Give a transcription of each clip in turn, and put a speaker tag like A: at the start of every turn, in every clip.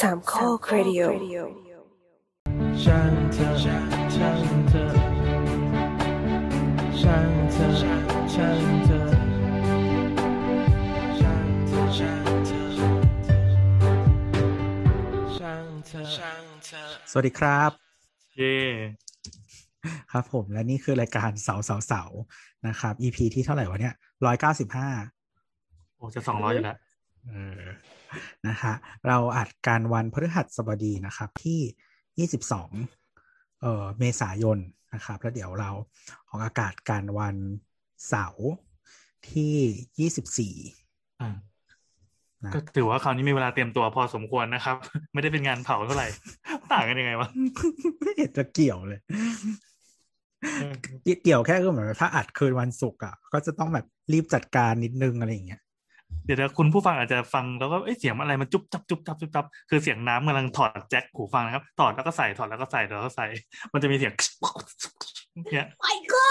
A: สามข้อครดิโอ
B: ช่างเธอช่างเธอช่างเธอช่างเธอช่างเธอช่างเธอช่างเธอช่างเธอ
C: สวัสดีครับ
D: เย่
C: ครับผมและนี่คือรายการเสาเสาเสานะครับ EP ที่เท่าไหร่วะเนี่ยร้อยเก้าสิบห้า
D: โอ้จะสองร้อยอยู่แล้ว
C: เออนะฮะเราอัดการวันพฤหัสบดีนะครับ ที่ยี่สิบสองเอ่อเมษายนนะครับ แล้วเดี๋ยวเราออกอากาศการวันเสาร์ที่ยี่สิบสี่
D: อ่า
C: นะ
D: ก็ถือว่าคราวนี้มีเวลาเตรียมตัวพอสมควรนะครับ ไม่ได้เป็นงานเผาเท่าไหร่ ต่างกันยังไงวะ
C: ไม่เห็นจะเกี่ยวเลย เกี่ยวแค่ก็เหมือนถ้าอัดคืนวันศุกร์อ่ะก็จะต้องแบบรีบจัดการนิดนึงอะไรอย่างเงี้ย
D: เดี๋ยวนะคุณผู้ฟังอาจจะฟังแล้วก็เอ้ยเสียงมันอะไรมันจุ๊บจับจุ๊บจับจุ๊บจับคือเสียงน้ำกำลังถอดแจ็คหูฟังนะครับ ถอดแล้วก็ใส่ถอดแล้วก็ใส่ถอดแล้วก็ใส่ มันจะมีเสียง เนี่ย
E: I go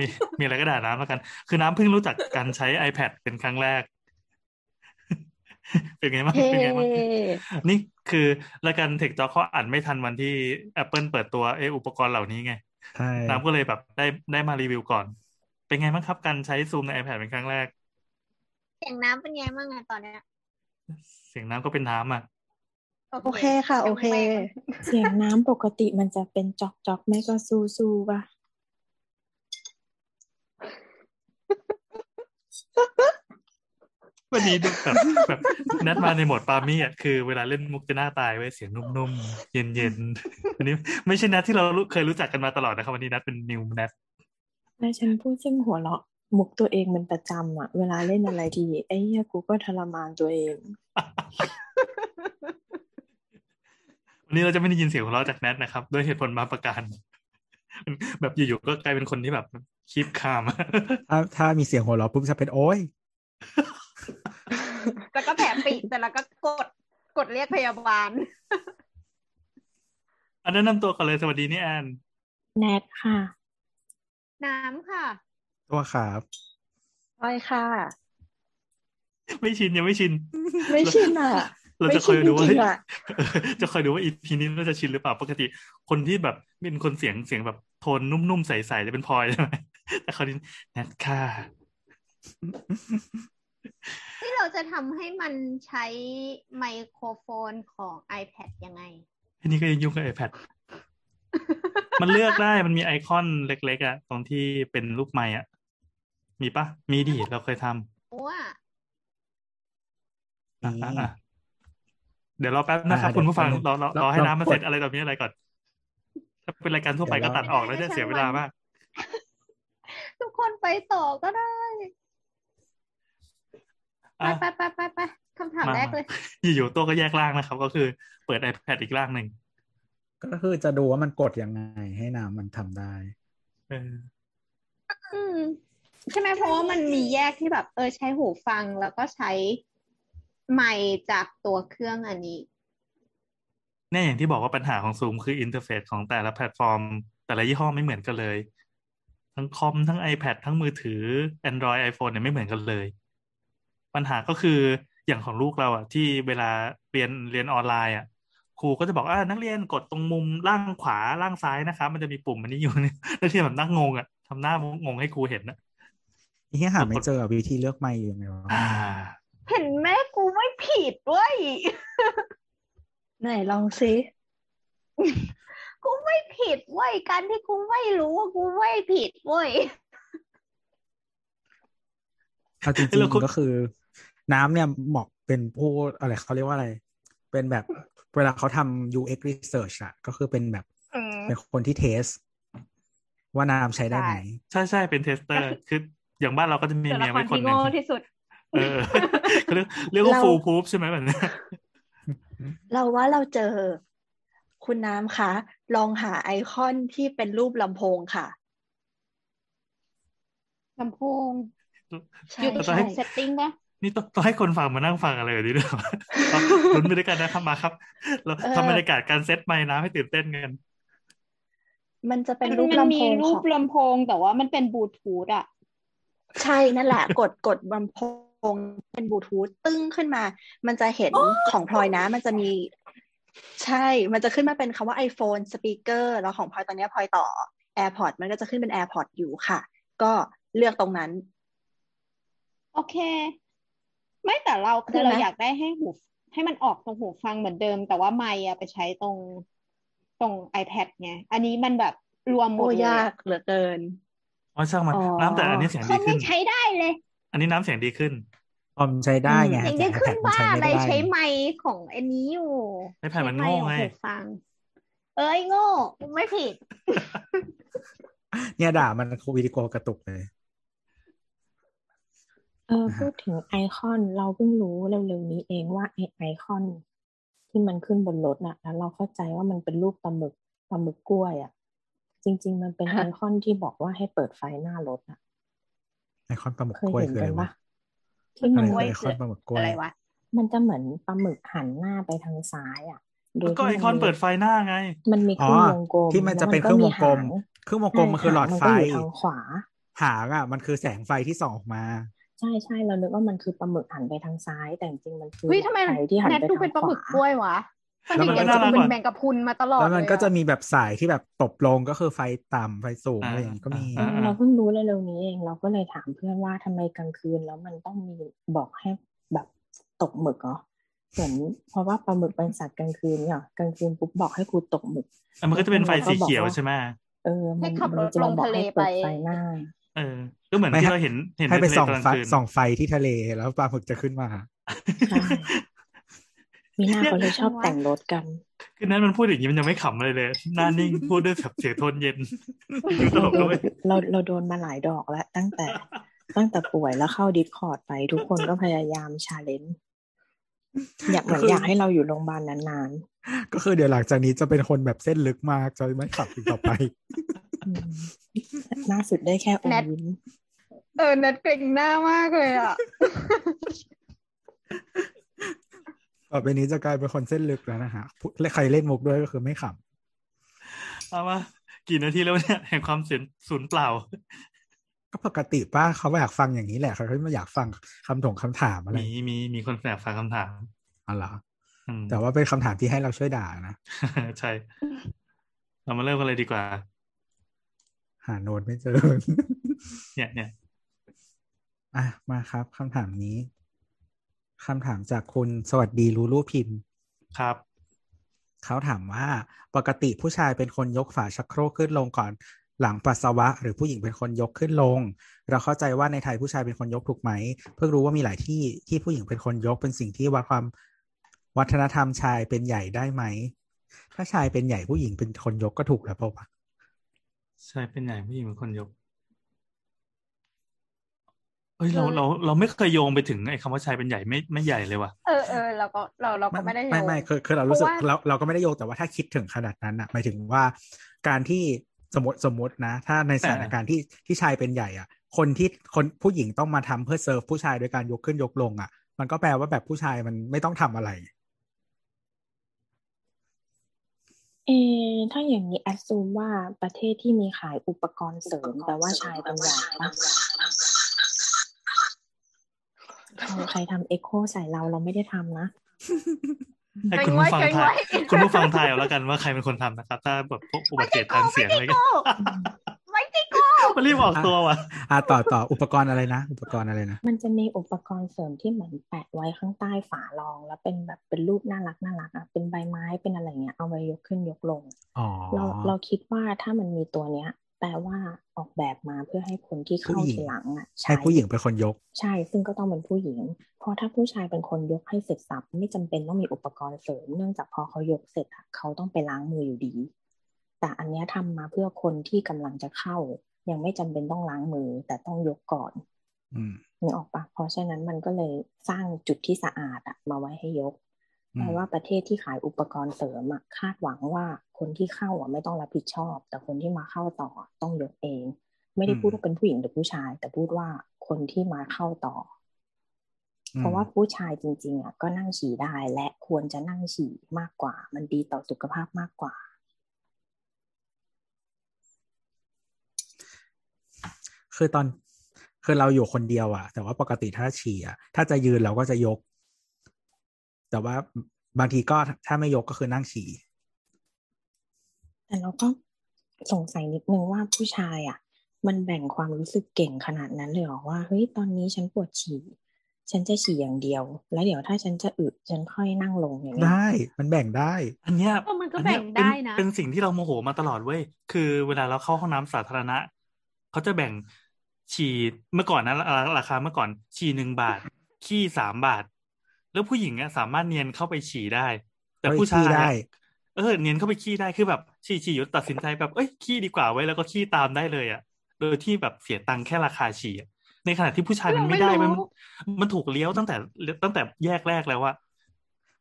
D: มีมีอะไรก็ด่าน้ำแล้วกัน คือน้ำเพิ่งรู้จักการใช้ iPad เป็นครั้งแรก เป็นไงบ้างเป็นไงบ้าง นี่คือรายการเทคจ็อกเขาอ่านไม่ทันวันที่ Apple เปิดตัวเอออุปกรณ์เหล่านี้ไง
C: ใช่
D: น้ำก็เลยแบบได้ได้มารีวิวก่อน เป็นไงบ้างครับการใช้ซูมใน iPad เป็นครั้งแรก
E: เสียงน้ำเป็นไงบ้างอะตอนเนี้ย
D: เสียงน้ำก็เป็นน้ำอ่ะ
F: โอเคค่ะ โอเค
G: เสียงน้ำปกติมันจะเป็นจอกจอกๆไม่ก็ซูซูๆป่ะ
D: วันนี้ดูแบบแบบ นัดมาในโหมดปามี่อ่ะคือเวลาเล่นมุกจะหน้าตายไว้ยเสียงนุ่มๆ เย็นๆวันนี้ไม่ใช่นัดที่เรารู้เคยรู้จักกันมาตลอดนะครับวันนี้นัดเป็นนิวนัด
G: แต่ฉันพูดซึ่งหัวเราะมุกตัวเองเป็นประจำอะเวลาเล่นอะไรทีไอ้เหี้ยกูก็ทรมานตัวเอง
D: วันนี้เราจะไม่ได้ยินเสียงหัวเราะจากนัดนะครับด้วยเหตุผลมางประ การ แบบอยู่ๆก็กลายเป็นคนที่แบบคีบคามอะ
C: ถ้าถ้ามีเสียงหัวเราะปุ๊บจะเป็นโอ้ย
E: แล้วก็แผลปิดแต่แล้วก็กดกดเรียกพยาบาล
D: อันแนะนำตัวก่อนเลยสวัสดีนี่แอน
G: แนทค่ะ
E: น้ำค่ะ
C: ตัวครับ
F: ไปค่ะ
D: ไม่ชินยังไม่ชิน
F: ไม่ชินอ่ะ
D: เรา
F: ไม่
D: จะค
F: ชิ
D: อย
F: นจ
D: ดูว่า
F: ริงๆอ่ะ
D: เออจะคอยดูว่าอี พีนี้เราจะชินหรือเปล่าปกติ คนที่แบบเป็นคนเสียงเสียงแบบโทนนุ่มๆใสๆจะเป็นพลอยใช่ ไหมแต่คราวนี้แนทค่ะ
E: ที่เราจะทำให้มันใช้ไมโครโฟนของ iPad ยังไง
D: ทีนี้ก็ยังยุ่งกับ iPad มันเลือกได้มันมีไอคอนเล็กๆอะตรงที่เป็นรูปไม้อะมีปะมีดิเราเคยท
E: ว่า
D: ำอ่ะ
C: นี่
D: อ่ะอ่ะเดี๋ยวรอแป๊บนะครับคุณผู้ฟังรอรอรอให้น้ำมันเสร็จอะไรต่อมีอะไรก่อนถ้าเป็นรายการทั่วไปก็ตัดออกแล้วจะเสียเวลามาก
E: ทุกคนไปต่อก็ได้ ไป
D: อ่ะ
E: ไปไปไปไปคำถาม
D: มา
E: แรกเลย
D: อยู่ๆตัวก็แยกร่างนะครับ ก็คือเปิด iPad อีกร่างหนึ่ง
C: ก็คือจะดูว่ามันกดยังไงให้น้ำมันทำได้
D: เออ
E: อืม ใช่ไหมเพราะว่ามันมีแยกที่แบบ เออใช้หูฟังแล้วก็ใช้ไมค์จากตัวเครื่องอันนี้
D: เนี่ยอย่างที่บอกว่าปัญหาของซูมคืออินเทอร์เฟซของแต่ละแพลตฟอร์ม แต่ละยี่ห้อไม่เหมือนกันเลย ทั้งคอม ทั้ง iPad ทั้งมือถือ Android iPhone เนี่ยไม่เหมือนกันเลย ปัญหาก็คืออย่างของลูกเราอะที่เวลาเรียนเรียนออนไลน์อะครูก็จะบอกอ่านักเรียนกดตรงมุมล่างขวาล่างซ้ายนะครับ มันจะมีปุ่มอันนี้อยู่ เนี่ยนักเรียนแบบนั่งงงอะทำหน้างงให้ครูเห็นอะ
C: อีที่หาไม่เจออะวิธีเลือกไม่อยู่ไงวะ
D: อ่า
E: เห็นแม่กูไม่ผิดเว้ย
F: ไหนลองซิ
E: กูไม่ผิดเว้ยการที่กูไม่รู้ว่ากูไม่ผิดเว้ย
C: เอาจริ
D: เอ้ย
C: ง
D: แล้วคุณ
C: ๆก็คือ น้ำเนี่ยเหมาะเป็นผู้อะไรเขาเรียกว่าอะไร เป็นแบบเวลาเขาทำ UX research อะก็คือเป็นแบบเป็นคนที่เทส ว่าน้ำใช้ได้ไหม
D: ใช่ใช่เป็นเทสเตอร์ คืออย่างบ้านเราก็จะมีเมียไว้คนหนึ่ง
E: ที่สุด
D: เออเขาเรียกเรียกว่า
F: เรา
D: ฟูลพูฟใช่ไหมแบบเนี้ย
F: เราว่าเราเจอ คุณน้ำคะลองหาไอคอนที่เป็นรูปลำโพงค่ะ
E: ลำโพง
F: ใช่
E: อยู่ตรง
F: ใช่
E: เซตติ้งปะ
D: นี่ต้องต้องให้คนฟังมานั่งฟังอะไรแบบนี้ด้วยเหรอเอาลุ้นไปด้วยกันนะครับมาครับ เราทำบรรยากาศการเซตไมค์น้ำให้ตื่นเต้นกัน
F: มันจะเป็นรูปลำโพงของ
E: ลำโพงแต่ว่ามันเป็นบลูทูธอ่ะ
F: ใช่นั่นแหละ กดกดลำโพง งเป็นบลูทูธตึ้งขึ้นมา มันจะเห็นของพลอยนะ มันจะมี ใช่ มันจะขึ้นมาเป็นคำว่า iPhone speaker แล้วของพลอยตอนเนี้ยพลอยต่อ AirPod มันก็จะขึ้นเป็น AirPod อยู่ค่ะ ก็เลือกตรงนั้น
E: โอเค ไม่แต่เราคื
F: ได้
E: อ
F: ไหม
E: เราอยากได้ให้หูให้มันออกตรงหูฟังเหมือนเดิม แต่ว่าไมค์อะไปใช้ตรงตรง iPad ไงอันนี้มันแบบรวมหม
F: โอ้
E: ดเลย
F: ยาก
E: อะ
F: เหลือเกิน
D: อ๋อช่างมัน
F: อ๋อ
D: น้ำแต่อันนี้เสียง
E: ค
D: ดี
E: น
D: ขึ้
E: ไม่
D: น
E: ใช้ได้เลย
D: อันนี้น้ำเสียงดีขึ้น
C: คอมใช้ได้ไง
E: ยัง
C: แต่
E: ได้ขึ้น
C: iPad มัน
E: ว่า
C: ใช้
E: อะ
C: ไม่
E: ไร
C: ได้
E: ใช้ไมค์ของอันนี้อยู่
D: ไอแผ่นมันโง่ไง
E: ใช้มค์ของหูฟัง เอ้ยโง่ไม่ผิด
C: เนี่ยด่ามันวิดีโอกระตุกเลย
G: เออพูดถึงไอคอนเราเพิ่งรู้เร็วๆนี้เองว่าไอไอคอน ที่มันขึ้นบนรถน่ะ แล้วเราเข้าใจว่ามันเป็นรูปปลาหมึกปลาหมึกกล้วยอ่ะ จริง ๆ มันเป็นไอ
F: ฮะ
G: คอนที่บอกว่าให้เปิดไฟหน้ารถอ่ะ
C: ไอคอนปลาหมึก
G: เค
C: ก
G: ย
C: ล้วย
G: เห็น
C: คือ
G: กั
C: อะไร
G: น
C: วะ
G: ปะที่
C: อะ
G: มัน
C: ไร
E: กล้
C: คื
E: ว
C: อย ไอคอนปลาหมึกกล้วย
E: อะไรวะ
G: มันจะเหมือนปลาหมึกหันหน้าไปทางซ้ายอ่ะโด
D: แล้
G: ยว
D: ก็ไอ
G: ที่
D: คอนเปิดไฟหน้าไง
G: มันมี
C: อ๋
G: เค
C: อ
G: รื่องวงกลม
C: ที่มันจะ
G: แล้
C: เป็นเครื่องวงกลม
G: หาง
C: เครื่องวงกลมมันคือหลอดไฟ
G: ใช่ค่ะมันก็อยู่ทางขวา
C: หางอ่ะ มันคือแสงไฟที่ส่องออกมา
G: ใช่ใช่เรานึกว่ามันคือปลาหมึกหันไปทางซ้าย แต่จริงๆมันคือ
E: เฮ้ยทำไม
G: ไฟที่หัน
E: แนท
G: ไป
E: ดู
G: ทาง
E: เป็นปลา
G: ข
E: หมึก
G: วาก
E: ล้วยวะมัน
D: แล้ว
E: อ
D: มัก็น่ารัก
E: ย่าน งเงี้ยจะเป็น
D: ว่ะ
E: แมงกะพรุนมาตลอด
C: แล้วมัน
E: เลย
C: ก็
E: อะ
C: จะมีแบบสายที่แบบตบลงก็คือไฟต่ำไฟสูง
D: อ่า
C: อะไรอย่างนี้ก็มี
D: อ่า
G: เราเพิ่งรู้เร็วๆนี้เองเราก็เลยถามเพื่อนว่าทำไมกลางคืนแล้วมันต้องมีบอกให้แบบตกหมึกเหรอเหมือนเพราะว่าปลาหมึกเป็นสัตว์กลางคืนเนี่ยเหรอกลางคืนปุ๊บบอกให้กูตกหมึก
D: อ่ะมันก็จะเป็นไฟสีเขียว
G: แล้วก็บอกว่า
D: ใช่ไหม
G: เออ
E: ให้
G: มัน
E: ขับรถ
G: มันจะมาบอกให้เปิดไฟหน้า
D: เออ ก็เหมือนที่เราเห็นเห็น
C: ให้ไป
D: ในทะเล
C: ส่อง
D: ตอน
C: ไฟ
D: คืน
C: ส่องไฟที่ทะเลแล้วปลาหมึกจะขึ้นมา
G: ใช่ มีหน้าเขาเลยชอบแต่งรถกัน
D: คือนั้นมันพูดอย่างนี้มันยังไม่ขำเลยเลยหน้านิ่งพูดด้วยแบบเสียงโทนเย็นดูตลกด้วย
G: เราเราโดนมาหลายดอกแล้ว ตั้งแต่ตั้งแต่ป่วยแล้วเข้าดิสคอร์ดไปทุกคนก็พยายามชาเลนจ์อยากเหมือน
C: คือ
G: อ
C: อ
G: ยากให้เราอยู่โรงพยาบาลนาน
C: ก็คือเดี๋ยวหลังจากนี้จะเป็นคนแบบเส้นลึกมากจะไม่ขับอีกต่อ ไป
G: ๆอืมล่าสุดได้แค่อม
E: แนท
G: ยิ้ม
E: เออแนทเกรงหน้ามากเลยอ่ะ
C: ต่อไปนี้จะกลายเป็นคนเส้นลึกแล้วนะฮะพูดใครเล่นมุกด้วยก็คือไม่ข
D: เอามากี่นาทีแล้วเนี่ยแห่งความสูญสูญเปล่า
C: ำก็ปกติป้าเขาอยากฟังอย่างนี้แหละเขาไม่อยากฟังคำถงคำถามอะไร
D: มีมีมีคนแอบฝากคำถาม
C: อ๋อเหรอ
D: อืม
C: แต่ว่าเป็นคำถามที่ให้เราช่วยด่านะ
D: ใช่ เรามาเริ่มกันเลยดีกว่า
C: หาโน้ตไม่เจอ
D: เนี่ยเนี่ย
C: อ่ะมาครับคำถามนี้คำถามจากคุณสวัสดีรู้รูปพิมพ์
D: ครับ
C: เขาถามว่าปกติผู้ชายเป็นคนยกฝาชักโครกขึ้นลงก่อนหลังปัสสาวะ หรือผู้หญิงเป็นคนยกขึ้นลง เราเข้าใจว่าในไทยผู้ชายเป็นคนยกถูกไหม เพิ่งรู้ว่ามีหลายที่ที่ผู้หญิงเป็นคนยกเป็นสิ่งที่วัดความวัฒนธรรมชายเป็นใหญ่ได้ไหม ถ้าชายเป็นใหญ่ผู้หญิงเป็นคนยกก็ถูกแล้วเปล่าวะ
D: ใช่เป็นใหญ่ผู้หญิงเป็นคนยกเอ้ยเราเราเราไม่เคยโยงไปถึงไอ้คำว่าชายเป็นใหญ่ไม่ไม่ใหญ่เลยว่ะ
E: เออเออเราก็เราเราก็ไม่ได้
C: ไม่ไม่
E: โยง
C: คือคือเรารู้สึก
E: เพราะว่า
C: เราเราก็ไม่ได้โยงแต่ว่าถ้าคิดถึงขนาดนั้นอะหมายถึงว่าการที่สมมติสมมตินะ ถ้าในสถานการณ์ที่ที่ชายเป็นใหญ่อะคนที่คนผู้หญิงต้องมาทำเพื่อเซิร์ฟผู้ชายโดยการยกขึ้นยกลงอะมันก็แปลว่าแบบผู้ชายมันไม่ต้องทำอะไร
G: เออถ้าอย่างนี้แอดซูมว่าประเทศที่มีขายอุปกรณ์เสริม แต่ว่าชายเป็นใหญ่ปะเออใครทำเอ็กโคใส่เราเราไม่ได้ทำนะ
D: ให้
E: เกร
D: คุณ
E: งไว้
D: ผู้ฟัง
E: เกรง
D: ทา
E: ไว้
D: ยคุณผู้ฟังทายเอาแล้วกันว่าใครเป็นคนทำนะครับ ถ้าแบบพวกอุบัติเหตุทางเสียงอะไรกัน
E: ไม่ได้โก
D: มันรีบออกตัวว่ะ
C: อ่ะต่อต่ออุปกรณ์อะไรนะ อุปกรณ์อะไรนะ
G: มันจะมีอุปกรณ์เสริมที่เหมือนแปะไว้ข้างใต้ฝารอง แล้วเป็นแบบเป็นรูปน่ารักน่ารักอ่ะเป็นใบไม้เป็นอะไรเงี้ยเอาไว้ยกขึ้นยกลง
C: อ๋อ
G: เราเราคิดว่าถ้ามันมีตัวเนี้ย แปลว่าออกแบบมาเพื่อให้คนที่เข้า
C: ผู้หญิง
G: ทีหลังอ่ะ
C: ให้ผู้หญิงเป็นคนยก
G: ใช่ ซึ่งก็ต้องเป็นผู้หญิง เพราะถ้าผู้ชายเป็นคนยกให้เสร็จสับไม่จำเป็นต้องมีอุปกรณ์เสริม เนื่องจากพอเขายกเสร็จอะเขาต้องไปล้างมืออยู่ดี แต่อันเนี้ยทำมาเพื่อคนที่กำลังจะเข้า ยังไม่จำเป็นต้องล้างมือ แต่ต้องยกก่อน
C: อืม
G: นึกออกปะเพราะฉะนั้นมันก็เลยสร้างจุดที่สะอาดอะมาไว้ให้ยก
C: อืม
G: แปลว่าประเทศที่ขายอุปกรณ์เสริมอะคาดหวังว่าคนที่เข้าอะไม่ต้องรับผิดชอบ แต่คนที่มาเข้าต่อต้องยกเอง ไม่ได้พูดว่าเป็นผู้หญิงหรือผู้ชาย แต่พูดว่าคนที่มาเข้าต่ออ
C: อืม
G: เพราะว่าผู้ชายจริงๆอะก็นั่งฉี่ได้และควรจะนั่งฉี่มากกว่า มันดีต่อสุขภาพมากกว่า
C: คือตอน คือเราอยู่คนเดียวอะแต่ว่าปกติถ้าฉี่อะถ้าจะยืนเราก็จะยก แต่ว่าบางทีก็ถ้าไม่ยกก็คือนั่งฉี่
G: แต่เราก็สงสัยนิดนึงว่าผู้ชายอ่ะ มันแบ่งความรู้สึกเก่งขนาดนั้นเลยเหรอว่าเฮ้ยตอนนี้ฉันปวดฉี่ ฉันจะฉี่อย่างเดียว แล้วเดี๋ยวถ้าฉันจะอึฉันค่อยนั่งลงอย่างเงี้ย
C: ได้มันแบ่งได้
D: อันเนี้ย
E: เออมันก็
D: อัเย
E: แบ่งได้
D: เป็
E: นะ
D: นเป็นสิ่งที่เราโมโหมาตลอดเว้ย คือเวลาเราเข้าห้องน้ำสาธารณะ เขาจะแบ่งฉี่เมื่อก่อนนะราราคาเมื่อก่อนฉี่หนึ่งบาท ขี้สามบาท แล้วผู้หญิงอะสามารถเนียนเข้าไปฉี่ได้ แต่ผู้ชาย
C: เข้าไปขี้ได้
D: อะเออ เนียนเข้าไปขี้ได้คือแบบฉี่ฉี่อยู่ตัดสินใจแบบเอ้ยขี้ดีกว่าไว้ยแล้วก็ขี้ตามได้เลยอะโดยที่แบบเสียตังค์แค่ราคาฉี่อะในขณะที่ผู้ชายมันไม่ได้
E: เราไม่
D: มัน
E: รู้
D: มันถูกเลี้ยวตั้งแต่ตั้งแต่แยกแรกแล้วว่า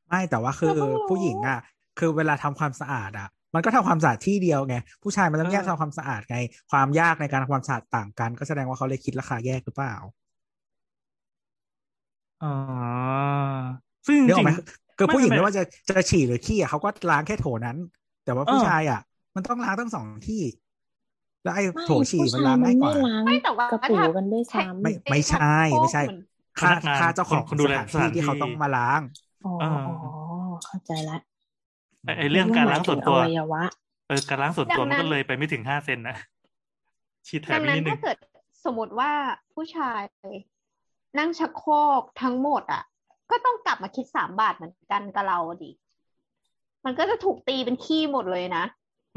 C: ไม่แต่ว่าคือ
E: เราก็รู้
C: ผู้หญิงอ่ะ คือเวลาทำความสะอาดอ่ะ มันก็ทำความสะอาดที่เดียวไงผู้ชายมันต้อง
D: เออ
C: แยกทำความสะอาดไง ความยากในการทำความสะอาดต่างกัน ก็แสดงว่าเขาเลยคิดราคาแยกหรือเปล่า
D: อ๋อซึ่งจ
C: เดี๋ยวอ
D: ริง
C: อกไหมคือผู้หญิง
D: ไม่
C: ไม่ว่าจะจะฉี่หรือขี้อ่ะเขาก็ล้างแค่โถนั้น แต่ว่าผู้
D: เออ
C: ชายอ่ะ มันต้องล้างทั้งสองที่ แล้วไอ้
G: ไม่
C: โถฉี่
G: ผู้
C: มัน
G: ชาย
C: ล้าง
G: มั
C: ง่ายกว่า
G: ไม่ล้าง
E: ไม่แต่ว่า
G: กระปูกันด้วยซ้ำ
C: ไม่ไม่ใช่ไม่ใช่
D: พ
C: ค่า
D: นักงาน
C: ค่าเจ้าของ
D: คนดูแล
C: สถานที่ที่เขา
D: สถานที่
C: ต้องมาล้าง
G: อ๋ออ๋อเข้าใจละ
D: ไอ้ไอ้เรื่องการล้างส่วนตัว
G: นึกาหมายถึอวัยวะ
D: เออการล้างส่วนตัว
E: ดัง
D: มั
E: นั้น น
D: ก็เลยไปไม่ถึงห้าเซนนะฉีดแถ
E: ดั
D: ม
E: ง
D: อีก
E: นั้น
D: นิดนึ
E: ถ้าง เกิดสมมติว่าผู้ชาย นั่งชักโครกทั้งหมดอ่ะ ก็ต้องกลับมาคิดสามบาทเหมือนกันกับเราดิ มันก็จะถูกตีเป็นขี้หมดเลยนะ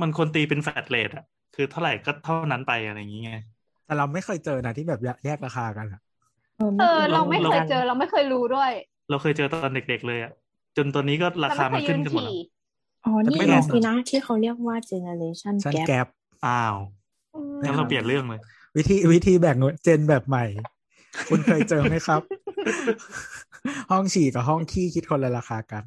D: มันคนตีเป็นแฟลตเลทอ่ะ คือเท่าไหร่ก็เท่านั้นไปอะไรอย่างเงี้ย
C: แต่เราไม่เคยเจอนะที่แบบแยกราคากันอะ
E: เออ
D: เรา
E: เราไม่เคย
D: รา
E: เจอเราไม่เคยรู้ด้วย
D: เราเคยเจอตอนเด็กๆเลยอ่ะ จนตอนนี้ก็ราคา
E: เไม่
D: มัน
E: เคย
D: ขึ้น
E: ยืน
D: กันหมด
E: ฉี่
D: แล้ว
G: อ๋อ
D: แต่
G: นี่
D: ไม่
G: ไง
D: ลอง
G: สินะที่เขาเรียกว่า generation
C: ฉัน
G: gap
C: แก๊ป
D: อ้าว
E: อืม
D: งั้นเราเปลี่ยนเรื่องเลย
C: วิธีวิธีแบ่งเจนแบบใหม่ คุณเคยเจอไหม ครับ ห้องฉี่กับห้องขี้คิดคนละราคากัน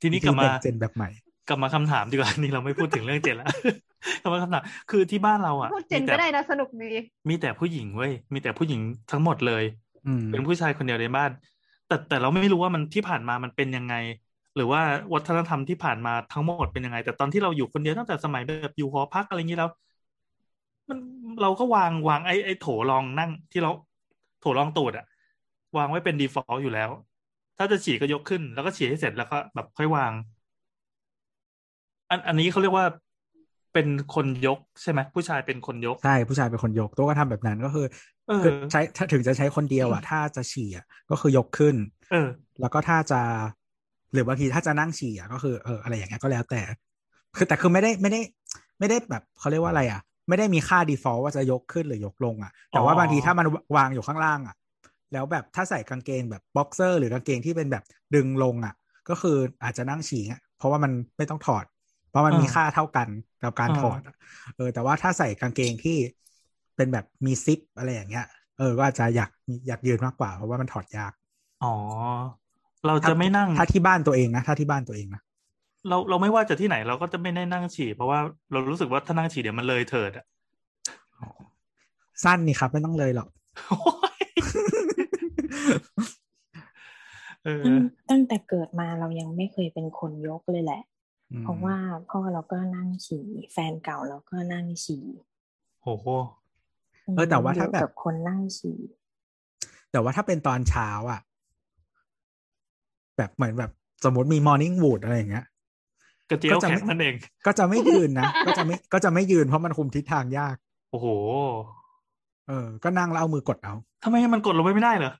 D: ทีนี้กลับ
C: วิธี
D: มา
C: แบ่งเจนแบบใหม่
D: กลับมาคำถามดีกว่า นี่เราไม่พูดถึงเรื่องเจนละ กลับมาคำถามคือที่บ้านเราอ่ะ
E: พูดเจน
D: มีแต่
E: ก็ได้นะสนุกดี
D: มีแต่ผู้หญิงเว้ยมีแต่ผู้หญิงทั้งหมดเลย
C: อืม
D: เป็นผู้ชายคนเดียวในบ้าน แต่แต่เราไม่รู้ว่ามันที่ผ่านมามันเป็นยังไง หรือว่าวัฒนธรรมที่ผ่านมาทั้งหมดเป็นยังไง แต่ตอนที่เราอยู่คนเดียวตั้งแต่สมัยแบบอยู่หอพักอะไรอย่างนี้แล้ว มันเราก็วางวางไอ้ไอ้โถรองนั่งที่เราโถรองตูดอะวางไว้เป็น default อยู่แล้ว ถ้าจะฉี่ก็ยกขึ้น แล้วก็ฉี่ให้เสร็จแล้วก็แบบค่อยวาง อันอันนี้เขาเรียกว่าเป็นคนยกใช่ไหมผู้ชายเป็นคนยก
C: ใช่ผู้ชายเป็นคนยกตัวก็ทำแบบนั้นก็คือ
D: เออ
C: คือใช้ถ้าถึงจะใช้คนเดียวอ่ะ ถ้าจะฉี่อะก็คือยกขึ้น
D: เออ
C: แล้วก็ถ้าจะ หรือบางทีถ้าจะนั่งฉี่อ่ะก็คือเอออะไรอย่างเงี้ยก็แล้วแต่ คือแต่คือไม่ได้ไม่ได้ ไม่ได้แบบเขาเรียกว่าอะไรอ่ะ ไม่ได้มีค่า default ว่าจะยกขึ้นหรือยกลงอ่ะ แต่ว่า
D: อ๋อ
C: บางทีถ้ามันวางอยู่ข้างล่างอ่ะ แล้วแบบถ้าใส่กางเกงแบบบ็อกเซอร์ หรือกางเกงที่เป็นแบบดึงลงอ่ะ ก็คืออาจจะนั่งฉี่อ่ะเพราะว่ามันไม่ต้องถอด เพราะมันมีค่าเท่ากันกับการถอดอะเออ แต่ว่าถ้าใส่กางเกงที่เป็นแบบมีซิปอะไรอย่างเงี้ย เออ ก็อาจจะอยากอยากยืนมากกว่าเพราะว่ามันถอดยาก
D: อ๋อ เราจะไม่นั่ง
C: ถ้าที่บ้านตัวเองนะถ้าที่บ้านตัวเองนะ
D: เราเราไม่ว่าจะที่ไหนเราก็จะไม่ได้นั่งฉี่ เพราะว่าเรารู้สึกว่าถ้านั่งฉี่เดี๋ยวมันเลยเถิดอะ
C: สั้นนี่ครับ ไม่ต้องเลยหรอก
D: เออ
G: ตั้งตั้งแต่เกิดมาเรายังไม่เคยเป็นคนยกเลยแหละ
C: อืม
G: เพราะว่าพ่อเราก็นั่งฉี่แฟนเก่าเราก็นั่งฉี่
D: โอ้โห
C: เออแต่ว่าถ้า
G: อยู่
C: แบบ
G: กับคนนั่งฉี่
C: แต่ว่าถ้าเป็นตอนเช้าอ่ะ แบบเหมือนแบบสมมติมีมอร์นิ่งวูดอะไรอย่างเงี้ย
D: กระเจียวแข็งนั่นเอง
C: ก็จะไม่ยืนนะ ก็จะไม่ก็จะไม่ยืนเพราะมันคุมทิศทางยาก
D: โอ้โห
C: เออ ก็นั่งแล้วเอามือกดเอา
D: ทำไมมันกดลงไปไม่ได้เหรอ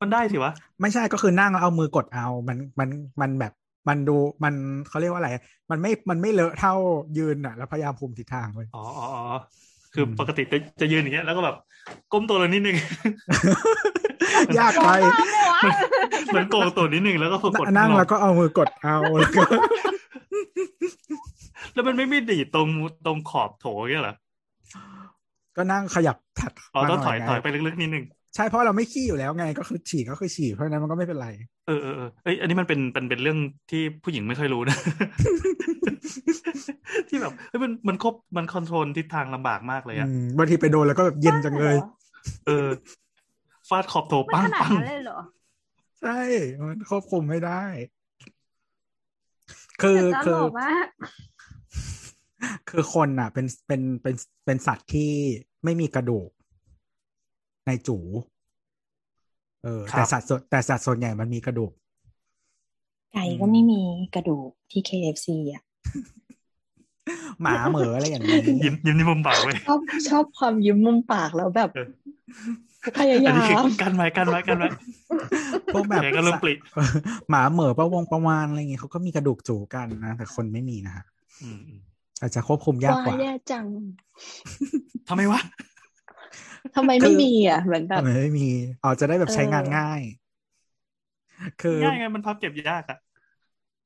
D: มันได้สิวะ
C: ไม่ใช่ก็คือนั่งแล้วเอามือกดเอา มันมันมันแบบ มันดูมันเขาเรียกว่าอะไร มันไม่มันไม่เลอะเท่ายืนอ่ะ แล้วพยายามคุมทิศทางเลย
D: อ๋ออ๋ออ๋อคือปกติจะจะยืนอย่างเงี้ยแล้วก็แบบก้มตัวลงนิดนึง
C: ยาก
E: ร้อ
C: ไป
E: งน้ำเลยวะ
D: เหมือนโกงตัวนิดนึงแล้วก็กด
C: นั่งแล้วก็เอามือกดเอาแล้วก็
D: แล้วมันไม่มีดีดตรงตรงขอบโถเงี้ยเหรอ
C: ก็นั่งขยับถัด
D: อ๋อต้องถอย
C: มา
D: ถ
C: หน่
D: อยไปลึกๆนิดนึง
C: ใช่เพราะเราไม่ขี้อยู่แล้วไงก็คือฉี่ก็คือฉี่เพราะฉะนั้นมันก็ไม่เป็นไร
D: เออเออเออเอ้ยอันนี้มันเป็นเป็นเป็นเรื่องที่ผู้หญิงไม่ค่อยรู้นะ ที่แบบเฮ้ยมันมันควบมันคอนโทรลทิศทางลำบากมากเลยอะ
C: อืมบางทีไปโดนแล้วก็แบบเย็นจังเลย
D: เออ ฟาดขอบโถ
E: มัน
D: ปัง
E: ขนาด
D: ปัง
E: นั้นเลยเหรอ
C: ใช่มันควบคุมไม่ได้ คือ
E: แต่จะ
C: คื
E: บ
C: อ
E: อกว่า
C: คือคนอ่ะ เป็นเป็นเป็นเป็นสัตว์ที่ไม่มีกระดูก นายจูเออ
D: ครับ
C: แต่สัตว์ส่วนแต่สัตว์ส่วนใหญ่มันมีกระดูก
G: ไก่
C: อืม
G: ก็ไม่มีกระดูกที่ KFC อ่ะ
C: หมาเหมออะไรอย่าง นี้
D: ยิ้มยิ้มในมุมปากเว้ย
F: ชอบ ชอบความยิ้มมุมปากแล้วแบบพยา
D: อัน
F: ยา
D: นี้คือ
F: ม
D: กันไว้กันไว้กันไว้
C: พวกแบบ
D: แกก็เริ่มปลิ
C: หมาเหมอประวงประวานอะไรอย่างงี้เขาก็มีกระดูกจูกันนะ แต่คนไม่มีนะฮะ
D: อืมอืม
C: อาจจะควบคุมยากกว่า
F: แย่จัง
D: ทำไมวะ
F: ทำไม
C: คื
F: ไม่
C: อ
F: มีอ่ะเหมือนแบบ
C: ทำไมไม่มีอ๋อจะได้แบบใช้งาน
F: เออ
C: ง่าย คือ
D: ง่ายไงมันพับเก็บยากอ่ะ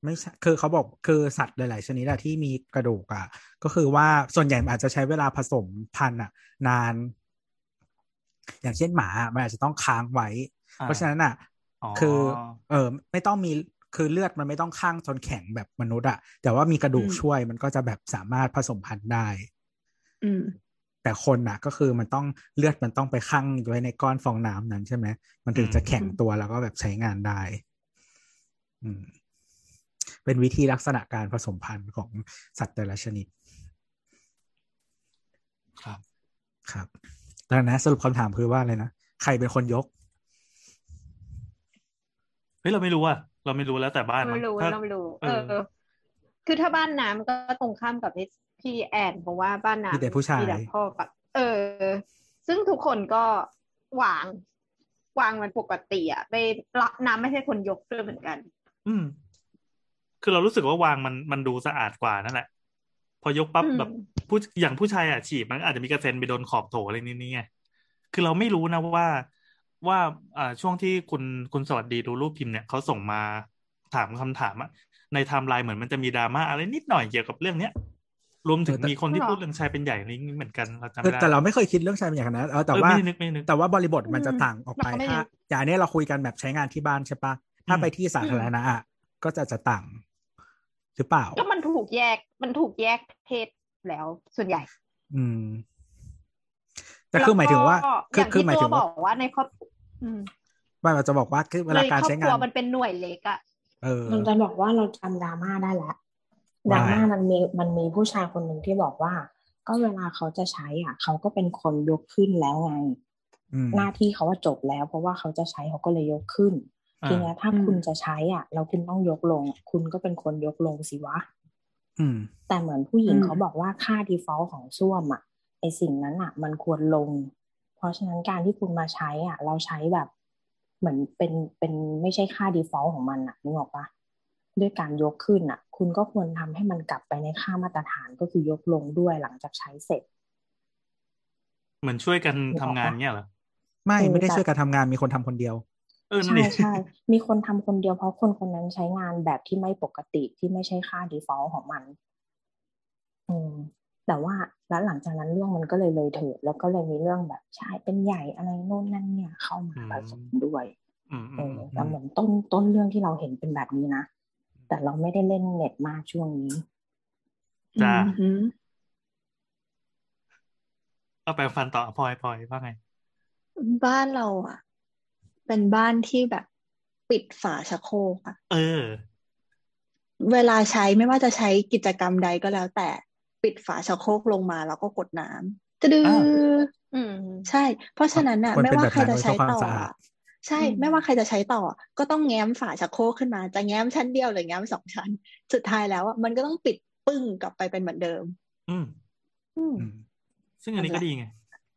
C: ไม่ใช่คือเขาบอกคือสัตว์หลาย ๆ ชนิดอะที่มีกระดูกอะก็คือว่าส่วนใหญ่มันอาจจะใช้เวลาผสมพันธุ์อะนาน อย่างเช่นหมาอะมันอาจจะต้องค้างไว้
D: อ่า
C: เพราะฉะนั้นอะคือ เออไม่ต้องมีคือเลือดมันไม่ต้องข้างจนแข็งแบบมนุษย์อะแต่ว่ามีกระดูก
F: อืม
C: ช่วยมันก็จะแบบสามารถผสมพันธุ์ได้
F: อืม
C: แต่คนน่ะก็คือมันต้องเลือดมันต้องไปคั่งไว้ในก้อนฟองน้ำนั้นใช่ไหม มันถึงจะแข็งตัวแล้วก็แบบใช้งานได้ อืม เป็นวิธีลักษณะการผสมพันธุ์ของสัตว์แต่ละชนิด
D: ครับ
C: ครับ แล้วนะสรุปคำถามคือว่าอะไรนะ ใครเป็นคนยก
D: เฮ้ยเราไม่รู้อ่ะ เราไม่รู้แล้วแต่บ้าน
E: เรารู้
D: ถ้า
E: เรารู้
D: เอ
E: เอ
D: อ
E: อ คือถ้าบ้านน้ำก็ตรงข้ามกับที่พี่แอนเพราะว่าบ้านน้ำ
C: มีแต่ผู้ชาย
E: มีแต่พ่อกับเออ ซึ่งทุกคนก็วาง วางมันปกติอ่ะไม่ละน้ำไม่ใช่คนยกด้วยเหมือนกัน
D: อืม คือเรารู้สึกว่าวางมันมันดูสะอาดกว่านั่นแหละ พอยกปั๊บ
E: อืม
D: แบบผู้อย่างผู้ชายอ่ะฉีบมันอาจจะมีกระเซ็นไปโดนขอบโถอะไรนี่นี่ไงคือเราไม่รู้นะว่าว่าอ่าช่วงที่คุณคุณสวัสดีดูรูปพิมพ์เนี่ยเขาส่งมาถามคำถามอะในไทม์ไลน์เหมือนมันจะมีดราม่าอะไรนิดหน่อยเกี่ยวกับเรื่องเนี้ย รวมถึง
C: เออแต่
D: มีคนที่
E: หรอ
D: พูดเรื่องชายเป็นใหญ่อะไรนี้เหมือนกันเราจำ
C: เอ
D: ไม่
C: อ
D: ได้
C: แต่เราไม่เคยคิดเรื่องชายเป็นอย่างนั้นนะเออแต่
D: เออ
C: ว่า
D: ไม่นึกไม่นึก
C: แต่ว่าบริบทมันจะ
E: อืม
C: ต่างออกไป
E: เราก็ไม่
C: ถ้า
E: รู้
C: อย่างอันเนี้ยเราคุยกันแบบใช้งานที่บ้านใช่ปะถ้า
D: อืม
C: ไปที่สาธารณะอะก็จะจะต่าง หรือเปล่า
E: ก็มันถูกแยกมันถูกแยกเพศแล้วส่วนใหญ่
C: อืม แต่คือหมายถึงว่า
E: แล้วก็
C: คือ
E: ย่
C: คือหมายถึง
E: บ
C: ว่า
E: อกว่าในครอบอืม
C: ไม่เราจะบอกว่าคือเวลา
E: ใน
C: การ
E: ครอบ
C: ใช้
E: ค
C: งา
E: รัวน มันเป็นหน่วยเล็กอ่ะ
C: เออ
G: เราจะบอกว่าเราจำดราม่าได้แล้ว
C: ว่า
G: ดราม่ามันมีมันมีผู้ชายคนหนึ่งที่บอกว่า ก็เวลาเขาจะใช้อ่ะ เขาก็เป็นคนยกขึ้นแล้วไง
C: อืม
G: หน้าที่เขาว่าจบแล้ว เพราะว่าเขาจะใช้เขาก็เลยยกขึ้น
D: อ่า
G: ทีเนี้ยถ้าคุณจะใช้อ่ะแล้วคุณต้องยกลง คุณก็เป็นคนยกลงสิวะ
C: อืม
G: แต่เหมือนผู้หญิง
F: อืม
G: เขาบอกว่าค่า default ของส้วมอ่ะไอสิ่งนั้นอ่ะ มันควรลง เพราะฉะนั้นการที่คุณมาใช้อ่ะ เราใช้แบบ เหมือนเป็นเป็นไม่ใช่ค่า default ของมันอ่ะนึกออกปะด้วยการยกขึ้นอ่ะ คุณก็ควรทำให้มันกลับไปในค่ามาตรฐานก็คือยกลงด้วยหลังจากใช้เสร็จ
D: เหมือนช่วยกัน
G: นึกอ
D: ทำ
G: อกปะ
D: งานเนี้ยเหรอ
C: ไม่
G: เออ
C: ไม่ได้
G: แต่
C: ช่วยกันทำงานมีคนทำคนเดียว
D: เออนั่น
G: ใช่
D: ดิ
G: ใช่ มีคนทำคนเดียวเพราะคนคนนั้นใช้งานแบบที่ไม่ปกติที่ไม่ใช่ค่า default ของมัน อืม แต่ว่าแล้วหลังจากนั้นเรื่องมันก็เลยเลยเถิดแล้วก็เลยมีเรื่องแบบชายเป็นใหญ่อะไรโน่นนั่นเนี่ย เข้ามา
D: อืม
G: ผสมด้วย
D: อืมอื
G: เอ
D: ม
G: อ
D: อืม
G: แต่เหมือนต้นต้นเรื่องที่เราเห็นเป็นแบบนี้นะ แต่เราไม่ได้เล่นเน็ตมากช่วงนี้
D: จ้า
F: อืม
D: เอาไปฟันต่อพลอยพลอยว่าไง
F: บ้านเราอ่ะ เป็นบ้านที่แบบปิดฝาชักโครกอ่ะ
D: เออ
F: เวลาใช้ไม่ว่าจะใช้กิจกรรมใดก็แล้ว แต่ปิดฝาชักโครกลงมาแล้วก็กดน้ำจะดื้อ
D: อ่า
E: อืม
F: ใช่ เพราะฉะนั้นอ่ะ
C: มัน
F: ไม่
C: เป็น
F: ว่า
C: แบบ
F: ใคร
C: นั้น
F: จะใช้
C: โดยเฉพาะความ
F: ต่อ
C: สะอาด
F: อะใช่
E: อืม
F: ไม่ว่าใครจะใช้ต่อ ก็ต้องแง้มฝาชักโครกขึ้นมา จะแง้มชั้นเดียวหรือแง้มสองชั้น สุดท้ายแล้วอะมันก็ต้องปิดปึ้งกลับไปเป็นเหมือนเดิม
D: อืม
E: อืม
C: อืม
D: ซึ่งอันนี้ก็ดีไง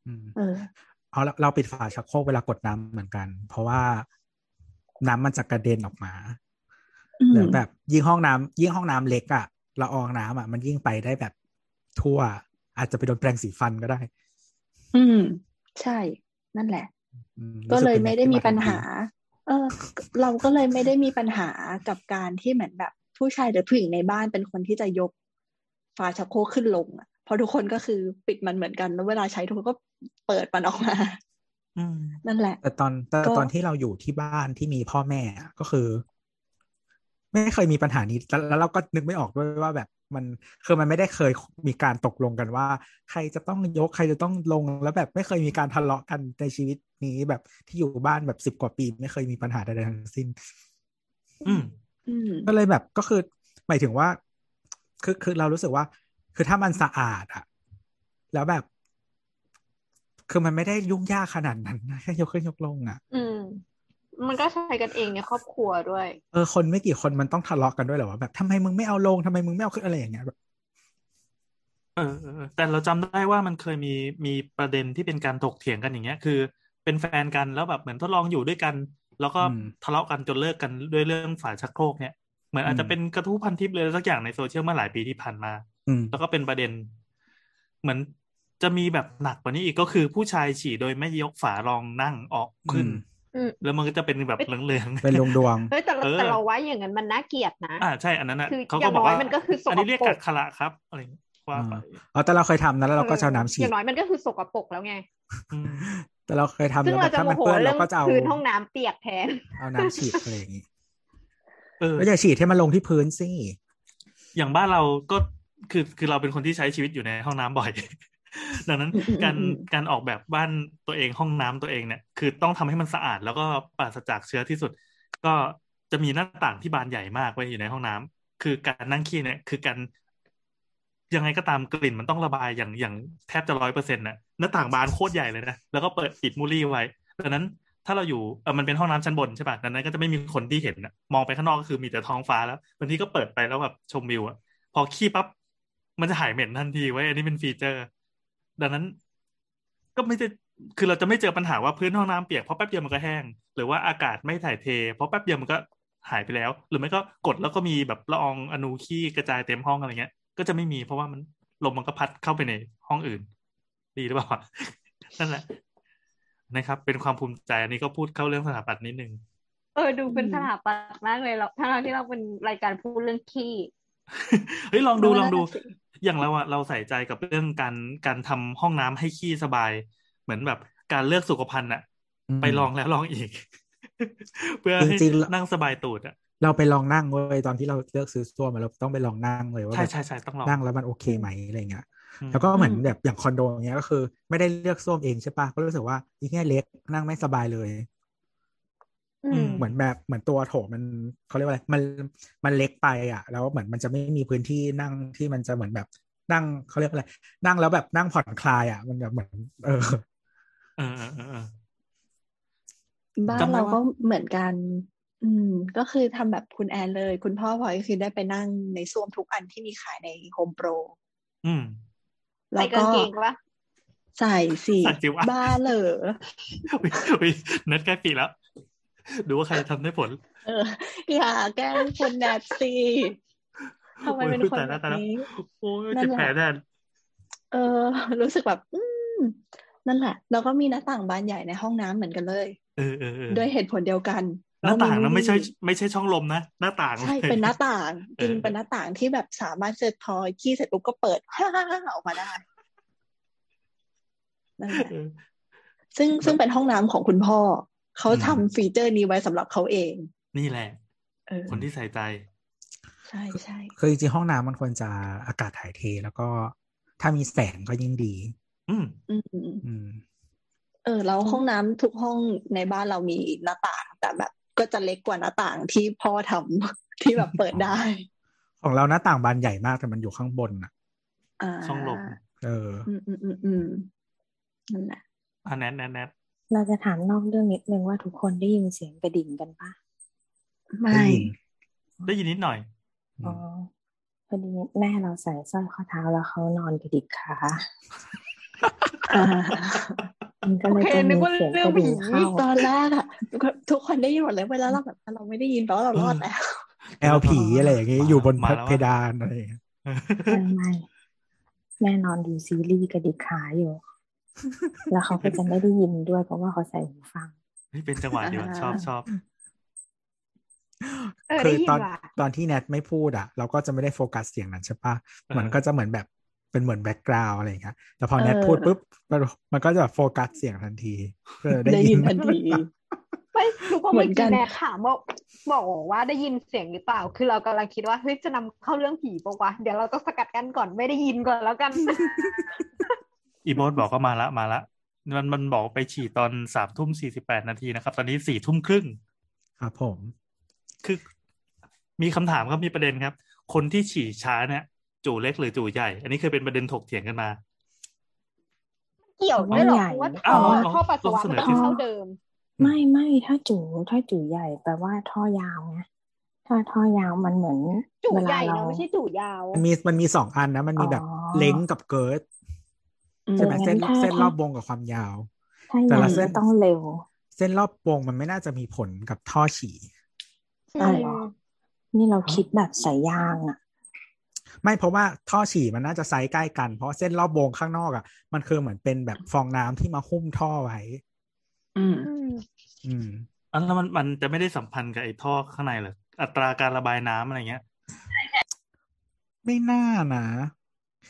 C: อืม
F: เออ
C: เอาละเราปิดฝาชักโครกเวลากดน้ำเหมือนกัน เพราะว่าน้ำมันจะกระเด็นออกมา
F: อืม
C: แล้วแบบยิ่งห้องน้ำยิ่งห้องน้ำเล็กอะละอองน้ำอะมันยิ่งไปได้แบบทั่ว อาจจะไปโดนแปรงสีฟันก็ได้
F: อืม ใช่ นั่นแหละ
C: อืม
F: ก็
C: รู้สึ
F: เลย
C: ป็น
F: ไม่ได้มี
C: ที่
F: ปัญ
C: ทันที
F: หา เออ เราก็เลยไม่ได้มีปัญหากับการที่เหมือนแบบผู้ชายหรือผู้หญิงในบ้านเป็นคนที่จะยกฝาชักโครกขึ้นลงอ่ะเพราะทุกคนก็คือปิดมันเหมือนกัน แล้วเวลาใช้ทุกคนก็เปิดมันออกมา
D: อืม
F: นั่นแหละ
C: แต่ตอนแต่
F: ก็
C: ตอนที่เราอยู่ที่บ้านที่มีพ่อแม่อะก็คือ ไม่เคยมีปัญหานี้แล้วแล้วเราก็นึกไม่ออกด้วยว่าแบบมันคือมันไม่ได้เคยมีการตกลงกันว่า ใครจะต้องยกใครจะต้องลงแล้วแบบไม่เคยมีการทะเลาะกันในชีวิตนี้แบบที่อยู่บ้านแบบสิบกว่าปี ไม่เคยมีปัญหาใดๆทั้งสิ้น
D: อืม
F: อืม
C: ก็เลยแบบก็คือหมายถึงว่า คือคือเรารู้สึกว่า คือถ้ามันสะอาดอะแล้วแบบ คือมันไม่ได้ยุ่งยากขนาดนั้นนะแค่ยกขึ้นยกลงอ่ะ
E: อืม มันก็ใช้กันเองในครอบครัวด้วย
C: เออคนไม่กี่คนมันต้องทะเลาะกันด้วยเหรอวะแบบทำไมมึงไม่เอาลงทำไมมึงไม่เอาขึ้นอะไรอย่างเงี้ยแบบ
D: เออเออเออแต่เราจำได้ว่ามันเคยมีมีประเด็นที่เป็นการถกเถียงกันอย่างเงี้ย คือ เป็นแฟนกันแล้วแบบเหมือนทดลองอยู่ด้วยกัน แล้วก็ทะเลาะกันจนเลิกกันด้วยเรื่องฝาชักโครกเนี่ยเหมือนอาจจะเป็นกระทู้พันทิปเลยสักอย่างในโซเชียลเมื่อหลายปีที่ผ่านมา
C: อืม
D: แล้วก็เป็นประเด็น เหมือนจะมีแบบหนักกว่านี้อีกก็คือผู้ชายฉี่โดยไม่ยกฝารองนั่งออกขึ้น
E: อืม
D: แล้วมันก็จะเป็นแบบเหลืองๆ
C: เป็นดวงดวง
E: เฮ้ยแต่เรา
D: เออ
E: แต่เราว่าอย่างนั้นมันน่าเกลียดนะ
D: อ่าใช่อันนั้นอ่ะ
E: คือ
D: เขา
E: อ
D: ก็
E: ย่าง
D: บอก
E: น้อย
D: ว่า
E: มันก็คือสกปรก
D: นนี้เรียกกักขละครับอะไรอย่างเงี้ยว่าไป
C: อ๋อแต่เราเคยทำนะแล้วเราก็จะเอาน้ำฉี
E: อ
C: ด
E: ย่างน้อยมันก็คือสกปรกแล้วไง
D: อืม
C: แต่เราเคยทำ
E: ซึ่ง
C: แล้วแบบ
E: เราจะ
C: ถ้า
E: โม
C: มัน
E: โห
C: เปื้อน
E: เรื่
C: เรา
E: อง
C: ก็จะเอา
E: พื้นห้องน้ำเปียกแท น
C: เอาน้ำฉีดอะไรอย่างงี้
D: เออ
C: แล้วอย่าฉีดให้มันลงที่พื้นสิ
D: อย่างบ้านเราก็คือคือเราเป็นคนที่ใช้ชีวิตอยู่ในห้องน้ำบ่อย ดังนั้นการ
F: อืมอืมอืม
D: การออกแบบบ้านตัวเองห้องน้ำตัวเองเนี่ย คือต้องทำให้มันสะอาดแล้วก็ปราศจากเชื้อที่สุด ก็จะมีหน้าต่างที่บานใหญ่มากไว้อยู่ในห้องน้ำคือการนั่งขี้เนี่ย คือการยังไงก็ตามกลิ่นมันต้องระบายอย่างอย่างแทบจะร้อยเปอร์เซ็นต์น่ะหน้าต่างบานโคตรใหญ่เลยนะแล้วก็เปิดปิดมูรี่ไว้ดังนั้นถ้าเราอยู่เออมันเป็นห้องน้ำชั้นบนใช่ป่ะดังนั้นก็จะไม่มีคนที่เห็นนะมองไปข้างนอกก็คือมีแต่ท้องฟ้าแล้วบางทีก็เปิดไปแล้วแบบชมวิวอะ พอขี้ปั๊บมันจะหายเหม็นทันทีไว้ยอันนี้เป็นฟีเจอร์ ดังนั้น ก็ไม่จะคือเราจะไม่เจอปัญหาว่าพื้นห้องน้ำเปียกเพราะแป๊บเดียวมันก็แห้ง หรือว่าอากาศไม่ถ่ายเท เพราะแป๊บเดียวมันก็หายไปแล้ว หรือไม่ก็กดแล้วก็มีแบบละอองอนูขี้กระจายเต็มห้องอะไรเงี้ย ก็จะไม่มีเพราะว่ามันลมมันก็พัดเข้าไปในห้องอื่น ดีหรือเปล่า นั่นแหละ นะครับ เป็นความภูมิใจอันนี้ก็พูดเข้าเรื่องสถาปัตย์นิดนึง
E: เออดูเป็น
F: อืม
E: สถาปัตย์มากเลยเราถ้าเราที่เราเป็นรายการพูดเรื่องขี้
D: เฮ้ยลองดู
F: เออ
D: ลองดู
F: นั่นน่ะสิ
D: อย่างเราอะเราใส่ใจกับเรื่องการการทำห้องน้ำให้ขี้สบาย เหมือนแบบการเลือกสุขภัณฑ์อะ
C: ม
D: ไปลองแล้วลองอีก เพื่อให้
C: จริงๆแล้ว
D: นั่งสบายตูดอะ
C: เราไปลองนั่งเว้ยตอนที่เราเลือกซื้อตัวมาเราต้องไปลองนั่งเลยว่า
D: ใช่
C: แบบ
D: ใช่ใช่ต้องลอง
C: นั่งแล้วมันโอเคไหมอะไรเงี้ย
D: อืม
C: แล้วก็เหมือน
F: อืม
C: แบบอย่างคอนโดอย่างเงี้ยก็คือ ไม่ได้เลือกส้วมเองใช่ปะก็รู้สึกว่าอีแง่เล็กนั่งไม่สบายเลย
E: อืม
C: เหมือนแบบเหมือนตัวโถมันเขาเรียกว่าอะไรมันมันเล็กไปอ่ะ แล้วเหมือนมันจะไม่มีพื้นที่นั่งที่มันจะเหมือนแบบนั่งเขาเรียกว่าอะไรนั่งแล้วแบบนั่งผ่อนคลายอ่ะ มันแบบเหมือน เออ
D: เออเออเออเออ
F: บ้าน
D: จำได้
F: เรา
D: ว่า
F: ก็เหมือนกัน อืม ก็คือทำแบบคุณแอนเลย คุณพ่อพลอยก็คือได้ไปนั่งในส้วมทุกอันที่มีขายในโฮมโปร
D: อืม
F: แล้
E: ใส่
F: ว
E: กา
F: ก็
E: งเกงปะ
F: ใส่สี
D: ใส่สิวะ
F: บ้าเหรอ
D: อุ๊ยอุ๊ยนัดใกล้ปีแล้ว ดูว่าใครทำได้ผล
F: เอออย่าแกล้งคนแบบสิทำไมเป็น
D: โอ้ย
F: คน
D: ตาย
F: แบ
D: แล้ว
F: บ
D: ตายแล้ว
F: นี้
D: โอ้ย
F: นั่
D: เจ็
F: น
D: บ
F: แหละ
D: แผลแน่น
F: เออ รู้สึกแบบ อืม นั่นแหละ แล้วก็มีหน้าต่างบานใหญ่ในห้องน้ำเหมือนกันเลย
D: เออเออเออ
F: ด้วยเหตุผลเดียวกัน
D: หน้าต่าง
F: เร
D: นะไม่ใช่
F: รู
D: ไม่ใช่ช่องลมนะหน้าต่าง
F: ใช่
D: ลย
F: เป็นหน้าต่าง
D: เออ
F: จริงเป็นหน้าต่างที่แบบสามารถเสร็จพอขี้เสร็จปุ๊บก็เปิด ฮ่าออกมาได้นั่นแหละ
D: เออ
F: ซึ่งซึ่งเป็นห้องน้ำของคุณพ่อ เขา
D: อืม
F: ทำฟีเจอร์นี้ไว้สำหรับเขาเอง
D: นี่แหละ
F: เออ
D: คนที่ใส่ใจ
F: ใช่ใช่
C: คือจริงๆห้องน้ำมันควรจะอากาศถ่ายเท แล้วก็ถ้ามีแสงก็ยิ่งดี
D: อืม
F: อืมอืม
C: อืม
F: เออแล้วห้องน้ำทุกห้องในบ้านเรามีหน้าต่าง แต่แบบก็จะเล็กกว่าหน้าต่างที่พ่อทำ ที่แบบเปิดได้
C: ของเราหน้าต่างบานใหญ่มากแต่มันอยู่ข้างบนอ่ะ
F: อ่า
D: ช่องลม
C: เออ
F: อืมอืมอืมอืมนั่นแหละ
D: อ่ะแนทแนทแนท
G: เราจะถามนอกเรื่องนิดนึงว่าทุกคนได้ยินเสียงกระดิ่งกันปะ
C: ได้
F: ไม่
D: ได้
C: ยิน
D: ยินนิด หน่อย
C: อืม
G: อ๋อพอดีแม่เราใส่สร้อยข้อเท้าแล้วเขานอนกระดิกขามันก็
E: โอ
G: เลย
E: เค
G: ต้อง
E: นึ
G: มี
E: กว่า
G: เสียง
E: เรื่
G: ก
E: อง
G: ระ
E: ผี
G: ดิ่งเข้า
F: ตอนแรกอะทุกคนได้ยินหมดเลยเวลาเราแบบเราไม่ได้ยินแปลว่าเรารอดแล้ว
C: แอลผีอะไรอย่างเงี้ย
D: มา
C: อยู่บน
D: มาแล้วอะ
C: เพดานอะไรอย่างเงี้ย
G: ไม่ไม่แม่นอนดูซีรีส์กระดิกขาอยู่ แล้วเขาก็จะไม่ได้ยินด้วยเพราะว่าเขาใส่หูฟัง
D: เฮ้ยเป็นจังหวะดีว่ะ
F: อ่า
D: ชอบชอบ
E: เออ
C: คื
E: ได้
C: อ
E: ยิน
C: ตอน
E: ว่ะ
C: ตอนที่แนทไม่พูดอ่ะ เราก็จะไม่ได้โฟกัสเสียงนั้นใช่ปะมันก็จะเหมือนแบบเป็นเหมือนแบ็กกราวอะไรอย่างเงี้ยแต่พอแนท
F: เออ
C: พูดปุ๊บมันมันก็จะแบบโฟกัสเสียงทันทีเออได้
F: ได้ยิ
C: ยิ
F: น
C: น
F: ทันที
E: ไม่รู้ว่า
F: เหมื
E: เมื่
F: อ
E: อน
F: กั
E: กี้
F: น
E: แม่ค่ะบอกบอกว่าได้ยินเสียงหรือเปล่า คือเรากำลังคิดว่าเฮ้ยจะนำเข้าเรื่องผีปะวะเดี๋ยวเราต้องสกัดกันก่อนไม่ได้ยินก่อนแล้วกัน
D: อีโบสบอกก็มาละมาละมันมันบอกไปฉี่ตอนสามทุ่มสี่สิบแปดนาทีนะครับ ตอนนี้สี่ทุ่มครึ่ง
C: ครับผม
D: คือ มีคำถามครับมีประเด็นครับ คนที่ฉี่ช้าเนี่ย จู่เล็กหรือจู่ใหญ่ อันนี้เคยเป็นประเด็นถกเถียงกันมา
E: เกี่ยวด้วยเหรอ
G: ใหญ่
E: ว่า
D: อ้า
E: ท่อ
D: วลอง
E: ท่อปัสสา
D: ล
E: วะ
D: องเส
E: มัน
D: นอ
E: ต้องเท่าเดิม
G: ไม่ไม่ถ้าจู่ถ้าจู่ใหญ่แปลว่าท่อยาวไงถ้าท่อยาวมันเหมือน
E: จู่
G: เว
E: ให
G: ลา
E: ญ่
G: เรา
E: เนาะไม่ใช่จู่ยาว
C: มันมีมันมีสองอันนะ มันมีแบบ
G: อ๋อ
C: เล้งกับเกิร์ดใช่ไหม
G: ออ
C: เส้น
G: งั้ถ้า
C: เส้น
G: ถ้าร
C: อบวงกับความยาว
G: ถ้า
C: แต่
G: ยาว
C: ละเส้
G: ก็
C: น
G: ต้องเร็ว
C: เส้นรอบวงมันไม่น่าจะมีผลกับท่อฉี่
G: อ๋อเหรอ นี่เราคิดแบบสายยางอ่ะ
C: ไม่เพราะว่าท่อฉี่มันน่าจะไซส์ใกล้กัน เพราะเส้นรอบวงข้างนอกอ่ะ มันคือเหมือนเป็นแบบฟองน้ำที่มาหุ้มท่อไว้
F: อืม
C: อืม
D: อันแล้วมันมันจะไม่ได้สัมพันธ์กับไอ้ท่อข้างในเหรออัตราการระบายน้ำอะไรเงี้ย
C: ไม่น่านะ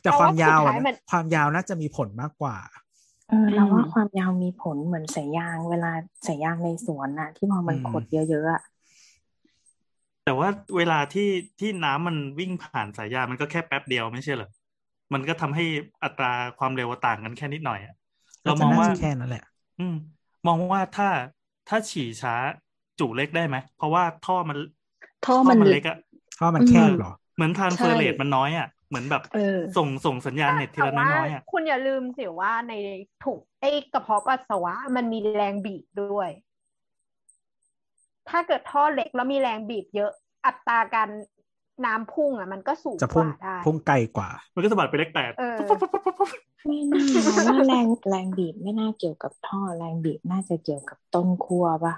C: แต่
E: เพ
C: ค
E: ราะ
C: วา
E: ว่าม
C: ยาว
E: สุด
C: อะ
E: ท้ายมัน
C: ความยาวน่าจะมีผลมากกว่า
G: เออเรา
F: อืม
G: ว่าความยาวมีผลเหมือนสายยางเวลาสายยางในสวนน่ะ ที่พอมัน
C: อืม
G: ขดเยอะๆอะ
D: แต่ว่าเวลาที่ที่น้ำมันวิ่งผ่านสายยางมันก็แค่แป๊บเดียวไม่ใช่เหรอ มันก็ทำให้อัตราความเร็วต่างกันแค่นิดหน่อยอะ
C: ก็
D: เราม
C: จะ
D: อง
C: น่า
D: ว่า
C: จะแค่นั้นแหละ
D: อืม มองว่าถ้าถ้าฉี่ช้าจุเล็กได้ไหม เพราะว่าท่อมัน
F: ท่อ
D: ท่อ
F: มัน
D: มัน
F: เล็
D: เล็
F: ก
D: กอะ
C: เพราะมันแคบเหรอ
D: เหมือนทรานสเฟอร์เรท
F: ใช่
D: มันน้อยอะเหมือนแบบ
F: เออ
D: ส่งส่งสัญญาณเน็ตที
E: แต่
D: ละ
E: ว่า
D: น้อยๆอะ
E: คุณอย่าลืมสิว่าในถุงไอ้กระเพาะปัสสาวะมันมีแรงบีบด้วย ถ้าเกิดท่อเล็กแล้วมีแรงบีบเยอะ อัตราการน้ำพุ่งอ่ะ มันก็สูง
C: จะ
E: ก
C: พุ่ง
E: ว่าได้
C: พุ่งไกลกว่า
D: มันก็สะบัดไปเลขแปด
E: เออ
D: ปุ๊บปุ๊บปุ๊บปุ๊บปุ๊บ
G: ไม่น่าเราว่าแรงแรงบีบไม่น่าเกี่ยวกับท่อแรงบีบน่าจะเกี่ยวกับต้นขั้วปะ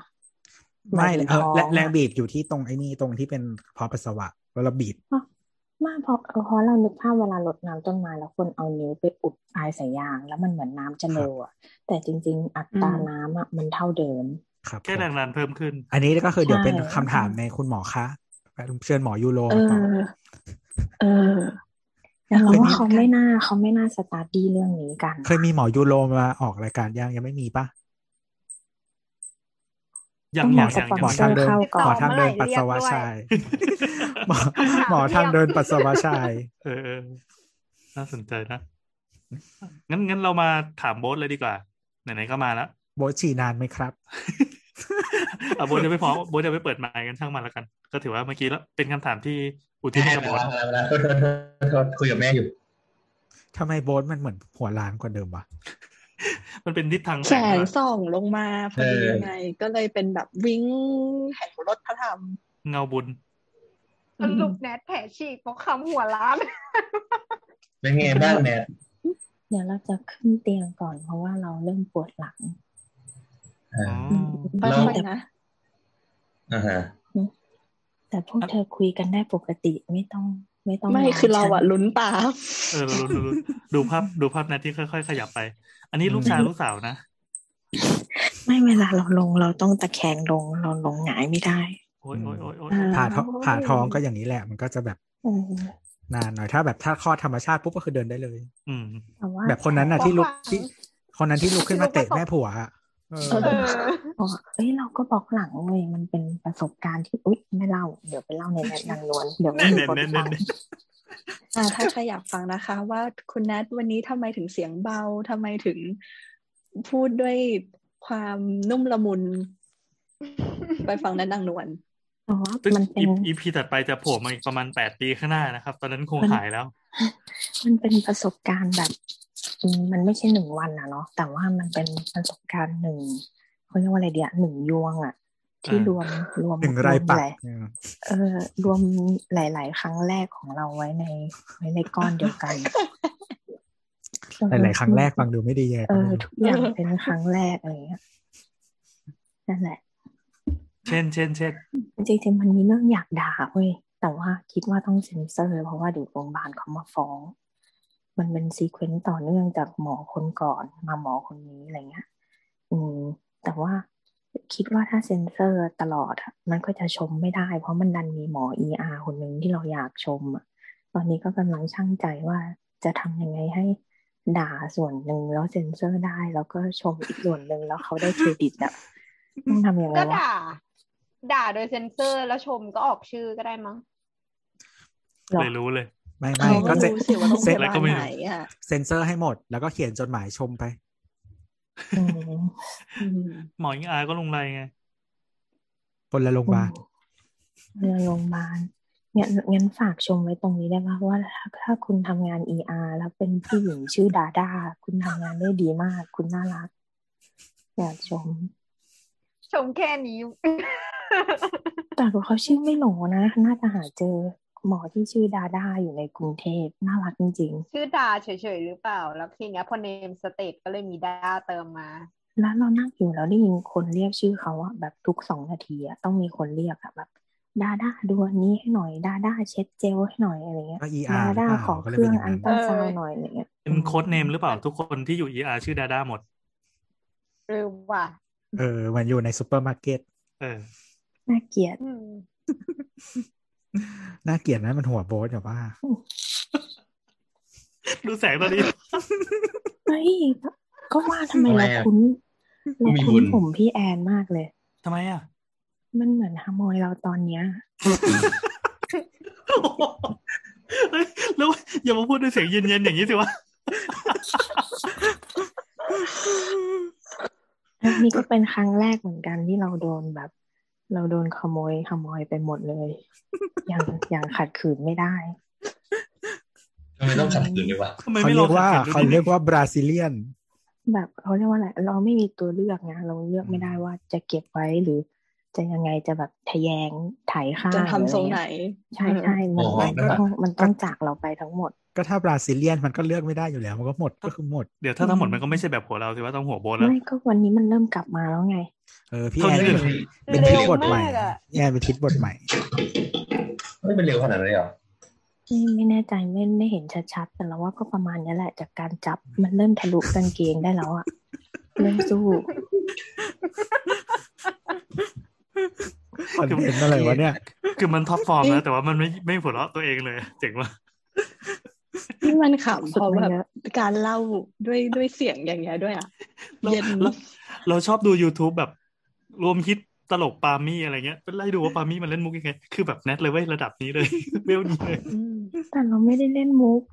G: ห
C: ไม่
G: ยถึ
C: เออแรง
G: ท้
C: แรง
G: อะ
C: บีบอยู่ที่ตรงไอ้นี่ตรงที่เป็นกระเพาะปัสสาวะแล้วเราบีบ
G: มากเพราะเพราะเรานึกภาพเวลารดน้ำต้นไม้แล้วคนเอานิ้วไปอุดปลายสายยาง แล้วมันเหมือนน้ำจะเร็วอ่ะ แต่จริง ๆ อัตรา
F: อืม
G: น้ำอ่ะมันเท่าเดิม
C: ครับ
D: แค่แรงดันเพิ่มขึ้น
C: อันนี้ก็คือเดี๋ยวเป็น
G: ใช่
C: คำถามในคุณหมอคะเชิญหมอยูโร
G: เอ
C: มาตอบ
G: อ เออแล้วเราว่า
C: เคยมี
G: เขาไม่น่าเขาไม่น่าสตาร์ดี้เรื่องนี้กัน
C: เคยมีหมอยูโรมาออกรายการยังยังไม่มีปะ
D: ยั
G: ต้
D: ง
G: องร
D: ยั
G: อง ส
D: ยัง
G: ปอน
D: ยัง
C: หมอ
D: ไม่ใช่
G: เซอ
C: ทาง
G: ร์
C: เดินห
G: เข้าก่
C: ม
G: อ
C: อน ทางเดินปัสสาวะชาย หมอหมอทางเดินปัสสาวะชาย
D: เออเออน่าสนใจนะ งั้นงั้นเรามาถามโบ๊ทเลยดีกว่า ไหนๆก็มาแล้ว
C: โบทฉี่นานไหมครับ
D: อ่ะโบ๊ทจะไม่พร้อมโบ๊ทจะไม่เปิดไมค์กันช่างมันแล้วกัน ก็ถือว่าเมื่อกี้แล้วเป็นคำถามที่อุทิศให้กับโบ๊ท
H: มาแล้วมาแล้วมาแล้วคุยกับแม่อยู่
C: ทำไมโบทมันเหมือนหัวล้านกว่าเดิมวะ
D: มันเป็นทิศทาง
F: แส
D: แสง
F: ง
D: นะ
F: ส่องลงมาพอดี
H: เออ
F: ไง ก็เลยเป็นแบบวิ่งแห่งรถพระธรรม
D: เงาบุญ
E: สรุปแนทแผลฉีกเพราะคำหัวล้าน
H: เป็นไงบ้างแนท
G: เดี๋ยวเราจะขึ้นเตียงก่อนเพราะว่าเราเริ่มปวดหลัง
H: อ่า
D: อืม
F: ค่
H: แล้ว
F: อยๆนะ
H: อ่าฮะ
G: แต่พวกเธอคุยกันได้ปกติไม่ต้องไม่ต้อง
F: ไม่
G: ล้ง
F: คือเรา
G: ฉัน
F: อะลุ้นตาม
D: เออเราดูดูดูภาพดูภาพนะที่ค่อยๆ ขยับไป อันนี้ลูกชายลูกสาวนะ
G: ไม่เวลาเราลงเราต้องตะแคงลงเราลงหงายไม่ได้
D: โอ้ยโอ้ยโอ้ยโอ้ย
G: อ่า
C: ผ่าท้องผ่าท้องก็อย่างนี้แหละ มันก็จะแบบ
G: อืม
C: นานหน่อยถ้าแบบถ้าคลอดธรรมชาติปุ๊บก็คือเดินได้เลย
D: อืม
G: แต่ว่า
C: แบบคนนั้นน่ะที่ลุกที่คนนั้นที่ลุกขึ้นมาเตะแม่ผัวอะ เออ
F: เอ
E: เออ
G: บอกว่าเอ้ยเราก็บอกหลังเลยมันเป็นประสบการณ์ที่อุ๊ยไม่เล่า เดี๋ยวไปเล่าในแนะนางนวลเดี๋ยวไม่มีคน
D: เน้นๆ
G: ฟัง
D: เน้น
F: อ่าถ้าใครอยากฟังนะคะ ว่าคุณนัทวันนี้ทำไมถึงเสียงเบาทำไมถึงพูดด้วยความนุ่มละมุน ไปฟังนัทนางนวล
G: แต่ว่า
D: ซึ่ง
G: มันเป็น
D: อีพีถัดไปจะโผล่มาอีกประมาณแปดปีข้างหน้านะครับ ตอนนั้นคงหายแล้ว
G: มันเป็นประสบการณ์แบบอืมมันไม่ใช่หนึ่งวันนะเนาะแต่ว่ามันเป็นประสบการณ์หนึ่งเขาเรียกว่าอะไรเดียหนึ่งยวงอะที่
D: อ่าร ร
G: วมรวม
C: หนึ่งรายปัก
G: วมหล เออรวมหลาย ๆ ครั้งแรกของเราไว้ในไว้ในก้อนเดียวกัน
C: หลายๆครั้งแรกฟังดูไม่ดียังไง
G: เอ
C: ก็
G: อ
C: ไม่รู้
G: ทุกอย่างเป็นครั้งแรกอะไรอย่างเงี้ยนั่นแหละ
D: เช่นเช่นเช่น
G: จริง ๆ มันมีเรื่องอยากด่าเว้ยแต่ว่าคิดว่าต้องเซ็นเซอร์ เพราะว่าเดี๋ยวโรงพยาบาลเขามาฟ้อง มันเป็นซีเควนต์ต่อเนื่องจากหมอคนก่อนมาหมอคนนี้อะไรเงี้ยอืม แต่ว่าคิดว่าถ้าเซ็นเซอร์ตลอดอะมันก็จะชมไม่ได้ เพราะมันดันมีหมอ ER คนหนึ่งที่เราอยากชมอะตอนนี้ก็กำลังช่างใจว่าจะทำยังไงให้ด่าส่วนหนึ่งแล้วเซ็นเซอร์ได้ แล้วก็ชมอีกส่วนหนึ่งแล้วเขาได้เครดิตอะต้องทำยังไง
E: ก็
G: วะ
E: ด่า ด่าโดยเซ็นเซอร์แล้วชมก็ออกชื่อก็ได้มั้ง
G: หรอ
D: เลยรู้เลย
C: ไม่ไม่
F: เขา
C: ก็
F: ก็
C: เซ็น
F: รู้สิว่าต้อง
C: เซ็
F: เสี
C: น
F: ย
D: แล้ว
F: บ้า
D: ก็
F: น
D: ไม่รู้
F: ไหนอ่ะ
C: เซ็นเซอร์ให้หมด แล้วก็เขียนจดหมายชมไป
G: อืม
F: อืม
D: หมออิงอายก็ลงไรไง
C: คนละโรงพยาบาล
G: เรือโรงพยาบาล งั้นงั้นฝากชมไว้ตรงนี้ได้ป่ะว่าถ้าถ้าคุณทำงาน ER แล้วเป็นผู้หญิงชื่อดาดาคุณทำงานได้ดีมาก คุณน่ารักอยากชม
E: ชมแค่นี้
G: แต่ว่าเขาชื่อไม่โหลนะ น่าจะหาเจอหมอที่ชื่อดาดาอยู่ในกรุงเทพน่ารักจริง
E: ชื่อดาเฉยๆหรือเปล่า แล้วทีเนี้ยพอเนมสเตทก็เลยมีดาเติมมา
G: ๆ แล้วเรานั่งอยู่แล้วได้ยินคนเรียกชื่อเขาอะแบบทุกสองนาทีอะต้องมีคนเรียกอะแบบ ดาดาดูอันนี้ให้หน่อย ดาดาเช็ดเจลให้หน่อยอะไรเงี้ย
C: ก็ ER
G: ดา
C: หรือ
G: ดา
C: เปล่า
G: ขอ
C: ก็เล
G: เค
C: ยเป็
G: รื่
C: น
G: อง
C: อย่าง
G: อั
C: นั้น น
G: ต้าซาวด์หน่อยอะไรเงี้ย
D: เป็นโค้ดเนมหรือเปล่าทุกคนที่อยู่ ER ชื่อดาด้าหมด
E: หรือว่า
C: เออมันอยู่ในซูเปอร์มาร์เก็ต
D: เออ
G: น่าเกลียด
E: อืม
C: น่าเกลียดนะมันหัวโบสแบบว่า
D: ดูแสงตอนนี้
G: เฮ้ยก็ว่าทำไม
H: ทำไม
G: เรา
H: อะ
G: คุ้นเรา
H: มีบุ
G: คุ้น
H: ญ
G: ผมพี่แอนมากเลย
D: ทำไมอ่ะ
G: มันเหมือนฮามอยเราตอนเนี้ย
D: เฮ้ยแล้วอย่ามาพูดด้วยเสียงเย็นๆอย่างนี้สิวะ
G: นี่ก็เป็นครั้งแรกเหมือนกันที่เราโดนแบบ เราโดนขโมยขโมยไปหมดเลย อย่างอย่างขัดขืนไม่ได้
H: ทำไมต้องขัดขืนด้วยวะ
D: ทำไม
C: เขา
D: ไม่ล
C: เรี
D: อง
C: ยกว่า
D: ขัดขื
C: เขา
D: นดู
C: เรีย
D: ดิ
C: กว่าบราซิเลียน
G: แบบเขาเรียกว่าอะไรเราไม่มีตัวเลือกนะเราเลือกไม่ได้ว่าจะเก็บไว้หรือ จะยังไงจะแบบทะแยงไถข้าง
F: จะทำทรงไหน
G: ใช่ใช่ๆมัน
H: โอ้โห
G: มันก็ต้องมันต้องจากเราไปทั้งหมด
C: ก็ถ้าบราซิเลียนมันก็เลือกไม่ได้อยู่แล้ว มันก็หมดก็คือหมด
D: เดี๋ยวถ้าทั้งหมดมันก็ไม่ใช่แบบหัวเราสิว่าต้องหัวโบนแล้ว
G: ไม่ก็วันนี้มันเริ่มกลับมาแล้วไง
C: เออพี่
D: เท่า
C: แอน
D: นี้
C: เป็น
D: เลย
C: เป็นทิศบทใหม่
E: เร็วมากอะ
C: พี่แอนเป็นทิศบทใหม่
H: เฮ้ยมันเร็วขนาดนั้นเลยเหรอ
G: ไม่ไม่แน่ใจไม่ไม่เห็นชัดๆ แต่เราว่าก็ประมาณนี้แหละ จากการจับมันเริ่มทะลุกางเกงได้แล้วอะเริ่มสู้
C: คอนเทนต์อะไรวะเนี่ย
D: คือมันท็อปฟอร์มนะแต่ว่ามันไม่ไม่หัวเราะตัวเองเลยเจ๋งว่ะ
F: ที่มัน
G: สุ
F: ขำ
G: ด
F: เพราะ
G: มัน
F: แบบ
G: เยอะ
F: การเล่าด้วยด้วยเสียงอย่างเงี้ยด้วยอ่ะ
D: เรา
F: เย็น
D: เราเราชอบดู YouTube แบบ รวมฮิตตลกปาล์มมี่อะไรเงี้ยเป็นไล่ดูว่าปาล์มมี่มันเล่นมุกยังไง คือแบบแนทเลยเว้ยระดับนี้เลย เวลนี้เลย
F: อืม
G: แต่เราไม่ได้เล่นมุก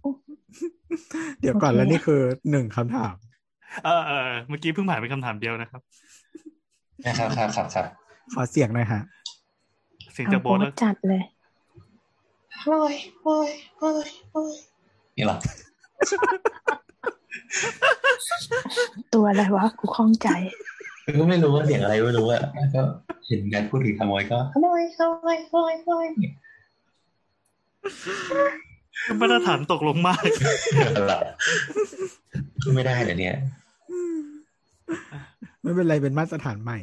C: เดี๋ยวก่อน
G: โอเค
C: แล้วนี่คือหนึ่งคำถาม
D: เออเออเมื่อกี้เพิ่งผ่านไปคำถามเดียวนะครับ
H: นะครับครับครับครับ
C: ขอเสียงหน่อยฮะ
D: เสียง
G: เอา
D: จากโบ
G: โพ
D: น
G: ส
D: แล้ว
G: ต์จัดเลย
H: นี่เหรอ
G: ตัวอะไรวะกูคล่องใจ
H: คือก็ไม่รู้ว่าเสียงอะไรไม่รู้อะแล้วก็เห็นการพูดถึงขโมยก็ขโมยขโมยขโมยขโมย
D: คือมาตรฐานตกลงมาก
H: อะไรพูดไม่ได้เหรอเนี่ย
C: ไม่เป็นไรเป็นมาตรฐานใหม่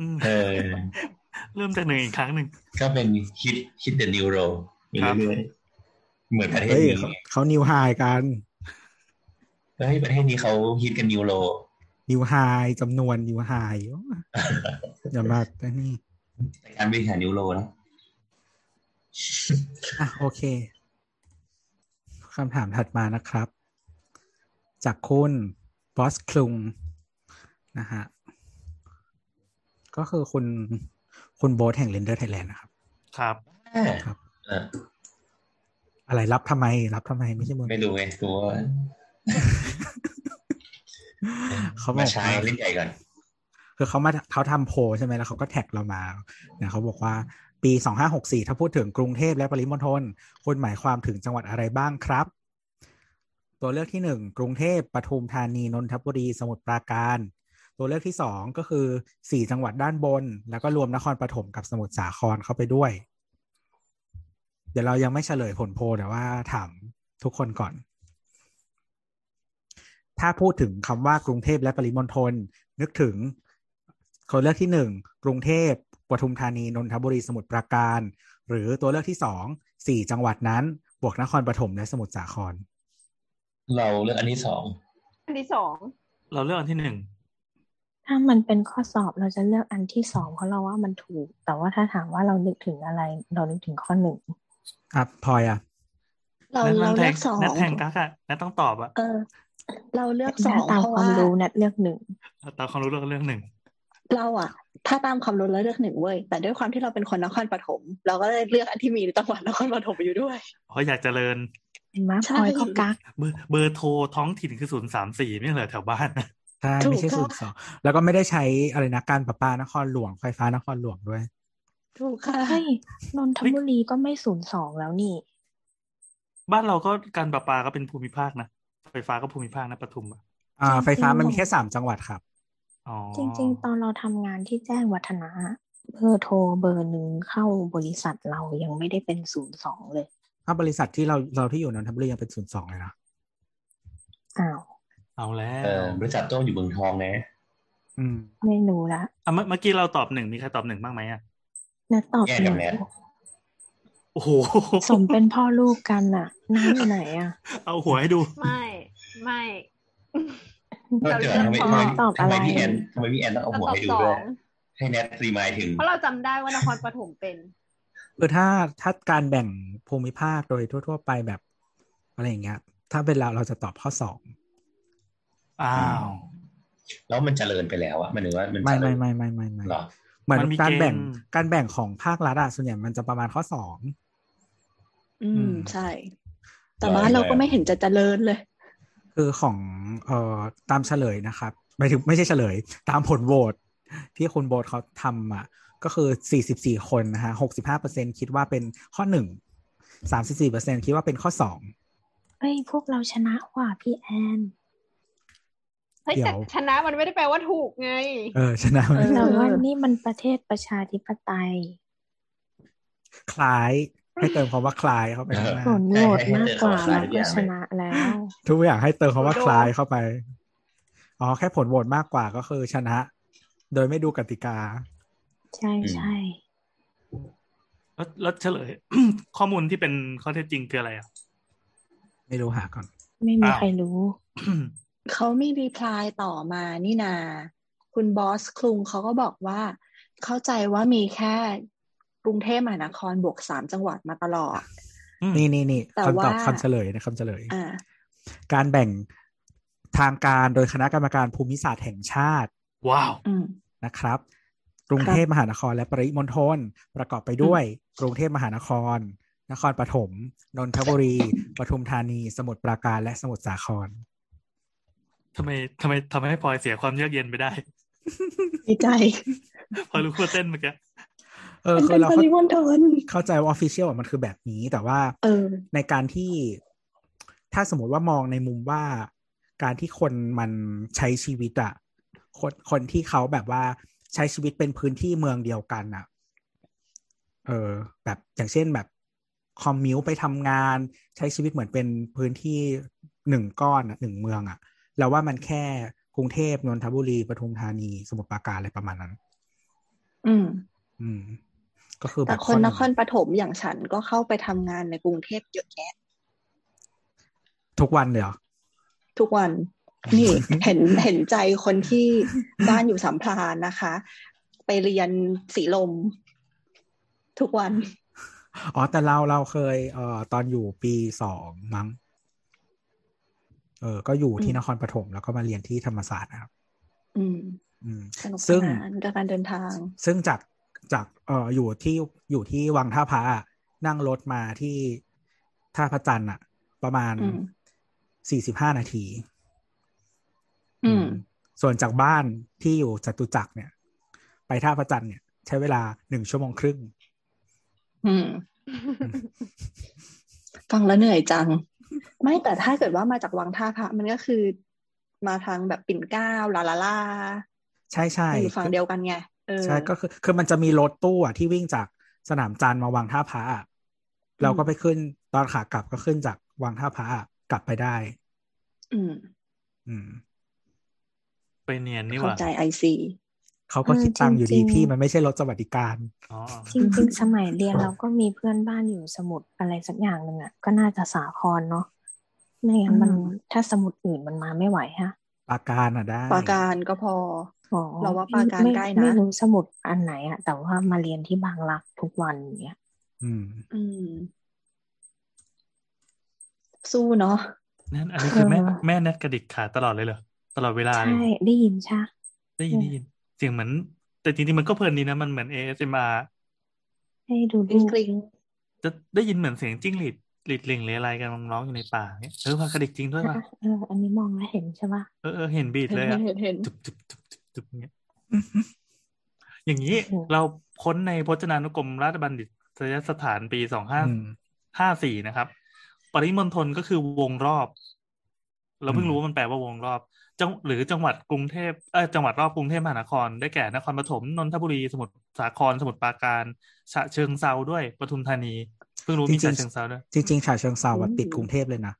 D: อืม
H: เออ
D: เริ่มจากหนึ่งอีกครั้งหนึ่ง
H: ก็เป็นฮิตฮิตเดอะนิวโรอยู่เรื่อยๆเหมือนประเทศ
C: เฮ้ย
H: นี้
C: เขาเขานิวไฮกัน
H: แล้วให้ประเทศนี้เขาฮิตกันนิวโร
C: นิวไฮจำนวนนิวไฮอย่ามาแต่นี่
H: แต่การบริหารนิวโรนะ
C: อ่ะโอเคคำถามถัดมานะครับ จากคุณบอสคลุงนะฮะ ก็คือคุณคุณโบสแห่งเรนเดอร์ไทยแลนด์นะครับ
D: ครับ
H: อ่า
C: ครับ
H: เออ
C: อะไรรับทำไม รับทำไมไม่ใช่มึง
H: ไม่รู้ไงตัวา
C: เขาบ
H: มา
C: อก
H: ใช้
C: ว่า
H: เล่นใหญ่ก่อน
C: คือเขามาเขาทำโพลใช่ไหมแล้วเขาก็แท็กเรามาเนี่ยเขาบอกว่าปี 2564 ถ้าพูดถึงกรุงเทพและปริมณฑลคุณหมายความถึงจังหวัดอะไรบ้างครับ ตัวเลือกที่ 1 กรุงเทพปทุมธานีนนทบุรี สมุทรปราการ ตัวเลือกที่ 2 ก็คือ 4 จังหวัดด้านบน แล้วก็รวมนครปฐมกับสมุทรสาครเข้าไปด้วย เดี๋ยวเรายังไม่เฉลยผลโพลแต่ว่าถามทุกคนก่อน ถ้าพูดถึงคำว่ากรุงเทพและปริมณฑลนึกถึงตัวเลือกที่หนึ่งกรุงเทพปทุมธานีนนทบุรีสมุทรปราการ หรือตัวเลือกที่สองสี่จังหวัดนั้น บวกนครปฐมและสมุทรสาคร
H: เราเลือกอันที่สอง
E: อันที่สอง
D: เราเลือกอันที่หนึ่ง
G: ถ้ามันเป็นข้อสอบเราจะเลือกอันที่สองเพราะเราว่ามันถูก แต่ว่าถ้าถามว่าเรานึกถึงอะไร เรานึกถึงข้อหนึ่ง
C: อ่ะพลอยอ่ะ
F: เรา
D: นัทมั
F: เรา
D: นแท
F: เลื
D: ง
F: อกสอง
D: นัทแทงกักอะนัทต้องตอบอะ
F: เออ เราเลือกส
G: ถ้า
F: อง
G: ตาม
F: เพราะ
G: ความ
F: ว่า
G: รู้นัดเลือกหนึ่ง
D: ตามความรู้เรื่องเรื่องหนึ่ง
F: เราอ่ะ ถ้าตามความรู้เราเลือกหนึ่งเว้ยแต่ด้วยความที่เราเป็นคนนครปฐมเราก็เลยเลือกอันที่มีจังหวัดนครปฐมอยู่ด้วย
D: เพราะอยากเจริญ
G: เห็นไหม
F: ใช่
G: พลอยก็กัก
D: เบอร์เบอร์โทรท้องถิ่นคือศูนย์สามสี่นี่ยเหรอแถวบ้าน นะ
C: ใช่
F: ถูก
C: ไม่ใช่
F: ค่ะ
C: ศูนย์สองแล้วก็ไม่ได้ใช้อะไรนะการประปานครหลวงไฟฟ้านครหลวงด้วย
F: ถูกค่ะ
G: เฮ้ยนนทบุรีก็ไม่ศูนย์สองแล้วนี่
D: บ้านเราก็การประปาก็เป็นภูมิภาคนะ ไฟฟ้าก็ภูมิภาคนะปทุมอะ
C: อ่า
G: จริงๆ
C: ไฟฟ้ามันมีแค่สามจังหวัดครับ
D: อ๋อ
G: จริง ๆ ตอนเราทำงานที่แจ้งวัฒนะเบอร์โทรเบอร์หนึ่งเข้าบริษัทเรายังไม่ได้เป็นศูนย์สองเลย
C: ถ้าบริษัทที่เราเราที่อยู่นนทบุรียังเป็นศูนย์สองเลยนะ
G: อ้าว
D: เอาแล้
H: เอ
D: ว
H: อรู้จักโจ้อยู่เมืองทองนะ
C: อืม
G: ไม่รู้ละ
D: อ่ะเมื่อเมื่อกี้เราตอบหนึ่งมีใครตอบหนึ่งบ้างไหมอ่ะ
G: นัดตอบ
H: แย่
G: ห
H: กั
G: น่
H: บ
G: อ
H: แน
G: ย
H: ท
D: โอ้โห
G: สมเป็นพ่อลูกกันน่ะน้ำอยู่ไหนอ่ะ
D: เอาหัวให้ดู
E: ไม่ไม่
H: ก็ เจอทำไม
G: เรา
H: ทำ
G: เลือกตอบ
H: ไมทำไม
G: อะไร
H: พี่แอนทำไมพี่แอนต้องเอา
E: เรา
H: หัว
E: ตอบ
H: ให้ดู
E: สอ
H: ด้วย
E: ง
H: ให้แนทรีมายถึง
E: เพราะเราจำได้ว่านครปฐมเป็น
C: คือถ้าถ้าการแบ่งภูมิภาคโดยทั่ว ๆ ไปแบบอะไรอย่างเงี้ย ถ้าเป็นเราเราจะตอบข้อสอง
D: อ้าว
H: แล้วมันเจริญไปแล้วอะหมันถึงว่ามัน
C: ไม่
H: เจริ
C: ไม่
H: ญ
C: ไม่ไม่ไม่ไม่
H: เหรอ
C: เหมือน
D: มันมี
C: การแบ่ง
D: เกณฑ์
C: การแบ่งของภาครัฐอะส่วนใหญ่มันจะประมาณข้อสอง
F: อื
C: อื
F: ม
C: ม
F: ใช่ แต่บ้านเราก็ไม่เห็นจะเจริญเลย
C: คือของเอ่อตามเฉลยนะครับหมายถึงไม่ใช่เฉลย ตามผลโหวตที่คุณโบทเขาทำอ่ะ ก็คือ 44 คนนะฮะ65%คิดว่าเป็นข้อ 1 34%คิดว่าเป็นข้อ 2
G: เฮ้ยพวกเราชนะว่ะพี่แอน
E: เฮ้ย
C: เดี๋
E: แต่
C: ยว
E: ชนะมันไม่ได้แปลว่าถูกไง
C: เออชนะมัน
F: เออ
G: เราว่านี่มันประเทศประชาธิปไตย
C: คล้ายให้เติมคำว่าคล้ายเข้าไปข้างหน้า
G: ผลโหวตมากกว่าเราก็ชนะแล้ว
C: ทุกอย่างให้เติมคำว่า
E: โดน
C: คล้ายเข้าไป อ๋อ แค่ผลโหวตมากกว่าก็คือชนะ โดยไม่ดูกติกา
G: ใช่ใช่
D: แล้วแล้วเฉลย ข้อมูลที่เป็นข้อเท็จจริงคืออะไรอ่ะ
C: ไม่รู้หาก่อน
G: ไม่มี
D: อ้าว
G: ใครรู้
F: เขามีรีプライต่อมานี่นา คุณบอสคลุงเขาก็บอกว่า เข้าใจว่ามีแค่กรุงเทพมหานครบวกสามจังหวัดมาตลอด
D: อืม
C: นี่นี่นี่
F: แต่
C: คำตอบ
F: ว่า
C: คำเฉลยนะคำเฉลย
F: อ่า
C: การแบ่งทางการโดยคณะกรรมการภูมิศาสตร์แห่งชาติ
D: ว้าว
F: อืม
C: นะครับ กรุงเทพมหานครและปริมณฑลประกอบไปด้วย กรุงเทพมหานคร นครปฐมนนทบุรีปทุมธานี สมุทรปราการและสมุทรสาคร
D: ทำไมทำไมทำให้พลอยเสียความเยือกเย็นไปได้
F: ดีใจ
D: พอรู้ว่าเต้นเมื่อกี้
C: เออ
F: มัน
C: คื
F: เป็
C: อน เรา
F: ป
C: เข้า
F: ริมณฑล
C: เข้าใจว่าออฟฟิเชียลมันคือแบบนี้ แต่ว่า
F: เออ
C: ในการที่ถ้าสมมติว่ามองในมุมว่าการที่คนมันใช้ชีวิตอะคนคนที่เขาแบบว่าใช้ชีวิตเป็นพื้นที่เมืองเดียวกันอะเออ แบบอย่างเช่นแบบคอมมิวไปทำงาน ใช้ชีวิตเหมือนเป็นพื้นที่หนึ่งก้อนอะหนึ่งเมืองอะเราว่ามันแค่กรุงเทพนนทบุรีปทุมธานี สมุทรปราการอะไรประมาณนั้น
F: อื ม
C: อืม ก็คือแบ
F: แต่
C: บ
F: คน
C: ห
F: น
C: ง
F: ครปฐมอย่างฉันก็เข้าไปทำงานในกรุงเทพเยอะแยะ
C: ทุกวันเลยเหรอ
F: ทุก วันนี่ เห็นเห็นใจคนที่บ้านอยู่สัมพลานนะคะ ไปเรียนสีลม ทุกวัน
C: อ๋อแต่เราเราเคยเอ่อตอนอยู่ปีสองมั้งเออก็อยู่ที่
F: อืม
C: นครปฐมแล้วก็มาเรียนที่ธรรมศาสตร์นะครับ
F: อืม
C: อืม
F: สนุกส
C: ซึ่ง
F: นานกับการเดินทาง
C: ซึ่งจากจากเอ่ออยู่ที่อยู่ที่วังท่าพระอะนั่งรถมาที่ท่าพระจันทร์อะประมาณ
F: อืม
C: สี่สิบห้านาที
F: อืม
C: ส่วนจากบ้านที่อยู่จตุจักรเนี่ย ไปท่าพระจันทร์เนี่ย ใช้เวลาหนึ่งชั่วโมงครึ่ง
F: อืม ฟังแล้วเหนื่อยจัง ไม่แต่ถ้าเกิดว่ามาจากวังท่าพระมันก็คือ มาทางแบบปิ่นเกล้าลาลาลา
C: ใช่ใช่
F: อยู่ฝั่งเดียวกันไงเออ
C: ใช่ก็คือคือมันจะมีรถตู้อ่ะที่วิ่งจากสนามจันทร์มาวางท่าพระอะเราก็ไปขึ้นตอนขากลับก็ขึ้นจากวางท่าพระอะกลับไปได้
F: อืม
C: อืม
D: ไปเนียนนี่ห
F: เข้า
D: ว่า
F: ใจไอซี
C: เขาก็คิดตังค์อยู่ดี
G: เออจริงๆ
C: พี่มันไม่ใช่รถสวัสดิการ
D: อ๋อ
G: จริง ๆ สมัยเรียนเราก็มีเพื่อนบ้านอยู่สมุดอะไรสักอย่างหนึ่งอ่ะก็น่าจะสาครเนาะไม่งั้นมันถ้าสมุดอื่นมันมาไม่ไหวฮะ
C: ปราการอ่ะได้
F: ปราการก็พอ
G: อ๋อ
F: เราว่าปราการ
G: ไม่
F: ใกล้นะ
G: ไม่รู้สมุดอันไหนอ่ะแต่ว่ามาเรียนที่บางรักทุกวันอย่างเงี้ย
C: อืม
F: อืม สู้เนาะ
D: นั่นอันนี้คือแม่แม่แนทกระดิกขาตลอดเลยเหรอตลอดเวลาเลย
G: ใช่ได้ยินใช่
D: ได้ยิน
G: ใช่
D: ได้ยินเสียงเหมือน แต่จริงๆมันก็เพลินดีนะมันเหมือน ASMR
G: ให้ดู
F: กริ๊
G: ดู
F: ง
G: ป
F: กริ๊ง
D: จะได้ยินเหมือนเสียงจิ้งหรีดหรีดลิงหรืออะไรกันร้องอยู่ในป่าเนี่ยเออพากระดิกจริงด้วยป่ะ
G: อ่ะเอออันนี้มองแล้วเห็นใช่ป่ะ
D: เออเออเห็นบีด
F: เห็น
D: เลย
F: เห็
D: อะ
F: นเห็นเห็น
D: จุบจุบจุบจุบจุบอย่างเงี้ยอย่างนี้เรา ค้นในพจนานุกรมราชบัณฑิตยสถานปีสองห้า
C: อืม
D: ห้าสี่นะครับ ปริมณฑลก็คือวงรอบ เราเพิ่ง
C: อืม
D: รู้ว่ามันแปลว่าวงรอบจังหรือจังหวัดกรุงเทพเออจังหวัดรอบกรุงเทพมหานคร ได้แก่นครปฐมนนทบุรีสมุทรสาครสมุทรปราการฉะเชิงเซาด้วยปทุมธานี เพิ่งรู้มีฉะเชิงเซาด้วย
C: จริงๆฉะเชิงเซาอะ
F: อืม
C: ติดกรุงเทพเลยนะ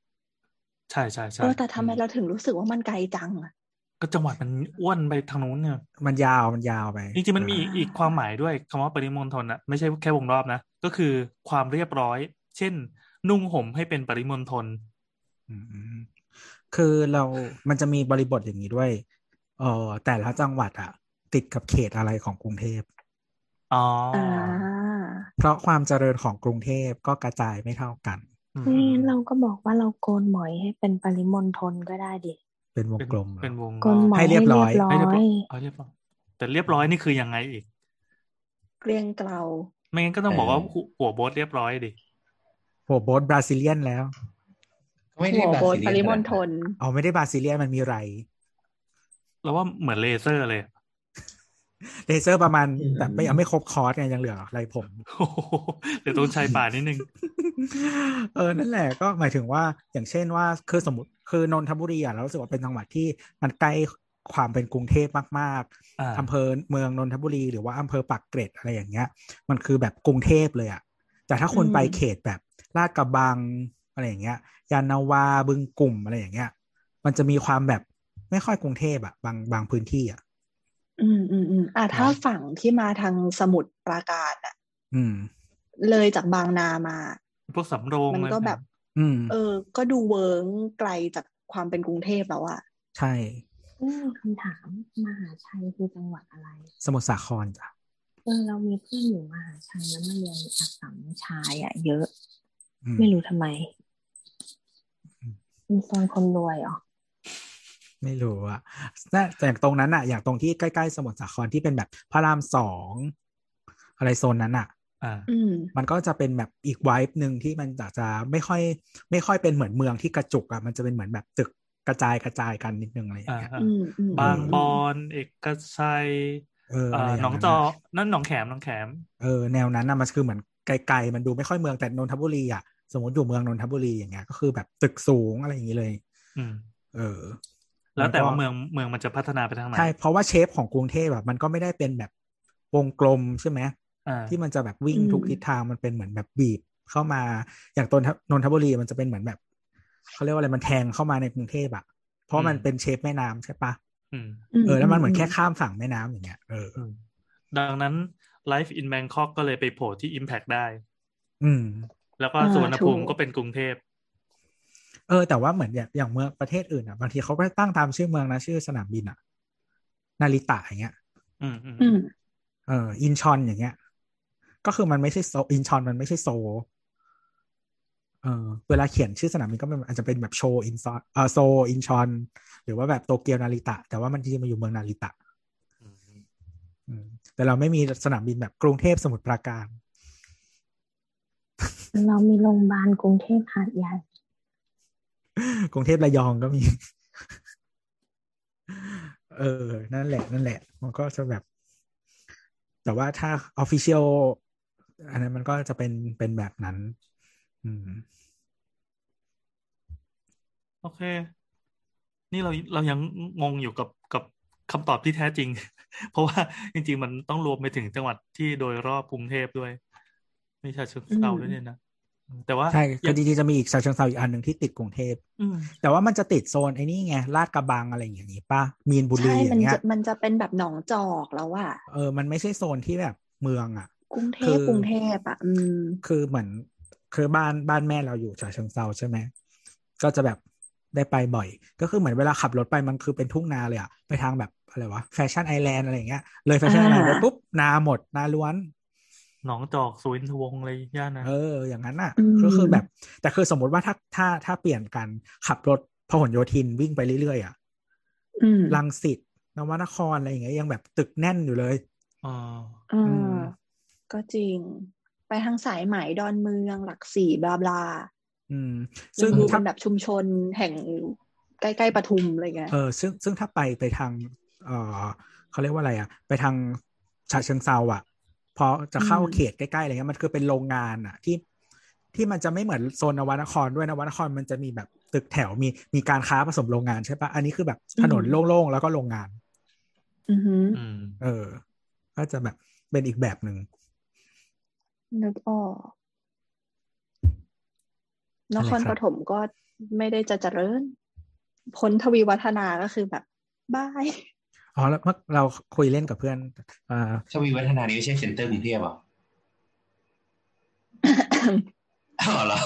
D: ใช่ใช่ใช่
F: เออแต่ทำไมเราถึงรู้สึกว่ามันไกลจังอะ
D: ก็จังหวัดมันอ้วนไปทางนู้นเนี่ย
C: มันยาวมันยาวไป
D: จริงๆมันมีอีกอีกความหมายด้วยคำว่าปริมณฑลนะไม่ใช่แค่วงรอบนะก็คือความเรียบร้อย เช่น นุ่งห่มให้เป็นปริมณฑล
C: อืมคือเรา มันจะมีบริบทอย่างนี้ด้วย เออแต่ละจังหวัดอะติดกับเขตอะไรของกรุงเทพ
D: อ๋อ
F: อ่า
C: เพราะความเจริญของกรุงเทพก็กระจายไม่เท่ากัน
D: อืม
G: ไม่งั้นเราก็บอกว่าเราโกนหมอยให้เป็นปริมณฑลก็ได้ดิ
C: เป็นวง
D: เป็น
C: กลม
D: เป็นวง
G: โกนหมอย
C: ให้เรียบร้อย
D: ให้
G: ให้
D: เรี
G: เรี
D: ย
G: ย
D: บบ ร้อ
G: ร้อย ย
D: เอาเรียบร้อยแต่เรียบร้อยนี่คือยังไงอีก
F: เกรียงเกลา
D: ไม่งั้นก็ต้องบอกว่า
H: เออ
D: หัวหัวโบสเรียบร้อยดิ
C: โหโบสบราซิเลียนแล้ว
H: ไม่ได้
F: หัว
H: บา
F: โบน
H: ซิ
F: ป
H: เลี
F: ริ
H: ยน
F: มณฑล
C: เอาไม่ได้บราซิเลียนมันมีไร
D: แล้วว่าเหมือนเลเซอร์เลย
C: เลเซอร์ประมาณแต่ไม่ยังไม่ครบคอร์สไงยังเหลืออะไรผม
D: โอ้โหเดี๋ยวต้องใช้ป่านิดนึง
C: เออ นั่นแหละก็หมายถึงว่าอย่างเช่นว่าคือสมมติคือนนทบุรีอ่ะเรารู้สึกว่าเป็นจังหวัดที่มันใกล้ความเป็นกรุงเทพมาก
D: อ่า
C: ๆอำเภอเมืองนนทบุรีหรือว่าอำเภอปากเกร็ดอะไรอย่างเงี้ย มันคือแบบกรุงเทพเลยอ่ะแต่ถ้าคุณไปเขตแบบลาดกระบังอะไรอย่างเงี้ย ยานนาวาบึงกลุ่มอะไรอย่างเงี้ย มันจะมีความแบบไม่ค่อยกรุงเทพอ่ะบางบางพื้นที่อ่ะ
F: อืมอืมอืมอ่ะถ้า
C: ครับ
F: ฝั่งที่มาทางสมุทรปราการอะ
C: อืม
F: เลยจากบางนามา
D: พวกสำโรง
F: มัน
D: เลย
F: ก็แบบ
C: อืม
F: เออ ก็ดูเวิ้งไกลจากความเป็นกรุงเทพแล้วอะ
C: ใช่
G: นี่มีคำถามมหาชัยคือจังหวัดอะไร
C: สมุทรสาครจ้ะ
G: เออเรามีเพื่อนอยู่มหาชัยแล้วมาเรียนอักษรชายอะเยอะ
C: อืม
G: ไม่รู้ทำไมมีโซนคนรวยเหรอ
C: ไม่รู้อะน่าแต่อย่างตรงนั้นอะอย่างตรงที่ใกล้ๆสมุทรสาครที่เป็นแบบพระรามสองอะไรโซนนั้นอะ
D: อ่า
F: อืม
C: มันก็จะเป็นแบบอีกไวบ์หนึ่งที่มันอาจจะไม่ค่อย ไม่ค่อยเป็นเหมือนเมืองที่กระจุกอะมันจะเป็นเหมือนแบบตึกกระจายกระจายกันนิดนึงอะไรอย่าง
D: อ่า
C: เงี้ย
D: อ่า
F: อืมอืม
D: บางบอนเอกชัย
C: เออ
D: เอ่
C: อะไร
D: อ
C: อย่าง
D: หนอง
C: นั้น
D: จอก
C: อะ
D: นั่นหนองแขมหนองแขม
C: เออแนวนั้นอะมันคือเหมือนไกลๆมันดูไม่ค่อยเมืองแต่นนทบุรีอะสมมติอยู่เมืองนนทบุรีอย่างเงี้ยก็คือแบบตึกสูงอะไรอย่างงี้เลย
D: อืม
C: เออ
D: แล้วแต่ว่าเมืองเมืองมันจะพัฒนาไปทางไหน
C: ใช่ เพราะว่าเชฟของกรุงเทพแบบมันก็ไม่ได้เป็นแบบวงกลมใช่ไหม
D: อ่า
C: ที่มันจะแบบวิ่งทุกทิศทางมันเป็นเหมือนแบบบีบเข้ามา อย่างตนทนนทบุรีมันจะเป็นเหมือนแบบเขาเรียกว่าอะไรมันแทงเข้ามาในกรุงเทพอะเพราะมัน
D: อืม
C: เป็นเชฟแม่น้ำใช่ปะ
D: อืม
C: เออแล้วมันเหมือนแค่ข้ามฝั่งแม่น้ำอย่างเงี้ยเออ
D: อืมดังนั้น Life in Bangkok ก็เลยไปโผล่ที่ Impact ได้
C: อืม
D: แล้วก็
F: อ่า
D: สุวรรณภูมิ
F: ถูก
D: ก็เป็นกรุงเทพ
C: เออ แต่ว่าเหมือนอย่างอย่างเมืองประเทศอื่นอะบางทีเขาก็ตั้งตามชื่อเมืองนะชื่อสนามบินอะนาริตะอย่างเงี้ย
D: อืมอืม
F: อืม
C: เอออินชอนอย่างเงี้ย ก็คือมันไม่ใช่โซอินชอนมันไม่ใช่โซลเออเวลาเขียนชื่อสนามบินก็เป็นอาจจะเป็นแบบโชอินซอนเออโซอินชอนหรือว่าแบบโตเกียวนาริตะ แต่ว่ามันจริงๆมาอยู่เมืองนาริตะ
D: อืม
C: อืมแต่เราไม่มีสนามบินแบบกรุงเทพสมุทรปราการ
G: เรามีโรงพยาบาลกรุงเทพหาดใหญ่
C: กรุงเทพระยองก็มี เออ นั่นแหละ นั่นแหละ มันก็จะแบบ แต่ว่าถ้าออฟฟิเชียลอันนั้นมันก็จะเป็นเป็นแบบนั้น อืม
D: โอเค นี่เราเรายังงงอยู่กับกับคำตอบที่แท้จริง เพราะว่าจริง ๆ มันต้องรวมไปถึงจังหวัดที่โดยรอบกรุงเทพด้วยมีฉะเชิงเทราด้วยเนี่ยนะแต่ว่า
C: ใช่
D: ยั
C: คือง จริงๆจะมีอีกฉะเชิงเซาอีกอันหนึ่งที่ติดกรุงเทพ
D: อืม
C: แต่ว่ามันจะติดโซนไอ้นี่ไงลาดกระบังอะไรอย่างนี้ป่ะ มีนบุรี
F: ใช่
C: อ
F: มั
C: ย่างเงี้
F: จะ
C: ย
F: มันจะเป็นแบบหนองจอกแล้วอะ
C: เออ มันไม่ใช่โซนที่แบบเมืองอ่ะ
F: กรุงเท
C: คื
F: พ
C: อ
F: กรุงเทพอะอืม
C: คือเหมือนคือบ้านบ้านแม่เราอยู่ฉะเชิงเซาใช่ไหมก็จะแบบได้ไปบ่อย ก็คือเหมือนเวลาขับรถไปมันคือเป็นทุ่งนาเลยอะไปทางแบบอะไรวะแฟชั่นไอแลนด์อะไรอย่างเงี้ยเลยแฟชั่นไอแลนด์ไป
F: อ่า
C: ปุ๊บนาหมดนาล้วน
D: หนองจอกสุวินทวงศ์อะไรย่านนั้น
C: เออ อย่างนั้นน่ะ
F: อืม
C: ก็คือแบบ แต่คือสมมติว่าถ้าถ้าถ้าเปลี่ยนกันขับรถพหลโยธินวิ่งไปเรื่อยๆอะ
F: อืม
C: รังสิตนวนครอะไรอย่างเงี้ยยังแบบตึกแน่นอยู่เลย
D: อ๋อ
F: อ่
C: อืม
F: าก็จริง ไปทางสายไหมดอนเมืองหลักสี่บลาบลา
C: อืมซึ่
F: ซึ่ง
C: ง
F: ดูเป็
C: ถ้า
F: นแบบชุมชนแห่งใกล้ๆปทุมอะไรเงี้ย
C: เออซึ่งซึ่งถ้าไปไปทาง เออเขาเรียกว่าอะไรอ่ะ ไปทางฉะเชิงเซาอ่ะ พอจะเข้า
F: อืม
C: เขตใกล้ๆอะไรเงี้ยมันคือเป็นโรงงานอะที่ที่มันจะไม่เหมือนโซนนวนครด้วยนวนครมันจะมีแบบตึกแถวมีมีการค้าผสมโรงงานใช่ปะอันนี้คือแบบถนนโล่งๆแล้วก็โรงงาน
F: อือหือ
D: อืม
C: เออ ก็จะแบบเป็นอีกแบบหนึ่ง
F: นึกออกนคร
C: อะไรครับ
F: ปฐมก็ไม่ได้จะเจริญพ้นทวีวัฒนาก็คือแบบบาย
C: อ๋อแล้วเมื่อเราคุยเล่นกับเพื่อนอ่า
H: ชวีวัฒนานี่ไม่ใช่เซ็นเตอร์กรุงเทพเหรออ๋อเหรอ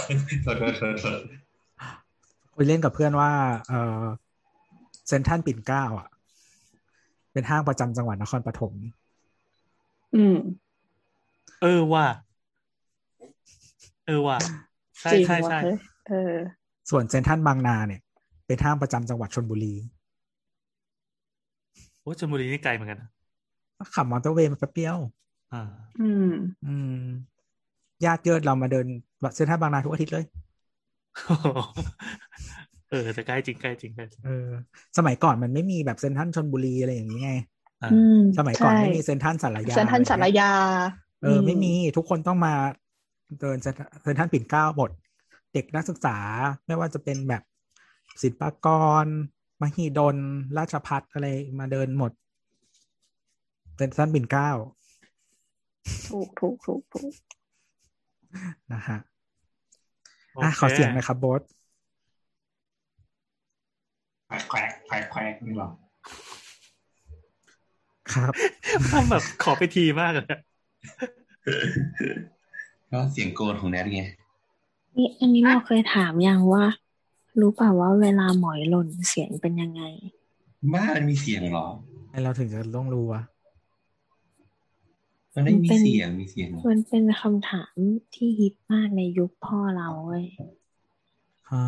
H: โทษโทษโทษโทษ
C: คุยเล่นกับเพื่อนว่าเออเซนทรันปิ่นเกล้าอ่ะ เป็นห้างประจำจังหวัดนครปฐม
F: อืม
D: เออว่ะเออว่ะใช่
F: จริง
D: ใช่ใช่
F: ว่ะเฮ้ยเออ
C: ส่วนเซนทรันบางนาเนี่ย เป็นห้างประจำจังหวัดชนบุรี
D: โอ้ชลบุรีนี่ไกลเหมือนกันนะ
C: ขับมอเตอร์เวย์มาแป๊บเดียว
D: อ่า
F: อืม
C: อืมญาติเยิดเรามาเดินเซ็นทรัลบางนาทุกอาทิตย์เลย
D: เออแต่ใกล้จริงใกล้จริงใกล้จริง
C: เออ สมัยก่อนมันไม่มีแบบเซ็นทรัลชนบุรีอะไรอย่างนี้ไง
D: อ่า
F: อืม
C: สมัยก่อน
F: ใช่
C: ไม่มีเซ็นทรัลสารยา
F: เซนทรันสารยา
C: เออ ไม่มีทุกคนต้องมาเดินเซ็นทรัลเซ็นทรัลปิ่นเกล้าหมด เด็กนักศึกษาไม่ว่าจะเป็นแบบศิลปากร มหิดล ราชพัฒอะไรมาเดินหมดเซ็นทรัลปิ่นเกล้า
F: ถูกถูกถูกถูก
C: นะฮะ
D: โ
C: อ่ะขอ
D: ค
C: เสียงหนะครับโบส
H: แควกแควกแควกแควกนี่เหรอ
C: ครับ
D: ทำแบบขอไปทีมากเลยอะ
H: ก็เสียงโกนของแนทไง
G: นี่อันนี้เราเคยถามยังว่า รู้เปล่าว่าเวลาหมอยหล่นเสียงเป็นยังไง
H: บ้ามันมีเสียงเหรอ
C: ไอเราถึงจะต้องรู้วะ
H: มันไม่มีเสียงมีเสียงเหรอ
G: มันเป็นคำถามที่ฮิตมากในยุคพ่อเราเว้ย
C: ฮะ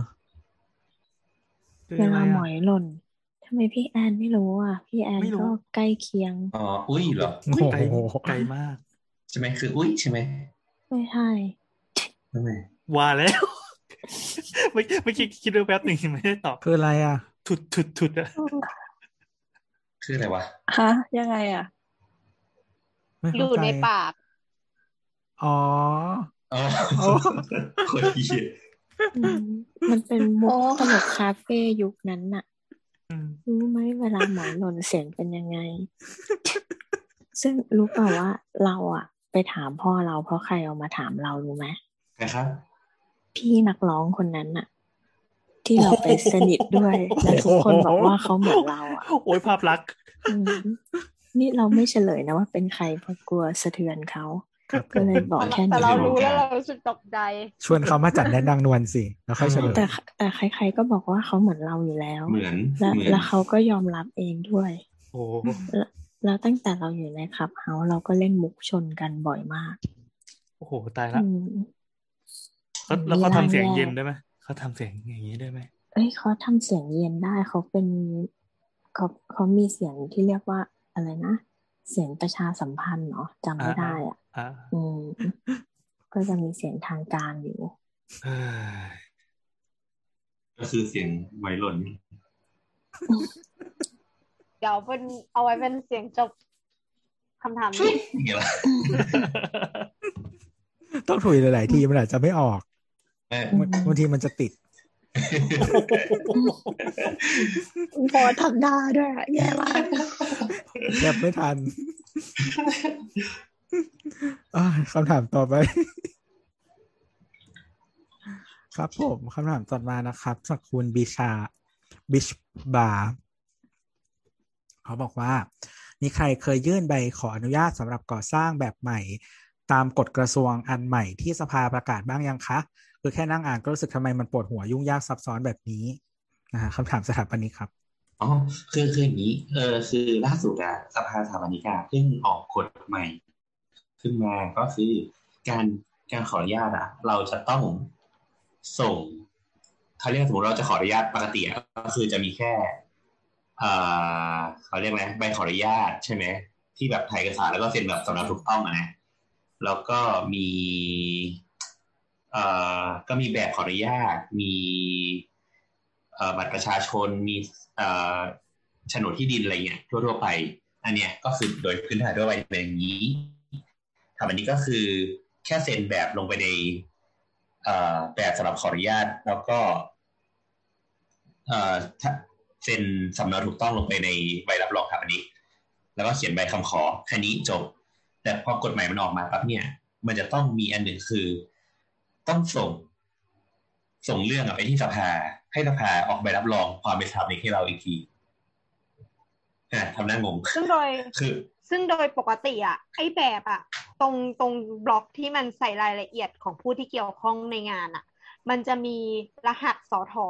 G: เวลาหมอยหล่นทำไมพี่แอนไม่รู้อ่ะ พี่แอนก็ใกล้เคียง
H: อ๋อ อุ้ยเหรอ
C: โอ้
D: ไกล
C: โห
D: ไกลมาก
H: ใช่ไหมคือ อุ้ยใช่ไหม
G: ไม่ใช่
H: ทำไม
D: ว่าแล้ว เมื่อกี้เมื่อกี้คิดดูแป๊บหนึ่งไม่ได้ตอบ
C: คืออะไรอ่ะ
D: ถุดถุดถุดอะ
H: คืออะไรวะ
F: ฮะ ยังไงอ่ะ
C: ไม่
E: อ
C: เข้า
E: ยู่
C: ใจ
E: ในปาก
C: อ๋อ
H: อ๋อ
C: โอ้
H: คนเหี้ย
G: อืมมันเป็นมุ
F: อ๋
G: ก
F: อ
G: ตลกคาเฟ่ยุคนั้นน่ะ รู้ไหมเวลาหมอยหล่นเสียงเป็นยัง ไง ซึ่งรู้เปล่าว่าเราอ่ะ ไปถามพ่อเราเพราะใครเอามาถามเรารู้ไหม
H: นะครับ
G: พี่นักร้องคนนั้นน่ะ ที่เราไปสนิทด้วยแล้วทุกคนบอกว่าเขาเหมือนเราอ่ะ
D: โอ้ยภาพลักษณ์
G: อืมนี่เราไม่เฉลยนะว่าเป็นใครเพราะกลัวสะเทือนเขา
C: ครับผ
G: ก็
C: ม
G: เลยบอกแค่
E: แต่
G: นี้
E: เรารู้แล้วเรารู้สึกตกใจ
C: ชวนเขามาจัดแนะนางนวลสิ แล้วค่อยเฉลย
G: แต่แต่ใคร ๆ ก็บอกว่าเขาเหมือนเราอยู่แล้ว
H: เหมือน
G: แล้ว
H: เหมือน
G: แล้วเขาก็ยอมรับเองด้วย
D: โอ้โห
G: แล้วแล้วตั้งแต่เราอยู่ในคลับเฮาส์เราก็เล่นมุกชนกันบ่อยมาก
D: โอ้โหตายละ
G: อืม
D: เขาแล้วเขาทำเสียงเย็นได้ไหมเขาทำเสียงอย่างนี้ได้ไหม
G: เอ้ยเขาทำเสียงเย็นได้เขาเป็นเขาเขามีเสียงที่เรียกว่าอะไรนะ เสียงประชาสัมพันธ์เนาะจำไม่ได้อ่ะ
D: อ่า
G: อืม ก็จะมีเสียงทางการอยู่
D: เอ้ย
H: ก็คือเสียงไวหล่น
E: เดี๋ยวเป็นเอาไว้เป็นเสียงจบคำถามนี้
H: อย่างเงี้ยเหรอ
C: ต้องถุยหลาย ๆ ทีมันอาจจะไม่ออก
H: เออ
C: บางบางทีมันจะติด
F: พอทำหน้าด้วยอะแย่มาก
C: แคบไม่ทันอ่ะคำถามต่อไป ครับผมคำถามต่อมานะครับจากคุณบิชาบิชบาเขาบอกว่า มีใครเคยยื่นใบขออนุญาตสำหรับก่อสร้างแบบใหม่ ตามกฎกระทรวงอันใหม่ที่สภาประกาศบ้างยังคะ คือแค่นั่งอ่านก็รู้สึกทำไมมันปวดหัวยุ่งยากซับซ้อนแบบนี้นะฮะคำถามสถาปนิกครับ
H: อ๋อคือคืออย่างนี้เออคือล่าสุดอะสภาสถาบันิกาเพิ่งออกกฎใหม่ ขึ้นมาก็คือการการขออนุญาตอะเราจะต้องส่งเขาเรียกสมมติเราจะขออนุญาตปกติอะก็คือจะมีแค่เอ่อเขาเรียกอะไรใบขออนุญาตใช่ไหมที่แบบถ่ายเอกสารแล้วก็เซ็นแบบสำเนาถูกต้องอะนะแล้วก็มีเอ่อก็มีแบบขออนุญาตมีเอ่อบัตรประชาชนมี เอ่อโฉนดที่ดินอะไรเงี้ยทั่วๆไป อันเนี้ยก็คือโดยพื้นฐานทั่วไปเป็นอย่างนี้ท ทำอันนี้ก็คือแค่เซ็นแบบลงไปในเอ่อแบบสำหรับขออนุญาต แล้วก็เอ่อถ้าเซ็นสำเนาถูกต้องลงไปในใบรับรองสถาปนิกแล้วก็เขียนใบคำขอแค่นี้จบ แต่พอกฎหมายมันออกมาปั๊บเนี่ย มันจะต้องมีอันหนึ่งคือ ต้องส่ง ส่งเรื่องอะไปที่สภา ให้สภาออกใบรับรองความเป็นสถาปนิกให้เราอีกทีอ่ะทำหน้างง
E: ซึ่งโดย
H: คือ
E: ซึ่งโดยปกติอ่ะไอ้แบบอ่ะ ตรงตรงบล็อกที่มันใส่รายละเอียดของผู้ที่เกี่ยวข้องในงานอ่ะ มันจะมีรหัสสอถอ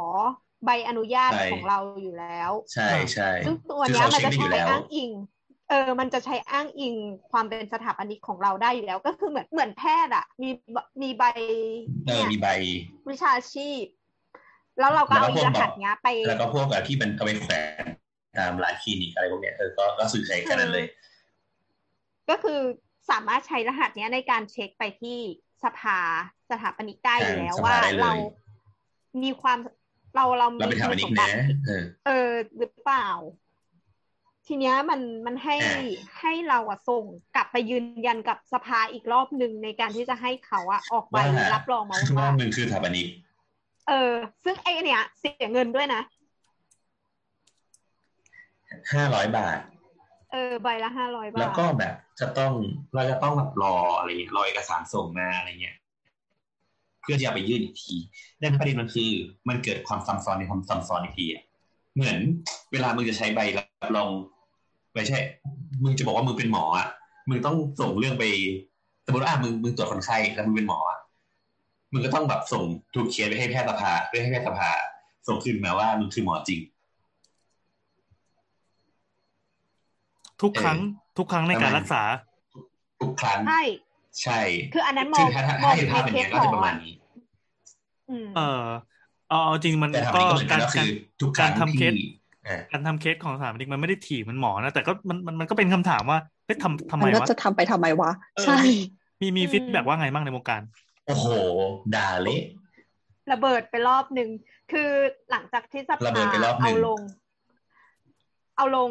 E: ใบอนุญาต
H: ใช่
E: ของเราอยู่แล้ว
H: ใช่ใช่
E: ซึ่งตัวเนี้ย
H: คือ
E: มัน
H: เขา
E: จะ
H: เช็ค
E: ใช้
H: ได้อยู่แล้ว
E: อ้างอิง เออ มันจะใช้อ้างอิงความเป็นสถาปนิกของเราได้อยู่แล้ว ก็คือเหมือนเหมือนแพทย์อ่ะ มีมีใบ
H: เออ
E: เนี่ย
H: มีใบ
E: วิชาชีพ แล้วเราก็เอา
H: แล้วก็พวก
E: รหัสเนี้ยไป
H: แล้วก็พวกแบบที่มันเอาไปแขวนตามร้านคลินิกอะไรพวกเนี้ยเออก็ก็สื่อใช้กันนั้นเลย
E: ก็คือสามารถใช้รหัสเนี้ยในการเช็คไปที่สภาสถาปนิกได้อยู่แล้ว
H: ทางสภา
E: ว่า
H: ได้เลย
E: เรามีความเราเรา
H: เราไป
E: มี
H: ถามอันนี้
E: คุณสมบั
H: นะ
E: ติ
H: เออ
E: เออหรือเปล่า ทีเนี้ยมันมันให้
H: อ่า
E: ให้เราอะส่งกลับไปยืนยันกับสภาอีกรอบหนึ่งในการที่จะให้เขาอะออกใบ
H: ว่า
E: รับรองมา
H: ว่า
E: ว่า
H: มึงคือสถาปนิก
E: เออ ซึ่งไอเนี้ยเสียเงินด้วยนะ
H: ห้าร้อยบาท
E: เออใบละห้าร้อยบาท
H: แล้วก็แบบจะต้องเราจะต้องแบบรออะไรเงี้ยรอเอกสารส่งมาอะไรเงี้ยเพื่อที่จะไปยื่นอีกทีดังนั้นประเด็นมันคือ มันเกิดความซับซ้อนในความซับซ้อนอีกทีอะเหมือนเวลามึงจะใช้ใบรับรองไม่ใช่ มึงจะบอกว่ามึงเป็นหมออ่ะมึงต้องส่งเรื่องไปสมมติว่าอ่ะมึงมึงตรวจคนไข้แล้วมึงเป็นหมออ่ะมึงก็ต้องแบบส่งถูกเคสไปให้แพทย์สภาเพื่อให้แพทย์สภา ส่งคืนมาว่ามึงคือหมอจริง
D: ทุกครั้ง
H: เอ
D: ทุกครั้งใน
H: ประ
D: กา
H: มาณ
D: รรักษา
H: ทุกครั้ง
E: ใช่
H: ใช่
E: คืออันนั้นม
H: ซึ่
E: อง ง
H: ถ้าถ้าม
E: อง
H: ถ้าเห็นภาพเป็นอย่างเงี้ยก็จะประมาณนี้
E: อืม
D: เออเอาเอาจริงมัน
H: แต่ทำ
D: ก็
H: นี้ก็เหมือนกั
D: กาน ร
H: ก็คือทุกค
D: กา
H: รั้
D: รง ทำเคส
H: ที่เอ่อ
D: การทำเคสของสถาปนิกมันไม่ได้ถี่เหมันหมอนะแต่ก็มันมันมันก็เป็นคำถามว่าเฮ้ยทำทำไม
F: มันก็
D: วะ
F: จะทำไปทำไมวะ
D: เออ
F: ใช่
D: มีมี
E: อืม
D: ฟีดแบ็กว่าไงบ้างในวงการ
H: โอ้โหด่าเละ
E: ระเบิดไปรอบหนึ่ง คือหลังจากที่ส
H: ระ
E: ภา
H: เบิดไปรอบห
E: เอา
H: นึ่ง
E: ลง เอาลง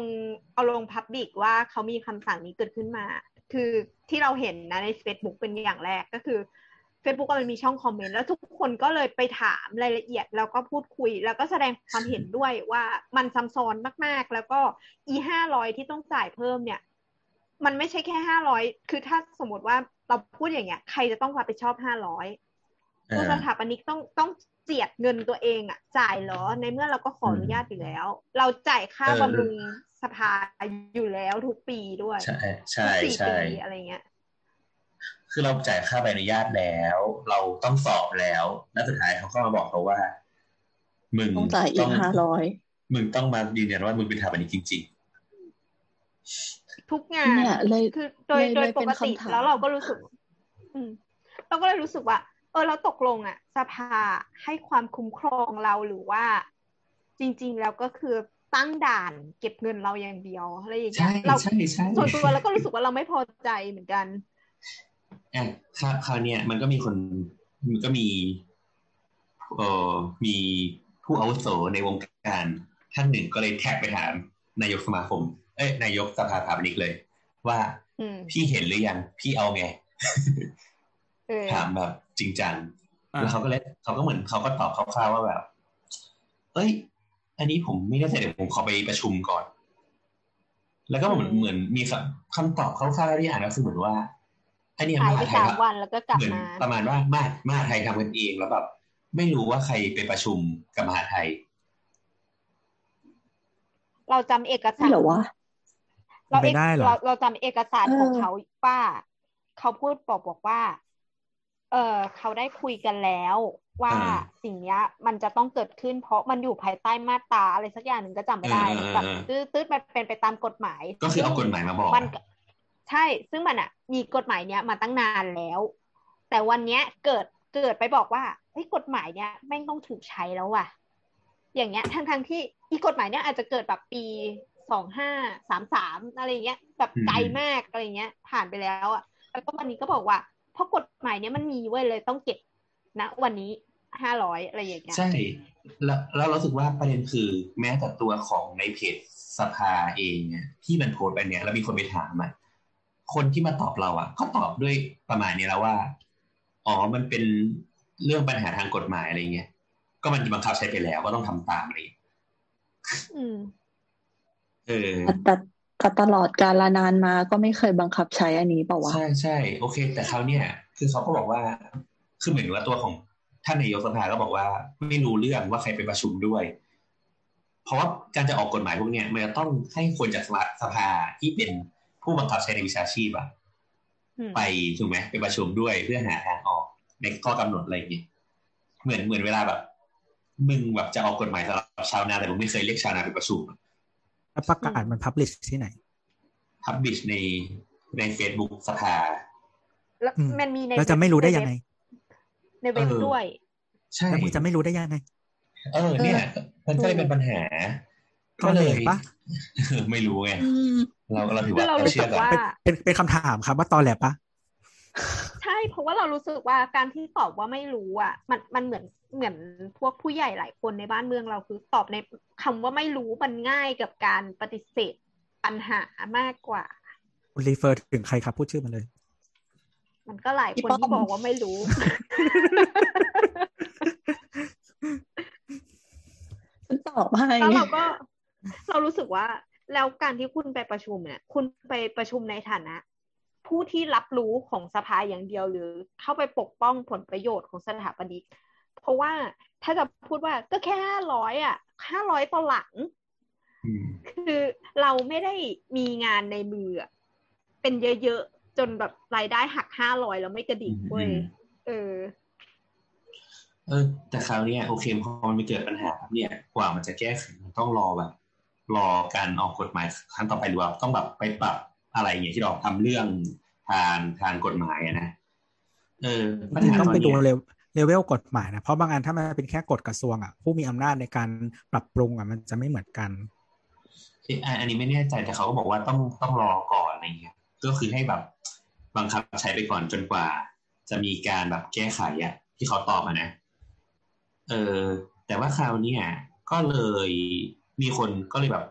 E: เอาลงพับบิกว่าเขามีคำสั่งนี้เกิดขึ้นมา คือที่เราเห็นนะใน Facebook เป็นอย่างแรกก็คือ Facebook อะมันมีช่องคอมเมนต์แล้วทุกคนก็เลยไปถามรายละเอียด แล้วก็พูดคุย แล้วก็แสดงความเห็นด้วยว่ามันซ้ำซ้อนมากๆ แล้วก็อีห้าร้อยที่ต้องจ่ายเพิ่มเนี่ย มันไม่ใช่แค่ห้าร้อยคือถ้าสมมติว่าเราพูดอย่างเงี้ย ใครจะต้องรับผิดชอบห้าร้อย
H: อ่า
E: ผู้สถาปนิกต้องต้องเจียดเงินตัวเองอ่ะ จ่ายเหรอ ในเมื่อเราก็ขออนุญาตอยู่แล้ว เราจ่ายค่า
H: เออ
E: บำรุงสภาอยู่แล้วทุกปีด้วย
H: ใช่
E: ทุ
H: ใช่
E: กสี่
H: ใช่
E: ปีอะไรเงี้ย
H: คือเราจ่ายค่าใบอนุญาตแล้ว เราต้องสอบแล้ว แล้วสุดท้ายเขาก็มาบอกเราว่า มึง
F: ต้องจ่ายอีกห้าร้อย
H: มึงต้องมายืนยันว่ามึงเป็นสถาปนิกจริง
E: ทุกงาน
F: เนี่ยเลย
E: คือโดย
F: เลย
E: โด
F: เล
E: ย
F: ย
E: ป
F: เป็น
E: กติ
F: คำถาม
E: แล้วเราก็รู้สึก อืม เราก็เลยรู้สึกว่า เออเราตกลงอ่ะ สภาให้ความคุ้มครองเราหรือว่า จริง ๆ แล้วก็คือตั้งด่านเก็บเงินเราอย่างเดียวอะไรอย่าง
H: ๆ
E: เงี้
H: ใช่
E: ยเรา
H: ใช่ใช่
E: ส่วนตัวเราก็รู้สึกว่าเราไม่พอใจเหมือนกัน
H: อ่ะคราวคราวเนี้ยมันก็มีคนมันก็มีเอ่อมีผู้อาวุโสในวงการท่านหนึ่งก็เลยแท็กไปถามนายกสมาคม เอ้ยนายกสภาสถาปนิกเลย ว่า
E: อืม
H: พี่เห็นหรือยังพี่เอาไง
E: เออ
H: ถามแบบจริงจัง
D: อ่า
H: แล้วเขาก็เลยเขาก็เหมือนเขาก็ตอบคร่าวๆว่าแบบ เอ้ย อันนี้ผมไม่แน่ใจเดี๋ยวผมขอไปประชุมก่อน แล้วก็เหมือน
E: อืม
H: เหมือนมีคำคำตอบคร่าวๆที่อ่านก็คือเหมือนว่าอันเนี้ย
E: หาม ย
H: หา
E: ไป
H: ไทย
E: สาม
H: ก็
E: วันแล้วก็กลับ
H: เหมือน
E: มา
H: ประมาณว่ามามหาไทยทำกันเองแล้วแบบไม่รู้ว่าใครไปประชุมกับมหาไทย
E: เราจำเอกสาร
F: เหรอวะ
E: เรา
C: เป็นไปได้เหรอ
E: เราเราจำเอกสาร
F: เออ
E: ของเขาว่า เขาพูดบอกบอกว่า เออเขาได้คุยกันแล้วว่า
H: อ่า
E: สิ่งเนี้ย มันจะต้องเกิดขึ้น เพราะมันอยู่ภายใต้มาตราอะไรสักอย่างหนึ่งก็จำไม่ได้
H: อ่าอ่าอ่า
E: แบบตืดตืดมันเป็นไปตามกฎหมาย
H: ก็คือเอากฎหมายมาบอก
E: มันใช่ ซึ่งมันอ่ะ มีกฎหมายเนี้ยมาตั้งนานแล้ว แต่วันเนี้ยเกิดเกิดไปบอกว่าเฮ้ยกฎหมายเนี้ยแม่งต้องถูกใช้แล้วว่ะ อย่างเงี้ยทั้งทั้งๆที่อีกฎหมายเนี้ยอาจจะเกิดแบบปีสองห้าสามสามอะไรอย่างเงี้ยแบบไกล
H: อืม
E: มากอะไรอย่างเงี้ย ผ่านไปแล้วอ่ะแล้วก็วันนี้ก็บอกว่า เพราะกฎหมายเนี้ยมันมีไว้ยเลยต้องเก็บนะวันนี้ห้าร้อยอะไรอย่างเงี้ย
H: ใช่ แล้วแล้วเรารู้สึกว่าประเด็นคือแม้แต่ตัวของในเพจสภาเองเนี่ยที่มันโพสต์ไปเนี่ยแล้วมีคนไปถามอ่ะ คนที่มาตอบเราอ่ะก็ตอบด้วยประมาณนี้แล้วว่า อ๋อมันเป็นเรื่องปัญหาทางกฎหมายอะไรเงี้ยก็มันบังคับใช้ไปแล้วก็ต้องทำตามอะไรเงี้ย
E: อืม
H: เออ
F: แต่แต่ตลอดกาลนานมาก็ไม่เคยบังคับใช้อันนี้เปล่าวะ
H: ใช่ใช่โอเค แต่เขาวเนี่ย คือเขาก็บอกว่าคือเหมือนว่าตัวของท่านนายกสภาก็บอกว่า ไม่รู้เรื่องว่าใครไปประชุมด้วย เพราะว่าการจะออกกฎหมายพวกเนี้ยมันจะต้องให้คนจากสภาที่เป็นผู้บังคับใช้ในวิชาชีพอะ
E: อืม
H: ไปถูกไหมไปประชุมด้วยเพื่อหาทางออกในข้อกำหนดอะไรอย่างเงี้ยเหมือนเหมือนเวลาแบบมึงแบบจะออกกฎหมายสำหรับชาวนาแต่มึงไม่เคยเรียกชาวนาไปประชุม
C: แล้วประกาศมันพับลิชที่ไหน
H: พับบิชในในเฟซบุ๊กสภา
E: แล้ว
C: อืม
E: มันมีใน
C: แล้วจะไม่รู้ได้ยังไง
E: ในเว็บ
H: เออ
E: ด้วย
H: ใช่
C: แล้วมึงจะไม่รู้ได้ยังไง
H: เออเนี่ยมันก็เลยเป็นปัญหา
C: ตอนเด็กปะ
H: ไม่รู้ไง
F: อืม
H: เราเราถือ
E: คือ
H: ว่า
E: เรา
H: เรา
E: รู้
H: เชื่
E: สึ
H: อก ก่อน
E: ว่า
C: เป็นเป็นเป็นคำถามครับว่าตอนแหลปะ
E: ใช่เพราะว่าเรารู้สึกว่าการที่ตอบว่าไม่รู้อ่ะ มันมันเหมือนเหมือนพวกผู้ใหญ่หลายคนในบ้านเมืองเราคือตอบในคำว่าไม่รู้มันง่ายกับการปฏิเสธปัญหามากกว่า
C: คุณรีเฟอร์ถึงใครครับพูดชื่อมันเลย
E: มันก็หลายคน
F: พี่ป้อ
E: ที่
F: ม
E: บอกว่าไม่รู้
F: ฉันตอบให้
E: แล้วเราก็ เรารู้สึกว่า แล้วการที่คุณไปประชุมเนี่ย คุณไปประชุมในฐานะ ผู้ที่รับรู้ของสภาอย่างเดียวหรือ เข้าไปปกป้องผลประโยชน์ของสถาปนิกเพราะว่าถ้าจะพูดว่าก็แค่ห้าร้อยอ่ะห้าร้อยต่อหลัง
H: อืม
E: คือเราไม่ได้มีงานในมืออะเป็นเยอะๆ จนแบบรายได้หักห้าร้อยแล้วไม่กระดิกเว้ยเออ
H: เออ แต่คราวเนี้ยโอเคพอมันไม่เกิดปัญหาครับเนี่ยกว่ามันจะแก้ไขมันต้องรอแบบ รอการออกกฎหมายครั้งต่อไปหรือว่าต้องแบบไปปรับอะไรอย่างเงี้ยที่เราทำเรื่องทางทางกฎหมายอะนะเออปัญหา
C: ต้อง
H: ตอน
C: ไปดู
H: เนี้ย
C: เลเวลเลเวลกฎหมายนะ เพราะบางอันถ้ามันเป็นแค่กฎกระทรวงอ่ะผู้มีอำนาจในการปรับปรุงอ่ะมันจะไม่เหมือนกัน
H: คืออ่ะอันนี้ไม่แน่ใจแต่เขาก็บอกว่าต้องต้องรอก่อนอะไรเงี้ยก็คือให้แบบบังคับใช้ไปก่อนจนกว่า จะมีการแบบแก้ไขอะที่เขาตอบมานะ เออแต่ว่าคราวเนี้ยก็เลยมีคนก็เลยแบบ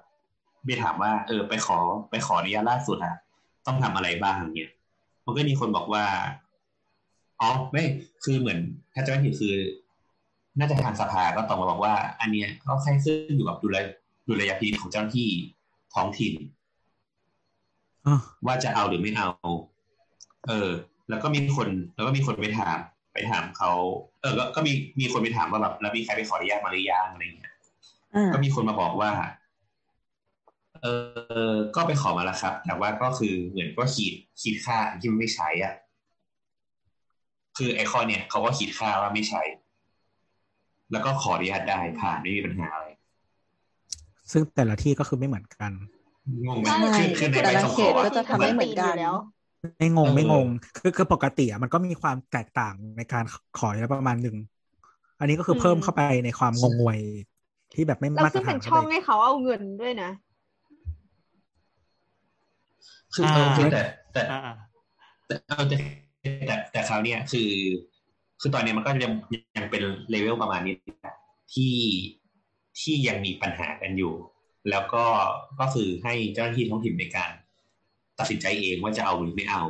H: ไปถามว่า เออ ไปขอไปขออนุญาตล่าสุดอะต้องทำอะไรบ้างเนี่ยมันก็มีคนบอกว่าอ๋อไม่คือเหมือน ถ้าจะไม่ผิดคือ น่าจะทางสภาก็ตอบมาบอกว่า อันเนี้ยก็แค่ขึ้นอยู่กับดุลย ดุลยพินิจของเจ้าหน้าที่ท้องถิ่น
C: อ้อ
H: ว่าจะเอาหรือไม่เอา เออ แล้วก็มีคน แล้วก็มีคนไปถาม ไปถามเขา เออ ก็ก็มีมีคนไปถามว่าแบบแล้วมีใครไปขออนุญาตมาหรือยังอะไรเงี้ย
F: อ่า
H: ก็มีคนมาบอกว่า เออ ก็ไปขอมาแล้วครับ แต่ว่าก็คือเหมือนก็ขีดขีดค่าที่มันไม่ใช้อ่ะ คือไอคอนเนี่ยเขาก็ขีดค่าว่าไม่ใช้ แล้วก็ขออนุญาตได้ผ่านไม่มีปัญหาอะไร
C: ซึ่งแต่ละที่ก็คือไม่เหมือนกัน
H: งงไหม
F: ใช่
H: คือคือใน
F: แต่
H: ใบ
F: ละ
H: ส่ง
F: เข
H: ขอ
F: ต
H: อะ
F: ก็จะทำไม่เหมือนกัน
E: อยู่แล้ว
C: ไม่งง
H: เออ
C: ไม่งง คือคือปกติอะมันก็มีความแตกต่างในการขออยู่แล้วประมาณหนึ่ง อันนี้ก็คือ
E: ม
C: เพิ่มเข้าไปในความงงงวยที่แบบไม่
E: แล้ว
C: มาตร
E: ซึ่ง
C: ฐา
E: เป็น นช่
C: เข้า
E: อง
C: ไป
E: ให้เขาเอาเงินด้วยนะ
H: คือเออโอเคแต่แต่
D: อ่า
H: แต่เอาแต่แต่แต่คราวเนี้ยคือ คือตอนเนี้ยมันก็ยังยังเป็นเลเวลประมาณนี้นะที่ที่ยังมีปัญหากันอยู่ แล้วก็ก็คือให้เจ้าหน้าที่ท้องถิ่นในการ ตัดสินใจเองว่าจะเอาหรือไม่เอา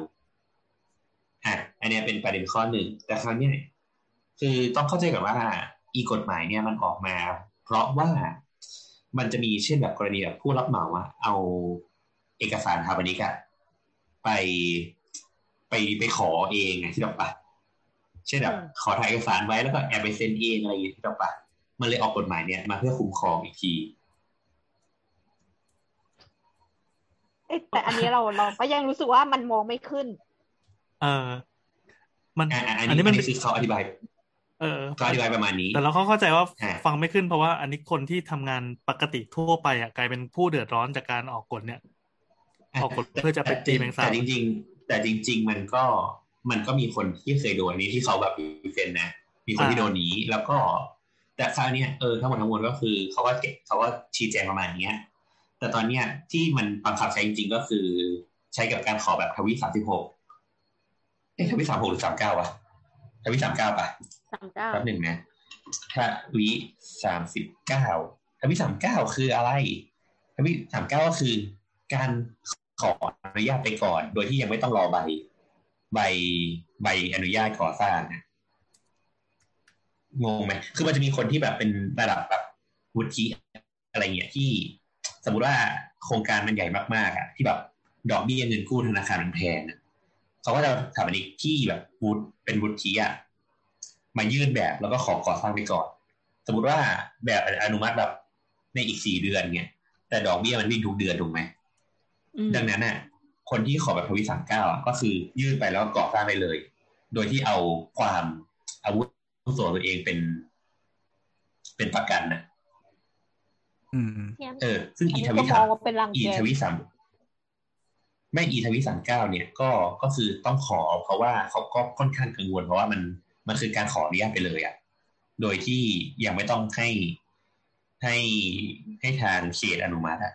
H: อ่ะอันเนี้ยเป็นประเด็นข้อหนึ่งแต่คราวเนี้ยคือต้องเข้าใจก่อนว่า อีกฎหมายเนี่ยมันออกมา เพราะว่ามันจะมีเช่นแบบกรณีแบบผู้รับเหมาอะเอาเอกสารทางพาณิชย์อะไปไปไปขอเองไงที่ดอกปะเช่นแบบขอถ่ายเอกสารไว้แล้วก็แอบไปเซ็นเองอะไรอย่างเงี้ยที่ดอกปะมันเลยออกกฎหมายเนี่ยมาเพื่อคุ้มครองอีกที
E: เอ๊ะแต่อันนี้เราเราก็ยังรู้สึกว่ามันมองไม่ขึ้น
D: เออมัน
H: อ่าอัน
D: อัน
H: นี้
D: นี้
H: อั
D: มัน น
H: นี้คือเขาอธิบาย
D: เออ
H: เขาอธิบายประมาณนี้
D: แต่เราก็เข้าใจว่า
H: อ่า
D: ฟังไม่ขึ้นเพราะว่าอันนี้คนที่ทำงานปกติทั่วไปอ่ะกลายเป็นผู้เดือดร้อนจากการออกกฎเนี่ย ออกกฎเพื่อจะไปตีแมงสาบ
H: แต่จริง ๆ แต่จริง ๆ มันก็มันก็มีคนที่เคยโดนนี้ที่เขาแบบมีเซนนะ มีคนที่
D: อ่า
H: โดนนี้แล้วก็ แต่คราวเนี้ยเออทั้งหมดทั้งมวลก็คือเขาก็เก็บเขาก็ชี้แจงประมาณเนี้ย แต่ตอนเนี้ยที่มันบังคับใช้จริง ๆ ก็คือใช้กับการขอแบบทวีสามสิบหกเอ้ทวีสามหกหรือสามเก้าวะทวีสามเก้าปะ
E: สามเจ้า
H: แป๊บหนึ่งนะทวิสามสิบเก้าทวิสามเก้าคืออะไรทวิสามเก้าก็คือ การ ขออนุญาตไปก่อน โดยที่ยังไม่ต้องรอใบ ใบใบอนุญาตก่อสร้างนะงงไหมคือมันจะมีคนที่แบบเป็นระดับแบบวุฒิอะไรเงี้ยที่ สมมติว่าโครงการมันใหญ่มากๆอ่ะที่แบบดอกเบี้ยเงินกู้ธนาคารมันแพงอะเขาก็จะสถาปนิกที่แบบวุฒิเป็นวุฒิอ่ะมายื่นแบบแล้วก็ขอก่อสร้างไปก่อน สมมติว่าแบบอนุมัติแบบในอีกสี่เดือนเงี้ยแต่ดอกเบี้ยมันวิ่งทุกเดือนถูกไหม
F: อืม
H: ดังนั้นน่ะ คนที่ขอแบบทวีสามเก้าก็คือยื่นไปแล้วก่อสร้างได้เลย โดยที่เอาความอาวุโสตัวเองเป็น เป็นประกันนะ
C: อืม
E: เนี่ย
H: เออ ซึ่ง
E: อัน
H: อี
E: นี้
H: ท
E: ก็
H: วี
E: ม
H: สา
E: อ
H: ม
E: งว่าเป็นรัง
H: อี
E: แก
H: ทวีสามไม่อีทวีสามเก้าเนี่ย ก็ก็คือต้องขอ เพราะว่าเขาก็ค่อนข้างกังวล เพราะว่ามันมันคือการขออนุญาตไปเลยอะโดยที่ยังไม่ต้องให้ให้ให้ทางเขตอนุมัติอะ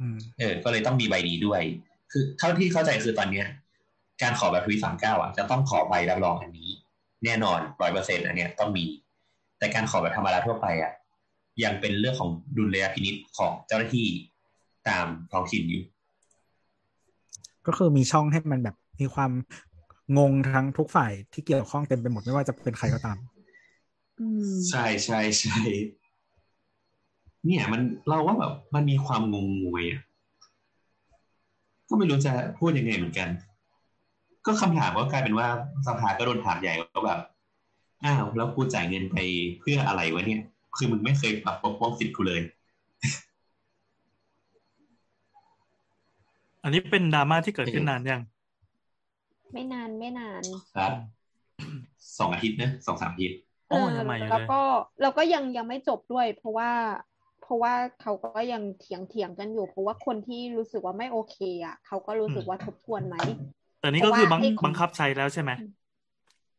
C: อืม
H: เออ ก็เลยต้องมีใบนี้ด้วย คือเท่าที่เข้าใจคือตอนเนี้ย การขอแบบทวีสามเก้าอ่ะ จะต้องขอใบรับรองอันนี้ แน่นอนร้อยเปอร์เซ็นต์อันเนี้ยต้องมี แต่การขอแบบธรรมดาทั่วไปอ่ะ ยังเป็นเรื่องของดุลยพินิจของเจ้าหน้าที่ตามท้องถิ่นอยู่
C: ก็คือมีช่องให้มันแบบมีความงงทั้งทุกฝ่ายที่เกี่ยวข้องเต็มไปหมดไม่ว่าจะเป็นใครก็ตาม
F: อืม
H: ใช่ใช่ใช่เนี่ยมันเราว่าแบบมันมีความงงงวยอะก็ไม่รู้จะพูดยังไงเหมือนกัน ก็คำถามก็กลายเป็นว่าสภาก็โดนถามใหญ่ว่าแบบอ้าวแล้วกูจ่ายเงินไปเพื่ออะไรวะเนี่ย คือมึงไม่เคยปรับปกป้องสิทธิ์กูเลย
D: อันนี้เป็นดราม่าที่เกิดขึ้นนานยัง
E: ไม่นานไม่นาน
H: ครับสองอาทิตย์นะสองสามอาทิตย์
D: โอ้ยยังใหม่อยู่
E: แล้ว
D: เลย
E: ก็แล้วก็ยังยังไม่จบด้วย เพราะว่า เพราะว่าเขาก็ยังเถียงเถียงกันอยู่ เพราะว่าคนที่รู้สึกว่าไม่โอเคอ่ะเขาก็รู้สึกว่าทบทวนไหม
D: แต่นี่ก็คือบัง
E: เพราะว่าให้คน
D: บังคับใช้แล้วใช่ไหม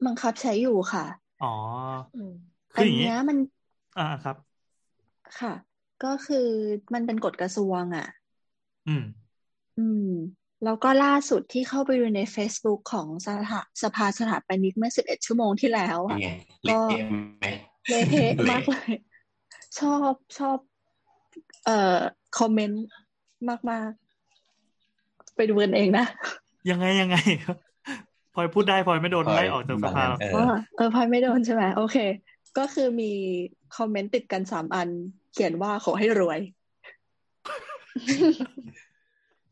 F: บังคับใช้อยู่ค่ะ
D: อ๋อ
E: อืม
D: คืออย่างนี้
F: เนี้ยมัน
D: อ่าครับ
F: ค่ะ ก็คือมันเป็นกฎกระทรวงอ่ะ
D: อืม
F: อืม แล้วก็ล่าสุดที่เข้าไปดูใน Facebook ของสถาสภาสถาปนิกเมื่อ 11 ชั่วโมงที่แล้ว
H: เป็
F: อ่ะ
H: นไงเละเทะไหม
F: เละเทะมากเลย ชอบชอบ เอ่อ คอมเมนต์มาก ๆ ไปดูกันเองนะ
D: ยังไงยังไงพลอยพูดได้พลอยไม่โดน
H: พลอย
D: ไล่ออกจากสภาหรอก
H: เออ
F: ว่าเออพายไม่โดนใช่ไหมโอเค ก็คือมีคอมเมนต์ติดกันสามอัน เขียนว่าขอให้รวย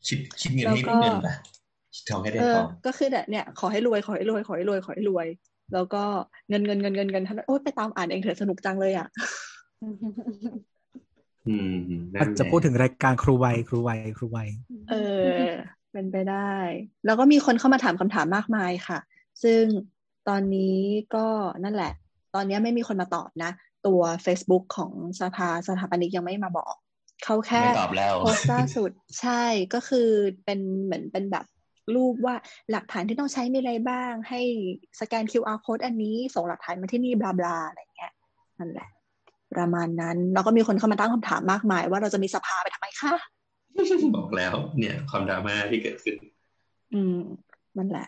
H: คิดคิดเงินให้
F: แล้วก็
H: เงินปะคิดทองให้ได้
F: เอ
H: ท
F: อ
H: อง
F: ก็คือเนี่ย ขอให้รวย ขอให้รวย ขอให้รวย ขอให้รวย แล้วก็เงินเงินเงินเงินเงินท่านนโอ๊ยไปตามอ่านเองเถอะสนุกจังเลยอ่ะ
H: อืมนั่น
C: อาจจะ
H: แหล
C: พูดถึงรายการครูไวยครูไวยครูไวย
F: เออ เป็นไปได้ แล้วก็มีคนเข้ามาถามคำถามมากมายค่ะ ซึ่งตอนนี้ก็นั่นแหละ ตอนนี้ไม่มีคนมาตอบนะ ตัว Facebook ของสภาสถาปนิกยังไม่มาบอก เขาแค่
H: ไม่ตอบแล้ว
F: โพสต์ล่าสุด ใช่ก็คือเป็นเหมือนเป็นแบบรูปว่าหลักฐานที่ต้องใช้มีอะไรบ้าง ให้สแกน QR code อันนี้ ส่งหลักฐานมาที่นี่บลาบลาอะไรอย่างเงี้ยนั่นแหละ ประมาณนั้น แล้วก็มีคนเข้ามาตั้งคำถามมากมาย ว่าเราจะมีสภาไปทำไมคะ
H: บอกแล้ว เนี่ย ความดราม่าที่เกิดขึ้น
F: อืมนั่นแหละ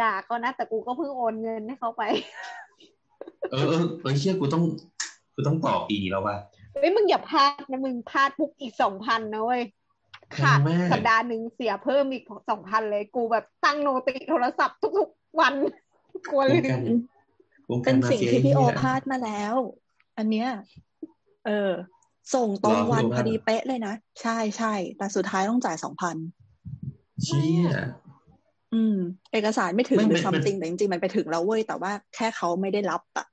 E: ด่าก็นะ แต่กูก็เพิ่งโอนเงินให้เขาไป
H: เออเออเออเชื่อกูต้องกูต้องต่อปีแล้วว่ะ
E: เฮ้ยมึงอย่าพลาดนะมึงพลาดปุ๊บอีกสองพันนะเว้ยขาด
H: แม่
E: สัปดาห์หนึ่งเสียเพิ่มอีกสองพันเลยกูแบบตั้งโนติโทรศัพท์ทุกๆวันกลัว
H: ว
E: ลื
H: งกาม รวงกา
F: เป็
H: ร
F: น
H: มา
F: สิ่ง
H: เฟีย
F: ที่พี่โอ
H: เหี้ย
F: พลาดมาแล้ว อันเนี้ย เออ ส่งตรง
H: รอ
F: วัน
H: ดู
F: พ
H: ว่า
F: อดีเป๊ะเลยนะ ใช่ใช่แต่สุดท้ายต้องจ่ายสองพัน
H: เชี่ย
F: อืม เอกสารไม่ถึง
H: ไม่
F: หรือ
H: ไม่
F: something แต่จริงๆ มันไปถึงแล้วเว้ย แต่ว่าแค่เขาไม่ได้รับอ่ะ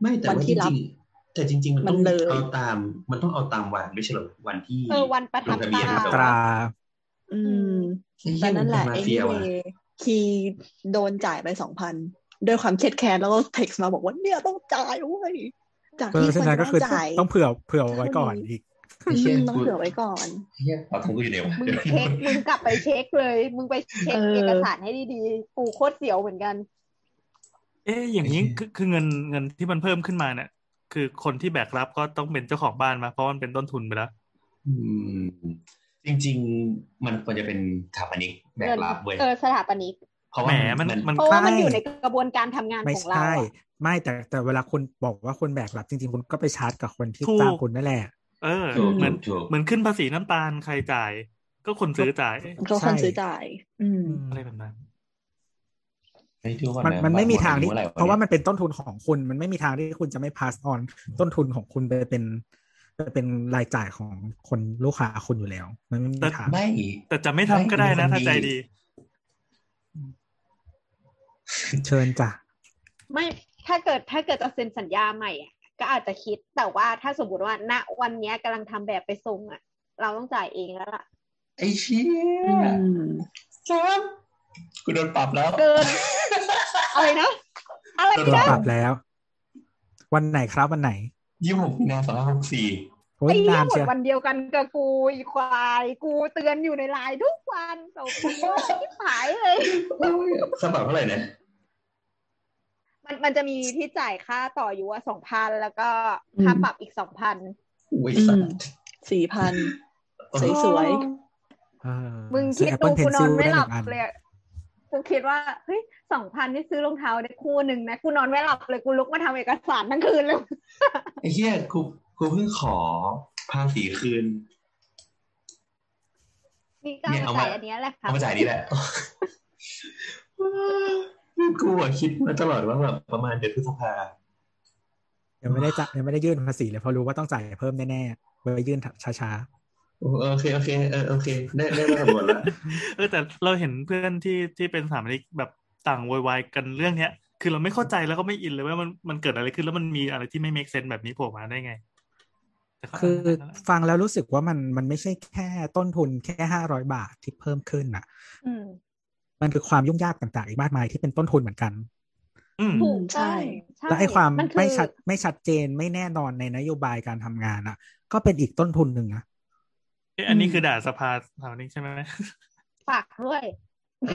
H: ไม่แต่
F: วัน
H: ว่า
F: ที่
H: จ
F: รับ
H: ริงๆแต่จริง ๆ มันต้อง
F: มันเลย
H: เอาตาม มันต้องเอาตามวันไม่ใช่เหรอวันที่
E: เออวันประทั
H: ล
E: บ
H: ง
E: ตา
H: ทะเบียน
C: ตรา
F: อืม
H: ไอ้เหี้
F: แต่
H: ย
F: นั่นแหละ
H: วงการมาเฟียว่ะ
F: anyway คีโดนจ่ายไปสองพันด้วยความเครียดแค้นแล้วก็ text มาบอกว่าเนี่ยต้องจ่ายเว้ยจาก
C: เอ
F: ที่
C: อ
F: ค
C: ฉะ
F: น
C: นั้นก็
F: ว่า
C: คือ
F: จ่าย
C: ต้องเผื่อเผื่อไว้ก่อนอีก
H: ไอ้เชี่ย
F: อืมต้อง
H: กู
F: เผื่อไว้ก่อน
H: ไอ้เหี้ยเอาทงกูอยู่ไหนวะ
E: มึงเช็ค มึงกลับไปเช็คเลย มึงไปเช็ค
F: เออ
E: เอกสารให้ดีๆ กูโคตรเสียวเหมือนกัน
D: เอ๊ะอย่าง นี้คือคือเงินเงินที่มันเพิ่มขึ้นมาเนี่ย คือคนที่แบกรับก็ต้องเป็นเจ้าของบ้านมาเพราะมันเป็นต้นทุนไปแล้ว
H: อืม จริง ๆ มันควรจะเป็นสถาปนิกแบ
E: เงิ
H: กรับเว้ย
E: เออสถาปนิก
H: เพราะ
D: แหม
H: ว่า
D: มัน
H: มัน
D: มัน
E: เพราะว่ามัน
C: ใช่
E: อยู่ในกระบวนการทำงาน
C: ไม่
E: ของเรา
C: ใช่
E: อะ
C: ไม่แต่แต่เวลาคุณบอกว่าคนแบกรับจริง ๆ คุณก็ไปชาร์จกับคนที่
D: ถูก
C: จ้างคุณนั่นแหละ
D: เออ
H: ถูก
D: เหมือน
H: ถูก
D: เหมือนขึ้นภาษีน้ำตาลใครจ่าย ก็คนซื้อจ่าย
F: ก็คน
C: ใช่
F: ซื้อจ่าย อืม
D: อะไรแบบนั้น
H: ไม่ดูก่อ
C: มัน
H: นะ
C: มันไม่มีทางที่
H: หดอไห
C: เพราะว่ามันเป็นต้นทุนของคุณ มันไม่มีทางที่คุณจะไม่ pass on ต้นทุนของคุณไปเป็นไปเป็นรายจ่ายของคนลูกค้าคุณอยู่แล้ว มันไม่มีทาง
H: ไม่
D: แต่จะไม่ทำก็ได้นะถ้าใจดี
C: เชิญจ้ะ
E: ไม่ถ้าเกิดถ้าเกิดจะเซ็นสัญญาใหม่อ่ะก็อาจจะคิดแต่ว่าถ้าสมมติว่าณวันเนี้ยกำลังทำแบบไปส่งอ่ะ เราต้องจ่ายเองแล้วล่ะ
H: ไอ้เชี่ย
F: อืม
H: ซ้ำกูโดนปรับแล้ว
E: เกิน อะไรนะ อะไร
H: โดน
E: นะ
C: ป
H: ป
C: รับแล้ว วันไหนครับวันไหน
H: ยี่หกมีนาสองห้าหกสี่
C: โอ้ย
E: ไอ้เหี้
C: นาย น
E: หม
C: เชี
E: ด
C: ยว
E: วันเดียวกันกับกูอีควาย กูเตือนอยู่ในไลน์ทุกวันตบมือที่หายเลย
H: สมัครเท่าไหร่เนี่ย
E: มันมันจะมีที่จ่ายค่าต่ออยู่ว่าสองพันแล้วก็ค่า
F: อืม
E: ปรับอีกสองพัน
H: อุ้ย
F: อื
H: สัต
F: ม
H: ว์
F: สี่พั น
H: โอ้
F: ส
H: โห
F: วย
C: เออ
E: มึง
C: ซื้
E: คิ
C: อ
E: ด
C: Apple
E: ดูกูนอน
C: Pencil
E: ไม่หลับ
C: ด้งอัน
E: เลยอะกูคิดว่าเฮ้ยสองพันที่ซื้อรองเท้าได้คู่หนึ่งนะกูนอนไม่หลับเลยกูลุกมาทำเอกสารทั้งคืนเลย
H: ไอ้เชี่ยกูกูเพิ่งขอภาษีคืน
E: นี่ก็เอามาจ่ายอันเนี้ยแหละค่ะ
H: เอามาจ่ายนี่แหละ กูอะคิดมาตลอดว่าแบบประมาณเดือนพฤษภา
C: ยังไม่ได้จ่ายยังไม่ได้ยื่นภาษีเลยเพราะรู้ว่าต้องจ่ายเพิ่มแน่ๆไว้ยื่นช้า
H: โอโอเคโอเคเออโอเค ได้ได้มาสำรวจแล้ว
D: เออแต่เราเห็นเพื่อนที่ที่เป็นสถามนิกแบบต่างโวยวายกันเรื่องเนี้ย คือเราไม่เข้าใจแล้วก็ไม่อินเลยว่ามันมันเกิดอะไรขึ้นแล้วมันมีอะไรที่ไม่ make sense แบบนี้โผล่มาได้ไงแต่ก็
C: ๆ คือฟังแล้วรู้สึกว่ามันมันไม่ใช่แค่ต้นทุนแค่ห้าร้อยบาทที่เพิ่มขึ้นน่ะ
E: อืม
C: มันคือความยุ่งยากต่างๆอีกมากมายที่เป็นต้นทุนเหมือนกัน
D: อืม
E: ถูก
F: ใช่
E: ใช่
C: และไอ้ความ
E: นอ
C: ไม่ชัดไม่ชัดเจนไม่แน่นอนในนโยบายการทำงานอ่ะ ก็เป็นอีกต้นทุนหนึ่งนะ
D: เอ๊ะอันนี้คือด่าสภาสถามนิกใช่ไหม
E: ฝากด้วย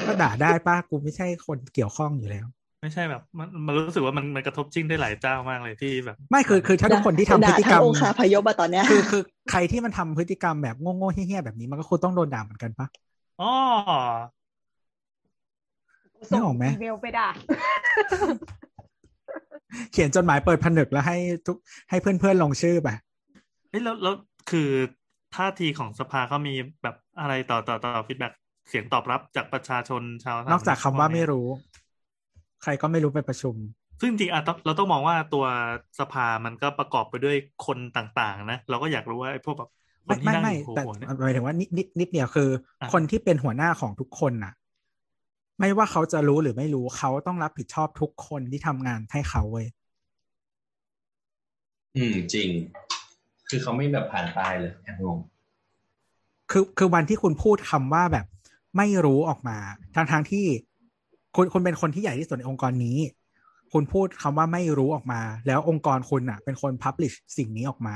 C: ก็ด่าได้ป้ากูไม่ใช่คนเกี่ยวข้องอยู่แล้ว
D: ไม่ใช่แบบมันมันรู้สึกว่ามันมันกระทบจิ้งได้หลายเจ้ามากเลยที่แบบ
C: ไม่คือคือถ้าทุกคนที่ทำพฤติกรรม
F: ด่าทั้งองค์คาพยพอะตอนเนี้ย
C: คือคือใครที่มันทำพฤติกรรมแบบโง่ๆเฮี้ยๆแบบนี้มันก็ควรต้องโดนด่าเหมือนกันปะ
D: อ๋อ
C: นึกออกไหม
E: ส่งเมลไปด่า
C: เขียนจดหมายเปิดผนึกแล้วให้ทุกให้เพื่อนๆลงชื่อไป
D: เอ้ยแล้วแล้วคือท่าทีของสภาเขามีแบบอะไรต่อต่อต่อฟีดแบ็กเสียงตอบรับจากประชาชนชาวน
C: อกจากคำว่าไม่รู้ ใครก็ไม่รู้ไปประชุม
D: ซึ่งจริงๆอ่ะต้องเราต้องมองว่าตัวสภามันก็ประกอบไปด้วยคนต่างๆ นะ เราก็อยากรู้ว่าไอ้พวกแบบคนที่
C: ไม่ไม่
D: นั่ง
C: ไม่
D: อยู่หัว
C: แต่
D: หัวเนี่ย
C: หมายถึงว่านิดนิดนิดเดียวคือ
D: อ่ะ
C: คนที่เป็นหัวหน้าของทุกคนน่ะ ไม่ว่าเขาจะรู้หรือไม่รู้เขาต้องรับผิดชอบทุกคนที่ทำงานให้เขาเว้ย
H: อืม จริง คือเขาไม่แบบผ่านตายเลยแอบงง
C: คือคือวันที่คุณพูดคำว่าแบบ ไม่รู้ออกมาทั้งทั้งที่ คุณคุณเป็นคนที่ใหญ่ที่สุดในองค์กรนี้ คุณพูดคำว่าไม่รู้ออกมา แล้วองค์กรคุณน่ะ เป็นคนพับลิชสิ่งนี้ออกมา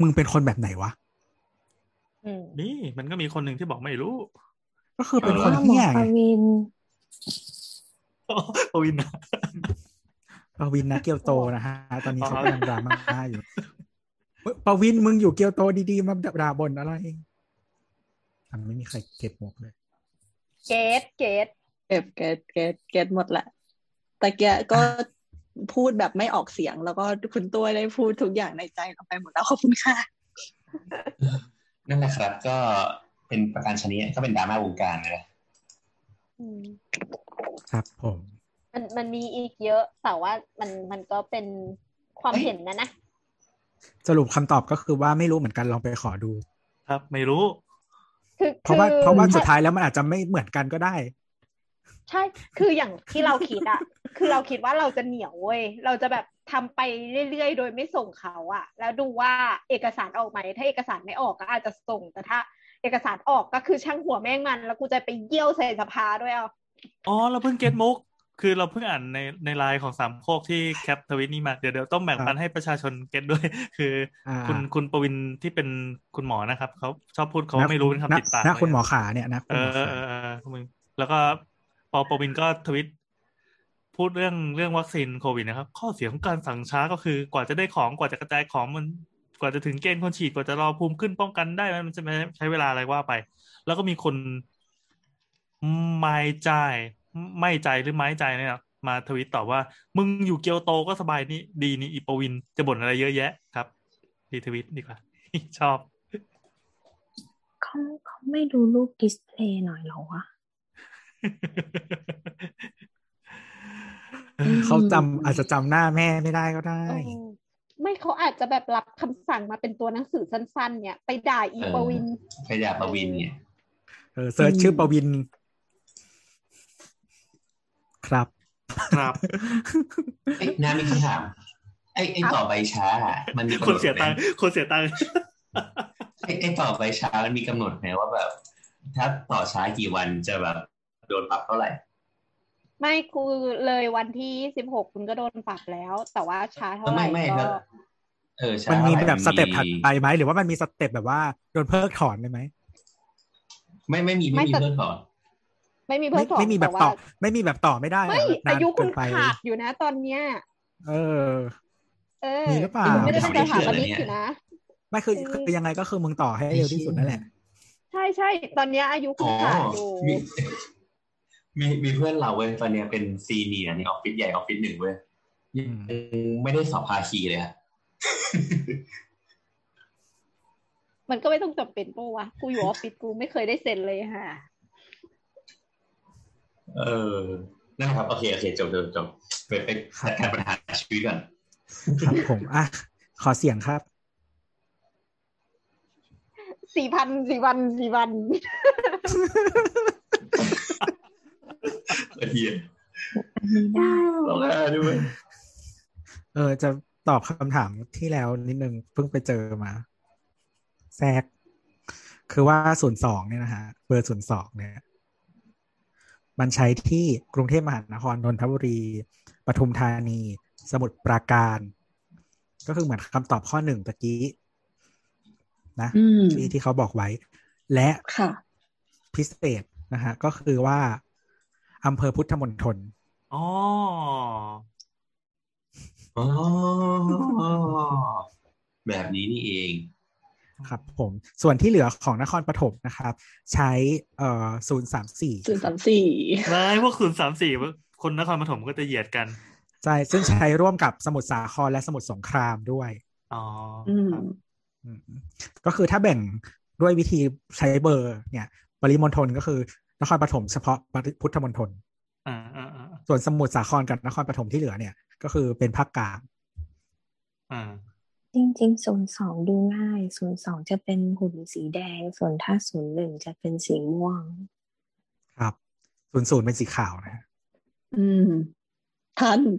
C: มึงเป็นคนแบบไหนวะ
E: อืม
D: นี่มันก็มีคนหนึ่งที่บอกไม่รู้
C: ก็คือเป็นคน
G: อ้าวหมอ
C: เหี้ย
G: ป
C: ไง
G: วิน
D: โอวินนะ
C: ปวินนะเกียวโตนะฮะ ตอนนี้
D: อ๋อ
C: เขากำลังดราม่าอยู่เฮ้ยปวินมึงอยู่เกียวโตดีๆ มาด่าบนอะไรอ่ะไม่มีใครเก็บหมกเลย
E: เกตเกต
F: เก็บเก็ตเก็ตเก็ตหมดแหละตะเกียก็พูดแบบไม่ออกเสียง แล้วก็คุณตัวได้พูดทุกอย่างในใจลงไปหมดแล้วขอบคุณค่ะ
H: นั่นแหละครับ ก็เป็นประการชนิดก็เป็นดราม่าวงการเลยนะ
E: อืม
C: ครับผม
E: มันมันมีอีกเยอะ แต่ว่ามันมันก็เป็นความเห็นนะนะ
C: สรุปคำตอบก็คือว่าไม่รู้เหมือนกันลองไปขอดู
D: ครับ ไม่รู้
E: คือ
C: เพราะว่า
E: คือ
C: เพราะว่าสุด
E: ใช่
C: ท้ายแล้วมันอาจจะไม่เหมือนกันก็ได้
E: ใช่ คืออย่างที่เราคิด อะ คือเราคิดว่าเราจะเหนียวเว้ย เราจะแบบทำไปเรื่อยๆ โดยไม่ส่งเขาอะแล้วดูว่าเอกสารออกไหม ถ้าเอกสารไม่ออกก็อาจจะส่ง แต่ถ้า เอกสารออกก็คือช่างหัวแม่งมัน แล้วกูจะไปเยี่ยวใส่สภาด้วยเอา
D: อ๋อเราเพิ่งเก็ตมุก คือเราเพิ่งอ่านในในไลน์ของสามโคกที่แคปทวิตนี้มาเดี๋ยวเดี๋ยวต้องแบ่งปันให้ประชาชนเก็ตด้วย คือ
C: อ่า
D: คุณคุณประวินที่เป็นคุณหมอนะครับเขาชอบพูดเขา
C: นะ
D: ไม่รู้เป็นคำติดปาก
C: นะ
D: เลยะ
C: คุณหมอขาเนี่ยนะคุ
D: เอ
C: ณหม
D: อ
C: อ
D: เออ
C: ขา
D: เออเออคุณมึงแล้วก็ปอประวินก็ทวิตพูดเรื่องเรื่องวัคซีนโควิดนะครับ ข้อเสียของการสั่งช้าก็คือกว่าจะได้ของกว่าจะกระจายของมันกว่าจะถึงเกณฑ์คนฉีดกว่าจะรอภูมิขึ้นป้องกันได้มันจะใช้เวลาอะไรว่าไป แล้วก็มีคนไม่ใจายไม่ใจายหรือไม้ใจายเนี่ยนะมาทวิตตอบว่า มึงอยู่เกียวโตก็สบายนี่ดีนี่อีปวินจะบ่นอะไรเยอะแยะครับดีทวิตดีกว่า ชอบ
G: เขาเขาไม่ดูรูปดิสเพลย์หน่อยเหรอวะ
C: เขาจำอาจจะจำหน้าแม่ไม่ได้ก็ได้
E: เออไม่เขาอาจจะแบบรับคำสั่งมาเป็นตัวหนังสือสั้น ๆ เนี่ย ไปด่าอี
H: เออ
E: ปวิน
H: พยาประวินเนี่ย
C: เออเซิร์ชชื่อ
G: อืม
C: ประวิน ครับ
D: ครับ
H: เอ้ยน้ามีคำถามไอ้ไอ้ต่อใบช้าอะมันมีกำห
D: คน
H: ด
D: เสีย
H: ไหม
D: ตังค์คนเสียตังค์
H: ไอ้ไอ้ต่อใบช้ามันมีกำหนดไหมว่าแบบ ถ้าต่อช้ากี่วันจะแบบโดนปรับเท่าไหร่
E: ไม่กูเลยวันที่สิบหกคุณก็โดนปรับแล้ว แต่ว่าช้าเท่าไหร่
H: ไม่ไม่
E: ก็
H: ครับเออช้า
C: มันมี
H: เท่าไหร่
C: แบบสเต็ป
H: มี
C: ถัดไปไหมหรือว่ามันมีสเต็ปแบบว่าโดนเพิกถอนได้ไหม
H: ไม่ไม่มีไม่มีเพื่อนก่อน
E: ไม่มีเพิ่
C: ไม่
E: มสอง
C: ไม่มีแบบ
E: ว่า
C: ต่อ ไม่มีแบบต่อไม่ได้
E: ไม่
C: อะแบบนน
E: อายุคุ
C: เกิ
E: ณ
C: นไป
E: ขาดอยู่นะตอนเนี้ย
C: เออ
E: เออ
C: มีหรือเปล่า
E: คุณไม่ได้เป็นสถาปนิก
H: ไม่ได้
E: อยู่นะ
C: ไม่คือ
E: เออ
C: คือยังไงก็คือมึงต่อให้เร็วที่สุดนั่นแหละ
E: ใช่ใช่ตอนเนี้ยอายุคุ
H: อ๋
E: ณ
H: อ
E: ขาดอยู่
H: มี มีมีเพื่อนเราเว้ยตอนเนี้ยเป็นซีเนียร์ในออฟฟิศใหญ่ออฟฟิศหนึ่งเว้ย
C: อื
H: ยัง
C: ม
H: ไม่ได้สอบภาคีเลยอะ
E: มันก็ไม่ต้องจำเป็นปะวะกูอยู่ออฟฟิศกูไม่เคยได้เซ็นเลยค่ะ
H: เออนั่นแหละครับโอเคโอเคจบจบจบไปไปจัดการปัญหาชีวิตก่อน
C: ครับผม อ่ะ ขอเสียงครับ
E: สี่พันสี่วันสี่วัน
H: ไอ้เฮีย
G: อันนี้ได้
H: ร้องไห้ด้วย
C: เออ จะตอบคำถามที่แล้วนิดนึงเพิ่งไปเจอมา แทรก คือว่าศูนย์สองเนี่ยนะฮะ เบอร์ศูนย์สองเนี่ย มันใช้ที่กรุงเทพมหานคร นนทบุรี ปทุมธานี สมุทรปราการ ก็คือเหมือนคำตอบข้อหนึ่งตะกี้นะ
F: อืม
C: ที่ที่เขาบอกไว้ และ
F: ค่ะ
C: พิเศษนะฮะก็คือว่าอำเภอพุทธมณฑล
D: อ๋อ
H: อ๋อแบบนี้นี่เอง
C: ครับผมส่วนที่เหลือของนครปฐมนะครับ ใช้เอ่อศูนย์สามสี่
F: ศูนย์สามสี่
D: ไม่พวกคุณสามสี่คนนครปฐมก็จะเหยียดกัน
C: ใช่ซึ่งใช้ร่วมกับสมุทรสาครและสมุทรสงครามด้วย
D: อ๋ออ
F: อืม
C: อืมก็คือถ้าแบ่งด้วยวิธีใช้เบอร์เนี่ยปริมณฑลก็คือนครปฐมเฉพาะพุทธมณฑล
D: อ่าอ่าอ่า
C: ส่วนสมุทรสาครกับนครปฐมที่เหลือเนี่ย ก็คือเป็นภาคกลาง
D: อ่า
G: จริงๆศูนย์สองดูง่ายศูนย์สองจะเป็นหุ่นสีแดง ส่วนถ้าศูนย์หนึ่งจะเป็นสีม่วง
C: ครับศูนย์ศูนย์เป็นสีขาวนะฮะ
F: อืม ทัน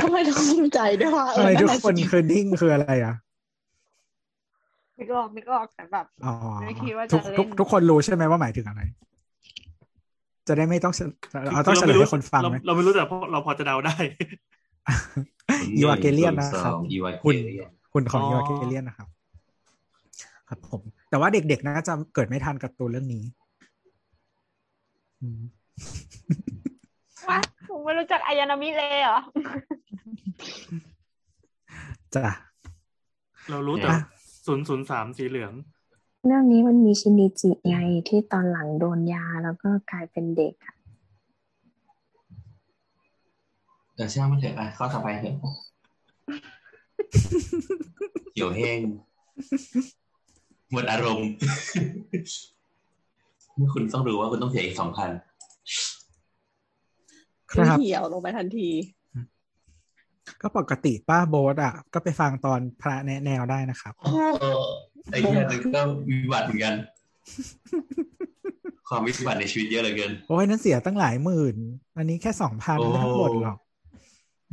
F: ทำไมต้องภูมิใจด้วยวะเอ
C: ทำไม
F: อ
C: ทุก
F: แหละ
C: คนคือนิ่งคืออะไรอ่ะ
E: ไม่ออกไม่ออกแต่แบบ
C: อ๋อ
E: ไม่คิดว่าจะ
C: ทุกทุก
E: เล่น
C: ทุกคนรู้ใช่ไหมว่าหมายถึงอะไร จะได้ไม่ต้องเฉลเอาต้องเฉล
D: ไม่
C: ย
D: รู้
C: ให้คนฟัง
D: เรา
C: ไหม
D: เราไม่รู้แต่พอเราพอจะเดาได้
C: อีวาเกเลียนนะครับ
H: อีวาเก
C: หุ่น
H: เลียน
C: หุ่นของ
D: อ๋ออี
C: อีวาเกเลียนนะครับ ครับผม แต่ว่าเด็กๆน่าจะเกิดไม่ทันกับตัวเรื่องนี้อืม
E: วะกูไม่รู้จักอายานามิเลยเหรอ
C: จ้ะ
D: เรารู้แต่
C: อ่ะ
D: ศูนย์ศูนย์สามสีเหลือง
G: เรื่องนี้มันมีชินิจิไงที่ตอนหลังโดนยาแล้วก็กลายเป็นเด็กอะ
H: เออช่างมันเถอะอ่ะข้อต่อไปเถอะเหี่ยวแห้งหมดอารมณ์ เมื่อคุณต้องรู้ว่าคุณต้องเสียอีกสองพัน
C: ครับ
F: เหี่ยวลงไปทันที
C: ก็ปกติป้าโบ๊ทอ่ะ ก็ไปฟังตอนพระแนะแนวได้นะครับ
H: ไอ้เหี้ยมันก็วิบัติเหมือนกัน ความวิบัติในชีวิตเยอะเหลือเกิน
C: โอ้ยนั้นเสียตั้งหลายหมื่น อันนี้แค่สองพัน
H: โอ้
C: ไม่ทั้งหมดหรอก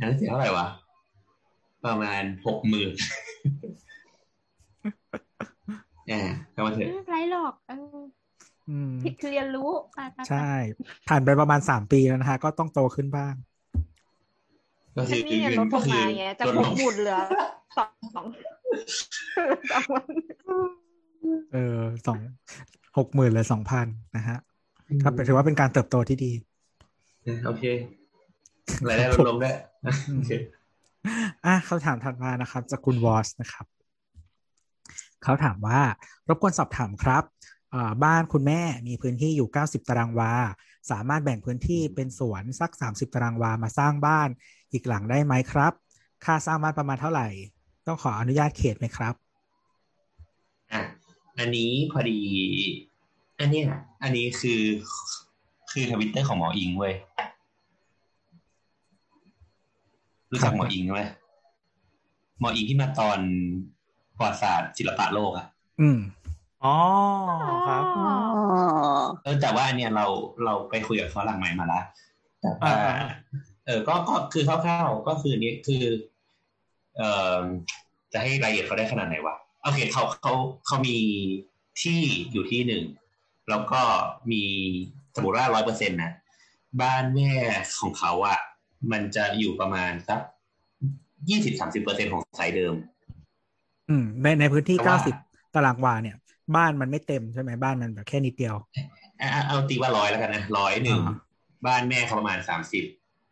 H: นั้นเสียเท่าไหร่วะ ประมาณหกหมื่น อ่าเข้ามาเถอะ
E: ไรหรอกเออ
C: อืม
E: ผิดคือเรียนรู้ไปไปไป
C: ใช่ ผ่านไปประมาณสามปีแล้วนะฮะ ก็ต้องโตขึ้นบ้าง
H: ก็
E: ฉั
H: คื
E: น
H: อ
E: ไม่เงินลดลงมาไงจะ
H: ลด
E: ห
H: ล
E: ก
H: ง
E: หมุน เหลือสองสองสองวัน
C: เออสองหกหมื่นหรือสองพันนะฮะก็ถือว่าเป็นการเติบโตที่ดี
H: อ่ะโอเครายได้ลดลงได้วยโอเค
C: อ่ะคำถามถัดมานะครับ จากคุณวอสนะครับ เขาถามว่ารบกวนสอบถามครับเอ่อบ้านคุณแม่มีพื้นที่อยู่ 90 ตารางวา สามารถแบ่งพื้นที่เป็นสวนสัก 30 ตารางวามาสร้างบ้านอีกหลังได้ไหมครับ ค่าสร้างบ้านประมาณเท่าไหร่ ต้องขออนุญาตเขตไหมครับ
H: อ่ะอันนี้พอดี อันเนี้ยอันนี้คือคือทวิตเตอร์ของหมออิงเว้ยรู้จักหมออิงไหมหมออิงที่มาตอนประวัติศาสตร์ศิลปะโลกอะ
C: อืม
D: อ๋อครับ
F: อ๋อ
H: เออแต่ว่าอันเนี่ยเราเราไปคุยกับฝรั่งใหม่มาละแต่ว่า
D: อ่าอ่า
H: เออก็ก็คือคร่าวๆก็คืออันนี้คือ เอ่อจะให้รายละเอียดเขาได้ขนาดไหนวะโอเคเขาเขาเขามีที่อยู่ที่หนึ่ง แล้วก็มีสมมติว่าร้อยเปอร์เซ็นต์นะบ้านแม่ของเขาอะมันจะอยู่ประมาณสักยี่สิบสามสิบเปอร์เซ็นของไซส์เดิม
C: อืม ในในพื้นที่
H: แต่
C: เก้า
H: ว่า
C: สิบตารางวาเนี่ย บ้านมันไม่เต็มใช่ไหมบ้านมันแบบแค่นิดเดียว
H: อ่ะอ่ะเอาตีว่าร้อยแล้วกันนะร้อยหนึ่ง
C: อ่า
H: บ้านแม่เขาประมาณสามสิบ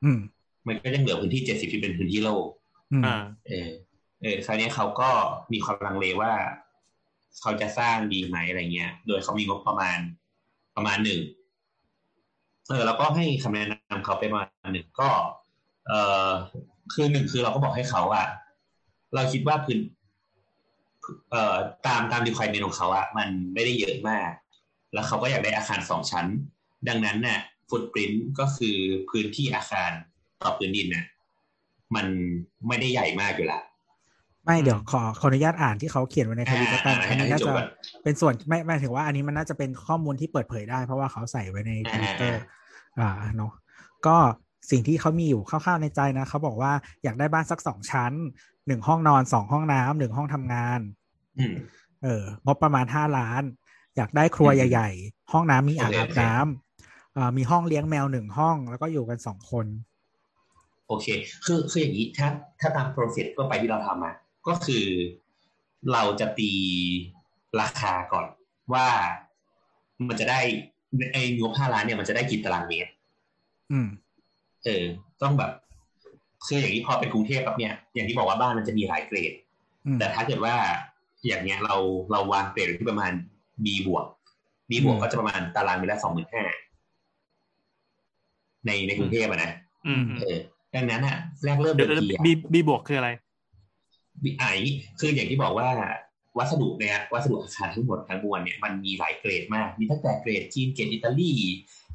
C: อืม
H: มันก็ยังเหลือพื้นที่เจ็ดสิบที่เป็นพื้นที่โล่ง
C: อืม
D: อ่า
H: เออ เออ คราวนี้เขาก็มีความลังเลว่า เขาจะสร้างดีไหมอะไรเงี้ย โดยเขามีงบประมาณประมาณหนึ่ง เออ แล้วก็ให้คำแนะนำเขาไปประมาณหนึ่งก็ เออคือหนึ่งคือเราก็บอกให้เขาอะเราคิดว่าพื้น เอ่อ ตามตามดีควายเมนของเขาอะมันไม่ได้เยอะมาก แล้วเขาก็อยากได้อาคารสองชั้น ดังนั้นเนี่ยฟุตปรินต์ก็คือพื้นที่อาคารต่อพื้นดินเนี่ยมันไม่ได้ใหญ่มากอยู่ละ
C: ไม่เดี๋ยวขอขออนุญาตอ่านที่เขาเขียนไว้ในทวิตแล้วกันอันนี้
H: ให้
C: น่า
H: จบ
C: จะ
H: ก่อน
C: เป็นส่วนไม่ไม่ถึงว่าอันนี้มันน่าจะเป็นข้อมูลที่เปิดเผยได้ เพราะว่าเขาใส่ไว้ในทวิตเตอร์ อ่าเนาะก็สิ่งที่เขามีอยู่คร่าวๆในใจนะเขาบอกว่าอยากได้บ้านสักสองชั้นหนึ่งห้องนอนสองห้องน้ำหนึ่งห้องทำงาน
H: อืม
C: เอองบประมาณห้าล้าน อยากได้ครัว
H: อืม
C: ใหญ่ ๆ ห้องน้ำมีอ่าง
H: โอ
C: อา
H: เค
C: บน้ำเอ่อมีห้องเลี้ยงแมวหนึ่งห้องแล้วก็อยู่กันสองคน
H: โอเค คือคืออย่างนี้ถ้าถ้าตามโปรเซสก็ไปที่เราทำอะก็คือเราจะตีราคาก่อนว่ามันจะได้ไอ้งบห้าล้านเนี่ยมันจะได้กี่ตารางเมตร
C: อืม
H: เออ ต้องแบบคืออย่างนี้พอเป็นกรุงเทพแบบเนี่ย อย่างที่บอกว่าบ้านมันจะมีหลายเกรด
C: อืม
H: แต่ถ้าเกิดว่าอย่างเงี้ยเราเราวางเกรดไว้ที่ประมาณ B บวก B บวก
C: อืม
H: ก็จะประมาณตารางเมตรละสองหมื่นห้าในในกรุงเทพอะนะ
D: อืมอืม
H: เออดังนั้นอะแรกเริ่ม
D: เดี๋
H: เดิ
D: ยว
H: มทีอะ
D: บีบีบวกคืออะไร
H: ไอ้คืออย่างที่บอกว่าวัสดุเนี่ยวัสดุอาคารทั้งหมดทั้งมวลเนี่ยมันมีหลายเกรดมาก มีตั้งแต่เกรดจีนเกรดอิตาลี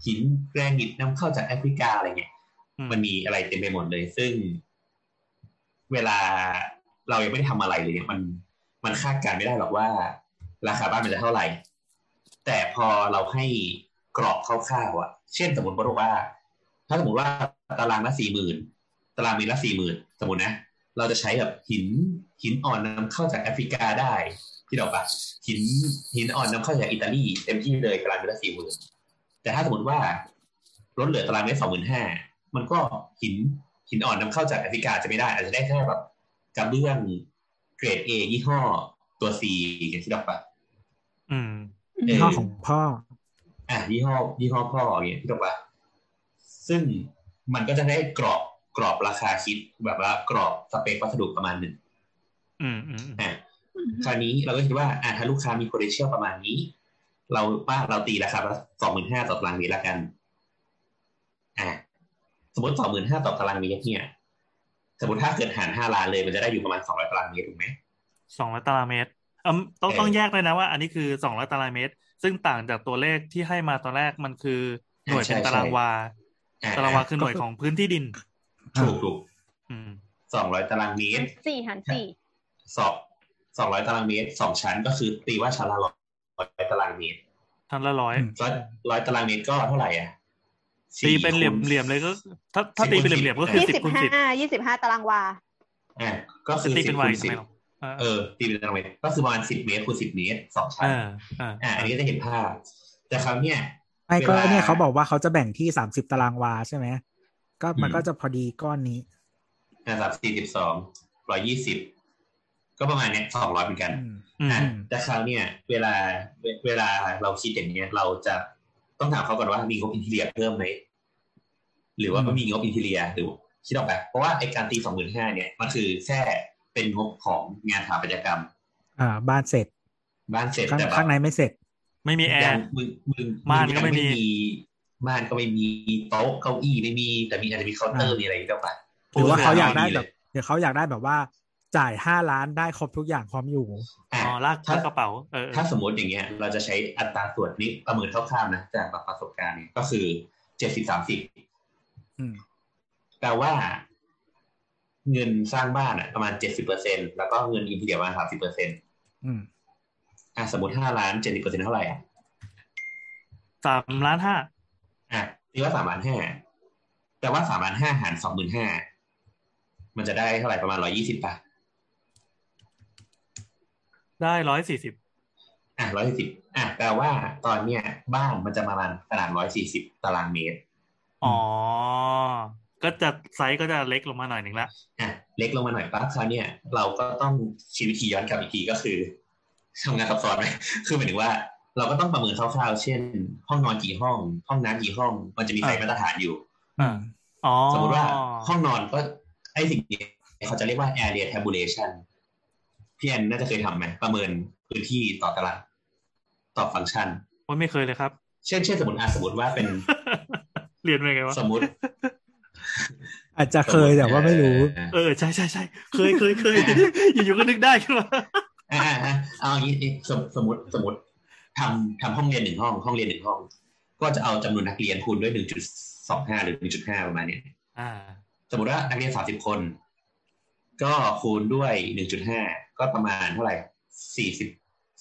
H: หินแกรนิตนำเข้าจากแอฟริกาอะไรเงี้ย
D: อืม
H: มันมีอะไรเต็มไปหมดเลย ซึ่ง เวลาเรายังไม่ได้ทำอะไรเลยเนี่ยมันมันคาดการณ์ไม่ได้หรอกว่า ราคาบ้านมันจะเท่าไหร่ แต่พอเราให้กรอบคร่าวๆอ่ะ เช่นสมมติบอกว่า ถ้าสมมติว่าตารางละสี่หมื่นตารางเมตรละสี่หมื่นสมมตินะ เราจะใช้แบบหินหินอ่อนนำเข้าจากแอฟริกาได้ที่เราปะหินหินอ่อนนำเข้าจากอิตาลีเต็มที่เลยตารางเมตรละสี่หมื่นแต่ถ้าสมมติว่าลดเหลือตารางเมตรสองหมื่นห้ามันก็หินหินอ่อนนำเข้าจากแอฟริกาจะไม่ได้ อาจจะได้แค่แบบกระเบื้องเกรดเอยี่ห้อตัวซีอย่างเงี้ยที่เราปะ
D: อืม
H: เอ
C: ห้องของพ่อ
H: อ่ะยี่ห้อยี่ห้อพ่ออย่างเงี้ยที่บอกว่า ซึ่งมันก็จะได้กรอบกรอบราคาคิดแบบว่ากรอบสเปควัสดุประมาณหนึ่ง
D: อืมอืมอืม
H: อ่ะคราวนี้เราก็คิดว่าอ่ะถ้าลูกค้ามี potential ประมาณนี้ เราป้าเราตีราคาสองหมื่นห้าต่อตารางเมตรละกันอ่ะสมมติสองหมื่นห้าต่อตารางเมตรเนี่ยสมมติถ้าเกิดหารห้าล้านเลยมันจะได้อยู่ประมาณสองร้อยตารางเมตรถูกไหม
D: สองร้อยตารางเมตรอืมต้อง
H: เออ
D: ต้องแยกเลยนะว่า อันนี้คือสองร้อยตารางเมตร ซึ่งต่างจากตัวเลขที่ให้มาตอนแรกมันคือหน่วยเป็นตารางวา
H: อ่ะ
D: ตารางวาคือหน่วยของพื้นที่ดิน
H: ถูกถูก
D: อืม
H: สองร้อยตารางเมตร
E: สี่หันสี่
H: สอบสองร้อยตารางเมตรสองชั้นก็คือตีว่าชั้นละร้อยตารางเมตร
D: ทันละร้อย
C: อืม
H: ร้อยร้อยตารางเมตรก็เท่าไหร่อ่ะ
D: ตี
H: สี่
D: เป็นเหลี่ยม
H: คูณ
D: เหลี่ยมเลยก็ ถ้าถ้า
H: 10
D: ตีเป็นเหลี่ยมเหลี่ยมก็คือ
E: ยี่
D: สิบ
E: สิบ
D: คูณสิบ
E: ห้ายี่สิบห้าตารางวา
H: อ่ะก็คื
D: จะ
H: อ
D: ตี
H: สิ
D: เป็
H: บ
D: น
H: คู
D: วาย
H: ณ
D: ทำ
H: สิ
D: ไม
H: บ
D: หรอเออ
H: เออตีเป็นตารางเมตรก็คือประมาณสิบเมตรคูณสิบเมตรสองชั้
D: เอน อเออ
H: อ่ะอันนี้ก็จะเห็นภาพ แต่คราวเนี้ย
C: ไม่ก็
H: เวลา
C: เนี่ยเขาบอกว่าเขาจะแบ่งที่สามสิบตารางวาใช่ไหมก็มัน
H: อืม
C: ก็จะพอดีก้อนนี้
H: สามสี่สิบสองร้อยยี่สิบก็ประมาณเนี้ยสองร้อยเหมือนกัน
C: อืม
D: อืม
H: อ่ะแต่คราวเนี่ยเวลาเวเวลาเราคิดอย่างเนี้ย เราจะต้องถามเขาก่อนว่ามีงบอินทีเรียเพิ่มไหมหรือว่า
C: อืม
H: มีงบอินทีเรียหรือคิดออกแบบเพราะว่าไอการตีสองหมื่นห้าเนี่ยมันคือแค่เป็นงบของงานสถาปัตยกรรม
C: อ่า บ้านเสร็จ
H: บ้านเสร็จ
C: ข้าง
H: แต่แบบ
C: ข้างในไม่เสร็จ
D: ไม่มีแอ
H: ยั
D: ร์
H: งมึงมึง
D: ม่าน
H: ง
D: ก็ไม่มี
H: ม่านก็ไม่มีโต๊ะเก้าอี้ไม่มี แต่มีอาจจะมีเคาน์เตอร์มีอะไรก็ไป
C: หรือว่าเขาอยากได้
H: ม่มี
C: แบ
H: เล
C: บหรือเขาอยากได้แบบว่า จ่ายห้าล้านได้ครบทุกอย่างพร้อมอยู่
H: อ่ะ
D: อ๋อลาก
H: ถ้า
D: ลากกระเป๋าเออเออ
H: ถ้าสมมติอย่างเงี้ยเราจะใช้อัตราส่วนนี้ประเมินคร่าวๆนะจากแบบประสบการณ์เนี่ยก็คือเจ็ดสิบสามสิบ
C: อืม
H: แปลว่าเงินสร้างบ้านอะประมาณเจ็ดสิบเปอร์เซ็นแล้วก็เงินอินทีเดียประมาณสามสิบเปอร์เซ็น
C: อืม
H: อ่ะสมมติห้าล้านเจ็ดสิบเปอร์เซ็นเท่าไหร่อ่ะ
D: สามล้านห้า
H: อ่ะนี่ว่าสามล้านห้าแต่ว่าสามล้านห้าหารสองหมื่นห้ามันจะได้เท่าไหร่ประมาณร้อยี่สิบป่ะ
D: ได้ร้อยสี่สิบ
H: อ่ะร้อยสิบอ่ะแปลว่าตอนเนี้ยบ้านมันจะประมาณขนาดร้อยสี่สิบตารางเมตร
D: อ๋อ ก็จะไซส์ก็จะเล็กลงมาหน่อยหนึ่งละ
H: อ่ะเล็กลงมาหน่อยปั๊บคราวเนี่ยเราก็ต้องชีวิตทีย้อนกลับอีกทีก็คือทำงานซับซ้อนไหม คือหมายถึงว่า เราก็ต้องประเมินคร่าวๆ เช่น ห้องนอนกี่ห้อง ห้องน้ำกี่ห้อง มันจะมีไซส์มาตรฐานอยู่
D: อ่า อ๋อ
H: สมมติว่าห้องนอนก็ไอ้สิ่งเนี้ยเขาจะเรียกว่า area tabulation พี่แอนน่าจะเคยทำไหมประเมินพื้นที่ต่อตารางต่อฟังก์ชัน
D: โอ้ยไม่เคยเลยครับ
H: เช่นเช่นสมมติอ่ะสมมติว่าเป็น
D: เรียนไปไงวะ
H: สมมติ
C: อาจจะเคยแต่ว่าไม่รู้
H: เออ
D: เออใช่ใช่ใช่เคยเคยเค ยอยู่ๆก็นึกได้ขึ้นมา
H: อ่าอ่าเอาอย่างนี้นี่สมสมมติสมมติทำทำห้องเรียนหนึ่งห้อง ห้องเรียนหนึ่งห้อง ก็จะเอาจำนวนนักเรียนคูณด้วยหนึ่งจุดสองห้าหรือหนึ่งจุดห้าประมาณเนี้ย
D: อ่า
H: สมมติว่านักเรียนสามสิบคน ก็คูณด้วยหนึ่งจุดห้าก็ประมาณเท่าไหร่สี่สิบ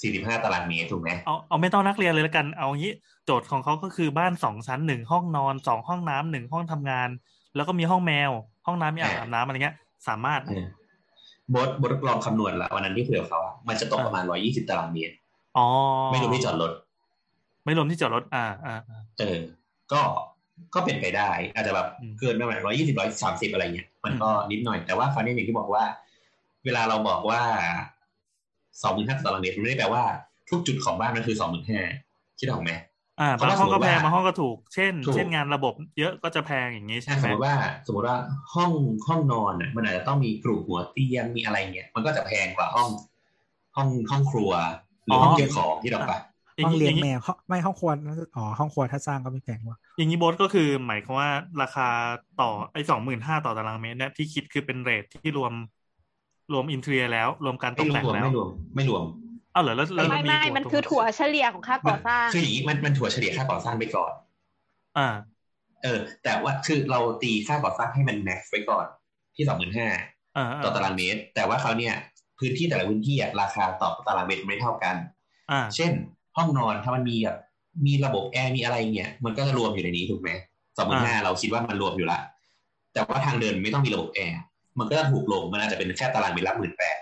H: สี่สิบห้าตารางเมตรถูกไหม
D: เอาเอาไม่ต้องนักเรียนเลยละกัน เอางี้โจทย์ของเขาก็คือบ้านสองชั้นหนึ่งห้องนอนสองห้องน้ำหนึ่งห้องทำงาน แล้วก็มีห้องแมว ห้องน้ำมีอ่างอาบน้ำอะไรเงี้ย สามารถ
H: เออบดบดลองคำนวณละวันนั้นที่คุยกับเขาอะมันจะตกประมาณร้อยี่สิบตารางเมตร
D: อ๋อ
H: ไม่รวมที่จอดรถ
D: ไม่รวมที่จอดรถอ่าอ่าอ่า
H: เออ ก็ ก็เป็นไปได้ อาจจะแบบ
D: อืม
H: เกินประมาณร้อยยี่สิบร้อยสามสิบอะไรเงี้ย มัน
D: อืม
H: ก็นิดหน่อย แต่ว่าคราวนี้อย่างที่บอกว่า เวลาเราบอกว่าสองหมื่นห้าตารางเมตรมันไม่ได้แปลว่า ทุกจุดของบ้านมันคือสองหมื่นห้าคิดออกไหม
D: อ่า
H: เพ
D: บา
H: ราะ
D: ง
H: ว่า
D: ห้องก็แพง
H: สมมุติว่า
D: บางห้องก็ถูก เช่น
H: ถูก
D: เช่นงานระบบเยอะก็จะแพงอย่างนี้ใช่
H: อ่ะ
D: ไห
H: ส
D: ม
H: มมติว่า สมมติว่าห้องห้องนอนน่ะมันอาจจะต้องมีกรูหัวเตียงมีอะไรเงี้ย มันก็จะแพงกว่าห้อง ห้องห้องครัวหรือห้องเก็บของที่เราไปะ
C: ห้องเลี้ยง
D: อย่าง
C: แม
D: นี้
C: วห้องไม่ห้องครัวน่าจะอ๋อห้องครัวถ้าสร้างก็ไม่แพงว่ะ
D: อย่างนี้โบทก็คือหมายความว่าราคาต่อไอ้สองหมื่นห้าต่อตารางเมตรเนี่ยที่คิดคือเป็นเรทที่รวม รวมอินเทอร์แล้ว รวมการต
H: ไม่
D: ก
H: ร
D: แต่
H: วม
D: งแล้ว
H: ไม่รวม ไม่รวม
D: เอ้าเหรอแล้วแล้ว
E: ไม่
D: น
E: ไม่
D: บวก
E: มัน
D: ตรง
E: คือถั่วเฉลี่ยของค่าก่อสร้าง
H: คืออย่างนี้มันมันถั่วเฉลี่ยค่าก่อสร้างไปก่อน
D: อ่า
H: เออแต่ว่าคือเราตีค่าก่อสร้างให้มันแม็กซ์ไว้ก่อนที่สองหมื่นห้า
D: อ่า
H: ต่อตารางเมตร แต่ว่าเขาวเนี่ยพื้นที่แต่ละพื้นที่อะราคาต่อตารางเมตรไม่เท่ากัน
D: อ่า
H: เช่น ห้องนอนถ้ามันมีแบบมีระบบแอร์มีอะไรเนี่ยมันก็จะรวมอยู่ในนี้ถูกไหมสองหมื่นห้า
D: อ่า
H: เราคิดว่ามันรวมอยู่ละแต่ว่าทางเดินไม่ต้องมีระบบแอร์มันก็จะถูกลงมันอาจจะเป็นแค่ตารางเมตรละหมื่นแปด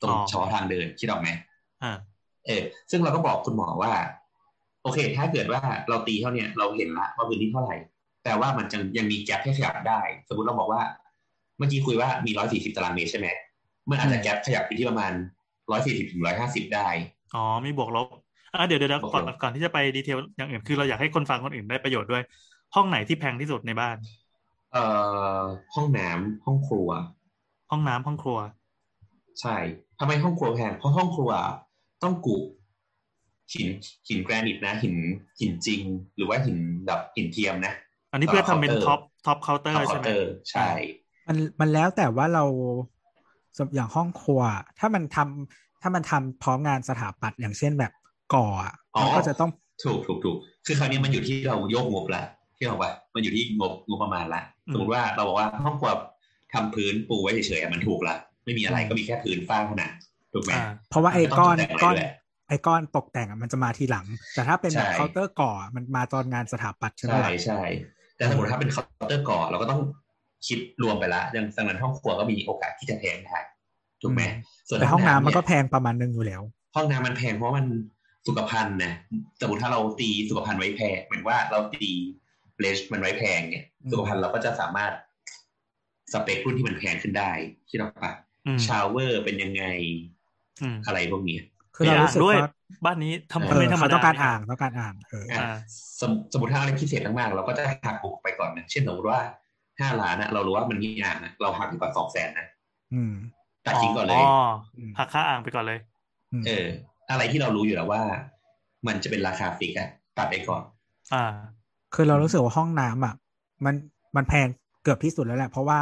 H: ตรงเฉพาะทางเดินคิดออกไหม
D: อ่า
H: เออซึ่งเราก็บอกคุณหมอว่า โอเค ถ้าเกิดว่าเราตีเท่าเนี้ยเราเห็นละว่าพื้นที่เท่าไหร่ แต่ว่ามันยังยังมีแกลบให้ขยับได้ สมมติเราบอกว่า เมื่อกี้คุยว่ามี 140 ตารางเมตรใช่ไหมมันอาจจะแกลบขยับไปที่ประมาณ 140ถึง 150 ได้
D: อ๋อมีบวกลบอ่ะเดี๋ยวเดี๋ยวเดี๋ยว
H: บวกลบ
D: ก่อนก่อนที่จะไปดีเทลอย่างอื่นคือเราอยากให้คนฟังคนอื่นได้ประโยชน์ด้วย ห้องไหนที่แพงที่สุดในบ้าน
H: เอ่อห้องน้ำห้องครัว
D: ห้องน้ำห้องครัว
H: ใช่ทำไมห้องครัวแพงเพราะห้องครัวต้องกุหินหินแกรนิตนะ หินหินจริง หรือว่าหินแบบหินเทียมนะ
D: อันนี้เพื่อทำเป็น
H: เอ่อ
D: ท็อปท็อปเคาน์เตอร์
H: เคา
D: ใช่
H: น์
D: ไหม
H: เตอร์ใช่
C: มันมันแล้วแต่ว่าเราสมอย่างห้องครัว ถ้ามันทำถ้ามันทำพร้อมงานสถาปัตย์อย่างเช่นแบบก่ออะ
H: อ๋อ
C: มันก็จะต้อง
H: ถูกถูกถูกคือคราวนี้มันอยู่ที่เราโยกงบละที่บอกว่า มันอยู่ที่งบงบประมาณละสมมติว่าเราบอกว่าห้องครัวทำพื้นปูไว้เฉยๆอะมันถูกละไม่มีอะไรก็มีแค่พื้นฟ้าผนังถูกไหม
D: อ่า
C: เพราะว่าไอ้ก้อน
H: มันต้องตก
C: ก้อน
H: แต่งด้วยแหละ
C: ไอ้ก้อนตกแต่งอะมันจะมาทีหลัง แต่ถ้าเป็นแบบ
H: ใช่
C: เคาน์เตอร์ก่ออะมันมาตอนงานสถาปัตย์ใช่ไหม
H: ใช่
C: ล่ะ
H: ใช่แต่สมมติถ้าเป็นเคาน์เตอร์ก่อเราก็ต้องคิดรวมไปละดังดังนั้นห้องครัวก็มีโอกาสที่จะแพงได้ถูกไหมส่วน
C: แต่ห้องน้ำมันก็
H: เย
C: แพงประมาณนึงอยู่แล้ว
H: ห้องน้ำมันแพงเพราะมันสุขภัณฑ์นะสมมติถ้าเราตีสุขภัณฑ์ไว้แพงเหมือนว่าเราตีเลชมันไว้แพงเนี่ย
C: อืม
H: สุขภัณฑ์เราก็จะสามารถสเปครุ่นที่มันแพงขึ้นได้ที่เราปะ
D: อืม
H: ชาวเวอร์เป็นยังไง
D: อืม
H: อะไรพวกเนี้ย
C: คือเรา
D: มี
C: รู้สึก
D: ด้วย
C: ว่า
D: บ้านนี้ทำ
C: เอ
D: ทำไม่
C: อ
D: ธรรม
C: เขา
D: ดา
C: ต้องการอ่างต้องการอ่างเออ
H: อ่ะ
D: อ่า
H: สมสมมติถ้าอะไรพิเศษมากๆเราก็จะหักออกไปก่อนนะเช่นสมมติว่าห้าล้านนะเรารู้ว่ามันมีอ่างนะเราหักไปก่อนสองแสนนะ
C: อืม
H: ตัดทิ้งก่อนเลย
C: อืม
D: หักค่าอ่างไปก่อนเลย
C: อืม
H: เออ อะไรที่เรารู้อยู่แล้วว่า มันจะเป็นราคาฟิกอะตัดไปก่อน
D: อ่า
C: คือเรารู้สึกว่าห้องน้ำอ่ะ มันมันแพงเกือบที่สุดแล้วแหละ เพราะว่า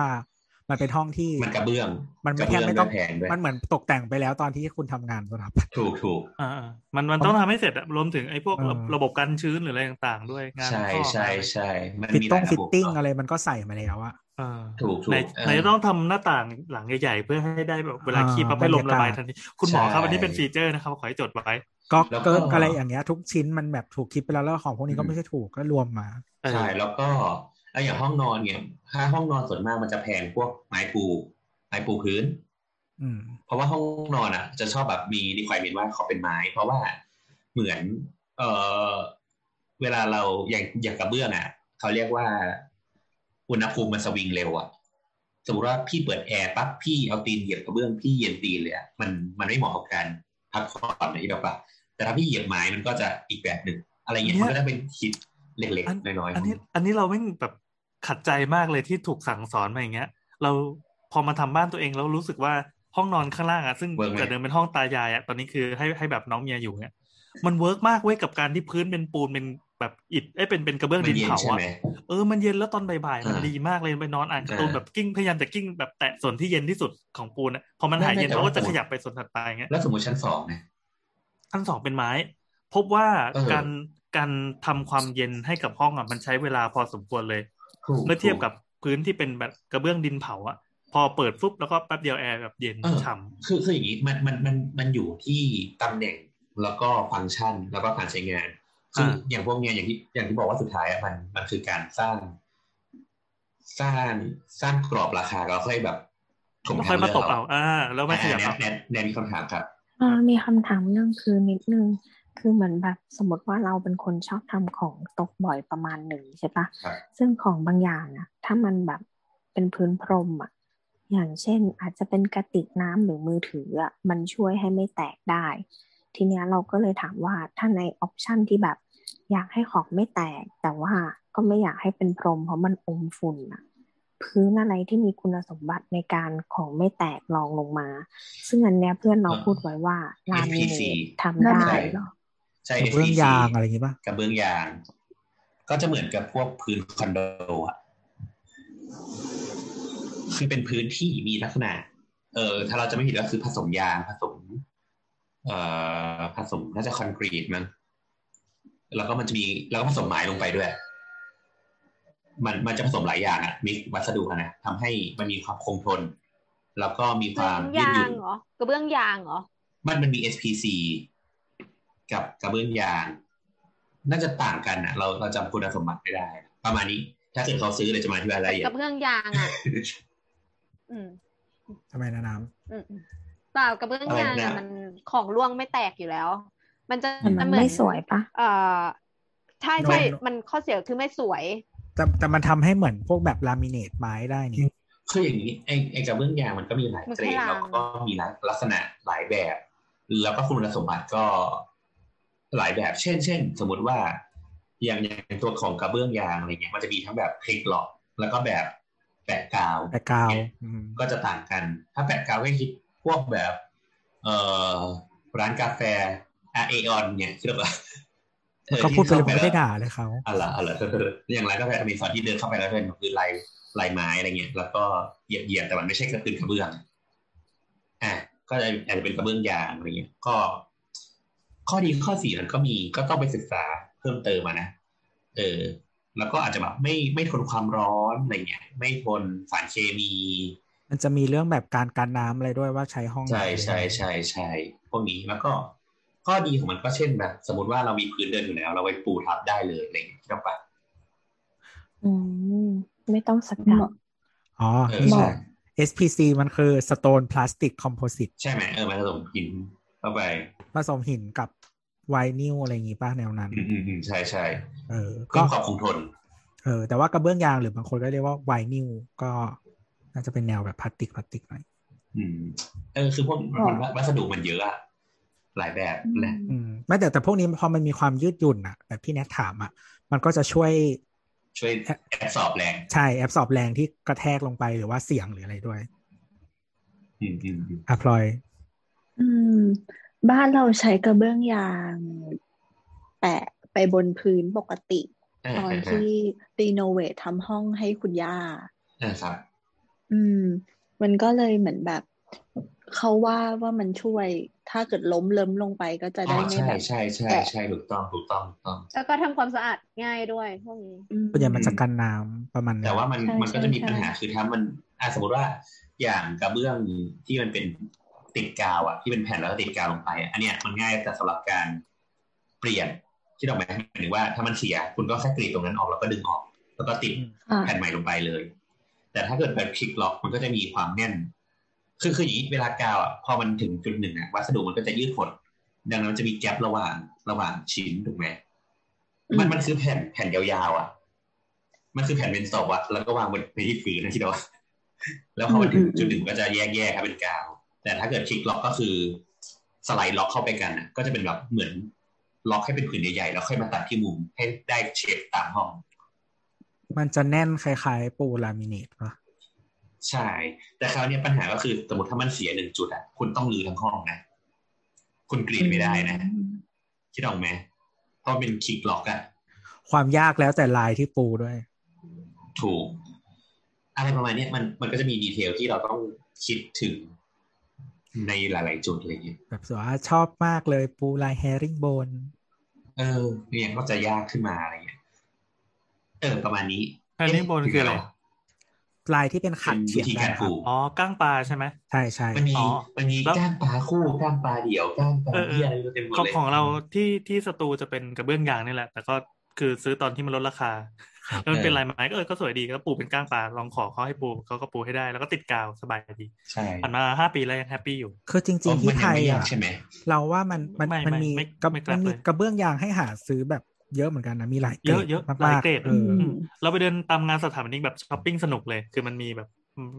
C: มันเป็นห้องที่
H: มันกระเบื้อง
C: มันไม่
H: กระ
C: แทบ
H: เบื้อง
C: ไม่ต้อง
H: ด้วยแผงด้วย
C: มันเหมือนตกแต่งไปแล้วตอนที่คุณทำงานสถาป
H: ถูกถูก
D: อ่าๆมันมันต้องทำให้เสร็จอะรวมถึงไอ้พวกระ
C: เออ
D: ระบบกันชื้นหรืออะไรต่างๆ ด้วยงาน
H: ใช่
D: ข้อ
H: ใช่ใช่มัน
C: ฟิต
H: มี
C: ต้อง
H: หลาย
C: ฟิตติ้ง
H: บบเน
C: อะไรมันก็ใส่มาแล้วอะ
D: เออ
H: ถูกถูก
D: ไหน
H: เออ
D: ไหนจะต้องทำหน้าต่างหลังใหญ่ๆ เพื่อให้ได้แบบเวลา
C: อ่า
D: ขี้ปั๊บให้ลม
C: บรร
D: ระ
C: ยากาศ
D: บายทันทีคุณหมอครับ
H: ใช่
D: อันนี้เป็นฟีเจอร์นะครับขอให้จดไว้
C: ก็
H: แล้วก็
C: เกิร์กอะไรอย่างเงี้ย ทุกชิ้นมันแบบถูกคิดไปแล้วแล้วของพวกนี้ก็
H: อืม
C: ไม่ใช่ถูกก็รวมมา
D: เออ
H: ใช่แล้วก็ไอ้อย่างห้องนอนเนี่ยค่าห้องนอนส่วนมากมันจะแพงพวกไม้ปูไม้ปูพื้น
C: อืม
H: เพราะว่าห้องนอนอ่ะ จะชอบแบบมีดีควายเมนว่าเขาเป็นไม้ เพราะว่าเหมือน เออเวลาเราอย่างอย่างกระเบื้องอ่ะเขาเรียกว่า อุณหภูมิมันสวิงเร็วอ่ะสมมติว่าพี่เปิดแอร์ปั๊บพี่เอาตีนเหยียบกระเบื้องพี่เย็นตีนเลยอะมันมันไม่เหมาะกับการพักผ่อนในที่แบบว่าแต่ถ้าพี่เหยียบไม้มันก็จะอีกแบบหนึ่งอะไรเงี้ยมันก็จะเป็นคิดเล็ก
D: อัน
H: ๆน้อยๆ
D: อันนี้อันนี้เราไม่งแบบขัดใจมากเลยที่ถูกสั่งสอนมาอย่างเงี้ย เราพอมาทำบ้านตัวเองแล้วรู้สึกว่าห้องนอนข้างล่างอะซึ่ง
H: วิร์กไหม
D: แต่เดิมเป็นห้องตายายอะตอนนี้คือให้ให้แบบน้องเมียอยู่เนี่ยมันเวิร์กมากเว้ยกับการที่พื้นเป็นปูนเป็นแบบอิฐเอ้ยเป็นเป็นกระเบื้อง
H: มั
D: ดิ
H: น
D: น
H: เย็น
D: เผา
H: ใช่
D: อะ
H: ไหม
D: เออ มันเย็นแล้วตอนบ่ายๆ มัน
H: อ่า
D: ดีมากเลยไปนอนอ่านการ์ตูน
H: อ่า
D: แบบกิ้งพยายามจะกิ้งแบบแตะส่วนที่เย็นที่สุดของปูนอะพอมัน
H: ไม่
D: หาย
H: ไม่
D: เย็น
H: แต่
D: เรา
H: ว่า
D: ก็จะขยับไปส่วนถัดไปอย่างเงี้ย
H: แล้วสมมติชั้นสองนะ
D: ขั้นสองเป็นไม้ พบว่า
H: เออ
D: การการทำความเย็นให้กับห้องอะมันใช้เวลาพอสมควรเลย
H: ถูก
D: เมื่อเทียบ
H: ถูก
D: กับพื้นที่เป็นแบบกระเบื้องดินเผาอะพอเปิดปุ๊บแล้วก็แป๊บเดียวแอร์แบบเย็น
H: เออ
D: ฉ่
H: คือคืออย่างนี้มันมันมันมันอยู่ที่ตำแหน่งแล้วก็ฟังก์ชันแล้วก็การใช้งานซึ่งอย่างพวกเนี้ยอย่างที่อย่างที่บอกว่าสุดท้ายอะมันมันคือการสร้าง สร้างสร้างกรอบราคาแล้วค่อยแบบถ
D: ำ
H: ม
D: แล้ว
H: ท
D: ค่อย
H: ง
D: มาต
H: เลืก
D: บเอาอ่าแล้วไม่ขยับ
H: แน
D: เอา
H: นแนนแนนมีคำถามครับ
G: อ่ามีคำถามเรื่องคือนิดนึง คือเหมือนแบบสมมติว่าเราเป็นคนชอบทำของตกบ่อยประมาณหนึ่งใช่ปะ
H: ครับ
G: ซึ่งของบางอย่างอะถ้ามันแบบเป็นพื้นพรมอะอย่างเช่นอาจจะเป็นกระติกน้ำหรือมือถืออะมันช่วยให้ไม่แตกได้ ทีเนี้ยเราก็เลยถามว่าถ้าในออปชันที่แบบอยากให้ของไม่แตก แต่ว่าก็ไม่อยากให้เป็นพรมเพราะมันอมฝุ่นอะพื้นอะไรที่มีคุณสมบัติในการของไม่แตกรองลงมา ซึ่งอันเนี้ยเพื่อนเรา
H: อ่า
G: พูดไว้ว่าลามิเน
H: FPC
G: ตทำได้
H: ใช่
G: เหรอ
H: ใช่
C: กระเบื้องยางอะไรอย่างงี้ปะ
H: กระเบื้องยาง ก็จะเหมือนกับพวกพื้นคอนโดอะคือเป็นพื้นที่มีลักษณะ เออ ถ้าเราจะไม่ผิดก็คือผสมยางผสม เอ่อผสมน่าจะคอนกรีตมั้งแล้วก็มันจะมีแล้วก็ผสมไม้ลงไปด้วย มันมันจะผสมหลายอย่างอะมิกวัสดุอะนะทำให้มันมีความคงทน แล้วก็มี
E: ก
H: ค
E: ระ
H: วาม
E: เบื้อง
H: ยืด
E: ยา
H: ห
E: ง
H: ยุ่น
E: เหรอกระเบื้องยางเหรอ
H: มันมันมี SPC กับกระเบื้องยาง น่าจะต่างกันนะเราเราจำคุณสมบัติไม่ได้ ประมาณนี้ ถ้าเกิดเขาซื้อเดี๋ยวจะมาที่รายละเอีย
E: ก
H: ด
E: ระเบื้องยางอ่ะ อืม
C: ทำไมนะน้
E: อืมอืมเปล่ากระเบื้องยางอ่ะมันของร่วงไม่แตกอยู่แล้ว มันจะ
G: แต่มัน
E: เหอ
G: ไม่
E: น
G: สวยปะ
E: เอ่อใช่ใช่ มันข้อเสียคือไม่สวย
C: ำแต่แต่มันทำให้เหมือนพวกแบบลามิเนตไม้ได้นี่
H: คืออย่างนี้ไอ้ไอ้กระเบื้องยางมันก็มีหลาย
E: มัน
H: เก
E: แค่
H: รด
E: ลาง
H: แล้วก็มีลักษณะหลายแบบ แล้วก็คุณสมบัติก็หลายแบบ เช่น เช่น สมมติว่า อย่างอย่างตัวของกระเบื้องยางอะไรเงี้ย มันจะมีทั้งแบบคลิกหลอก แล้วก็แบบแปะกาว
C: แต่กาวอืม
H: ก็จะต่างกัน ถ้าแปะกาวให้คิดพวกแบบ เอ่อร้านกาแฟอาเออนเนี่ยคือแบบเออ
C: ก็พูดไป
H: ที่
C: เลผม
H: เข้าย
C: ไม่ได้ด่าเลยเขา
H: อะล่ะอะไรอย่างร้านกาแฟอเมซอนที่เดินเข้าไปแล้วเป็นคือลายลายไม้อะไรเงี้ยแล้วก็เหยียบเหยียบแต่มันไม่ใช่กระตื้นกระเบื้องอ่ะก็จะอาจจะเป็นกระเบื้องยางอะไรเงี้ยก็ ข้อดีข้อเสียมันก็มีก็ต้องไปศึกษาเพิ่มเติมมานะเออ แล้วก็อาจจะแบบไม่ไม่ทนความร้อนอะไรเงี้ยไม่ทนสารเคมี
C: มันจะมีเรื่องแบบการกันน้ำอะไรด้วยว่าใช้ห้องไหน
H: ใช่ใช่ใช่ใช่พวกนี้แล้วก็ข้อดีของมันก็เช่นแบบสมมติว่าเรามีพื้นเดินอยู่แล้ว เราไว้ปูทับได้เลยอะไรอย่างเงี้ยครับปะ
G: อืมไม่ต้องสกัด
C: อ๋อ
H: เออ
C: นี่
H: ใช่
C: แหละ SPC มันคือ Stone Plastic Composite
H: ใช่ไหมเออมันผสมหินเข้าไป
C: ผสมหินกับไวนิลอะไรอย่างงี้ป้าแนวนั้น
H: อืมอืมอืมใช่ใช่
C: เออ
H: เพิ่
C: ก็
H: มความคงทน
C: เออแต่ว่ากระเบื้องยางหรือบางคนก็เรียกว่าไวนิลก็น่าจะเป็นแนวแบบพลาสติกพลาสติกหน่อย
H: อืม เออคือพวกมันวัสดุมันเยอะอะหลายแบบแหละ
C: อืมไม่แต่แต่พวกนี้พอมันมีความยืดหยุ่นอะแบบที่แนทถามอะมันก็จะช่วย
H: ช่วยแอบสอบแรง
C: ใช่แอบสอบแรงที่กระแทกลงไปหรือว่าเสียงหรืออะไรด้วย
H: อืมอืมอืม
C: อ่ะพลอย
F: อืม บ้านเราใช้กระเบื้องยาง แปะไปบนพื้นปกติ
H: อ่า
F: ตอน
H: อ่า
F: ที่รีโนเวททำห้องให้คุณย่า
H: อ่าครับ
F: อืม มันก็เลยเหมือนแบบเขาว่าว่ามันช่วย ถ้าเกิดล้มเลิมลงไปก็จะ
H: อ๋
F: ได้
H: อ
F: ไม่
H: ใช่
F: แบบ
H: ใช่ใช่
F: แตะ
H: ใช่ถูกต้องถูกต้องถูกต้อง
E: แล้วก็ทำความสะอาดง่ายด้วยพวกนี้
F: อืม
C: ส่วนใหญ่มันจะกันน้ำประมาณนั้น
H: แต่ว่ามัน
F: ใช่
H: มันก็จะมี
F: ใช่
H: ปัญหาคือถ้ามันอ่ะสมมติว่าอย่างกระเบื้องที่มันเป็นติดกาวอะที่เป็นแผ่นแล้วก็ติดกาวลงไปอะอันเนี้ยมันง่ายแต่สำหรับการเปลี่ยนที่ออกไหมหมายถึงว่าถ้ามันเสียคุณก็แค่กรีดตรงนั้นออกแล้วก็ดึงออก แล้วก็ติด
F: ค่ะ
H: แผ่นใหม่ลงไปเลย แต่ถ้าเกิดแบบคลิกล็อกมันก็จะมีความแน่น คือคืออย่างนี้เวลากาวอ่ะพอมันถึงจุดหนึ่งอ่ะวัสดุมันก็จะยืดหด ดังนั้นมันจะมีแกลบระหว่างระหว่างชิ้นถูกไหมมันมันคือแผ่นแผ่นยาวๆอ่ะ มันคือแผ่นเป็นสอบอ่ะแล้วก็วางบนในที่พื้นนะที่เรา แล้วพอมันถึงจุดหนึ่งมันก็จะแยกแยกๆครับเป็นกาว แต่ถ้าเกิดคลิกล็อกก็คือสไลด์ล็อกเข้าไปกันอ่ะ ก็จะเป็นแบบเหมือนล็อกให้เป็นผืนใหญ่ๆแล้วค่อยมาตัดที่มุมให้ได้เชฟตามห้อง
C: มันจะแน่นคล้ายๆ ปูลามิเนตปะ
H: ใช่ แต่คราวเนี้ยปัญหาก็คือสมมติถ้ามันเสียหนึ่งจุดอ่ะคุณต้องรื้อทั้งห้องนะ คุณกรีดไม่ได้นะ คิดออกไหมเพราะเป็นคลิกล็อกอ่ะ
C: ความยากแล้วแต่ลายที่ปูด้วย
H: ถูก อะไรประมาณเนี้ยมันมันก็จะมีดีเทลที่เราต้องคิดถึงในหลาย ๆ จุดอะไรอย่างเงี้ย
C: แบบสมมุติว่าชอบมากเลยปูลายแฮริงโบน
H: เออเนี่ยก็จะยากขึ้นมาอะไรเงี้ยเออประมาณนี้
D: แฮร์ริ่งโบนคืออะไร
C: ลายที่เป็นขั
H: เป็
C: ด
H: น
C: เฉีย
H: วิ
C: ง
H: ธี
C: ได้
H: การ
C: ค
H: ป
C: รับ
H: ลูก
D: อ๋อก้างปลาใช่ไหม
C: ใช่ใช่
H: มันมี
D: อ๋อ
H: มันมี
D: แล้ว
H: ก้างปลาคู่ก้างปลาเดี่ยวก้างปลา
D: เออเอ
H: เยี่ย
D: อ
H: อะไรเต็มหมด
D: ของ
H: เลย
D: ของเราที่ที่สตูจะเป็นกระเบื้องยางนี่แหละ แต่ก็คือซื้อตอนที่มันลดราคาแล้วมันเป็น
H: เออ
D: ลายไม้ก็เออก็สวยดีก็ปูเป็นก้างปลาลองขอเขาให้ปูเขาก็ปูให้ได้ แล้วก็ติดกาวสบายดี
H: ใช่
D: ผ่านมาห้าปีแล้วยังแฮปปี้อยู่
C: คือจริงๆ
H: อ๋อ
C: ที่
H: มัน
C: ไท
H: ยัง
C: ย
H: ไม่ยา
C: อ่ะ
H: กใช่ไหม
C: เราว่ามันมัน
D: ไม่
C: มัน
D: ไม่
C: มี
D: ไม่
C: กระ
D: ไม่ก
C: มั
D: ล้าน มั
C: มี
D: เลย
C: กระเบื้องยางให้หาซื้อแบบเยอะเหมือนกันนะมีหลายเกร
D: เยอะ
C: ด
D: เยอะห
C: มา
D: ลาย
C: ก
D: เกรด
C: ๆเออ
F: อืม
D: เราไปเดินตามงานสถาปนิกแบบช้อปปิ้งสนุกเลย คือมันมีแบบ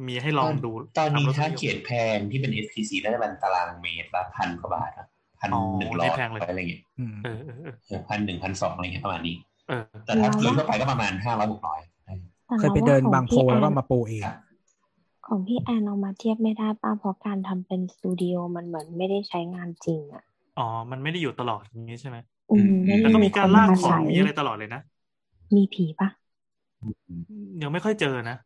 D: มีให้ลองดู
H: ตอนนี้
D: ามรส
H: ถ้า
D: นิยม
H: เกียรติแพงที่เป็น SPC น่าจะเป็นตารางเมตรละพันกว่าบาทพัน
D: อ๋อ
H: หนึ่ง
D: ไม่
H: ร้อย
D: แพงเลย
H: อะไรเงี้ย
C: อืม
D: เออเออเออ
H: พันหนึ่งพันสองอะไรเงี้ยประมาณนี้
D: เออ
H: แต่ถ้า
G: เราว่า
H: พื้นทั่วไปก็ประมาณห้าร้อยหกร้อย
G: แต่
C: เคย
G: รา
C: ไป
G: ว่า
C: เดิน
G: ของ
C: บางโพ
G: พี่
C: แล้วก็
G: แอน
C: มาปูเอง
H: ครับ
G: ของพี่แอนเอามาเทียบไม่ได้ป่ะเพราะการทำเป็นสตูดิโอมันเหมือนไม่ได้ใช้งานจริงอ่ะ
D: อ๋อ มันไม่ได้อยู่ตลอดอย่างนี้ใช่ไหม
G: อืม
H: อืม
G: ไม่ได้
D: แต่ก็มี
G: มี
D: การ
G: คน
D: ลากข
G: อา
D: อง
G: ศัย
D: มีอะไรตลอดเลยนะ
G: มีผีป่ะ
D: ยังไม่ค่อยเจอนะ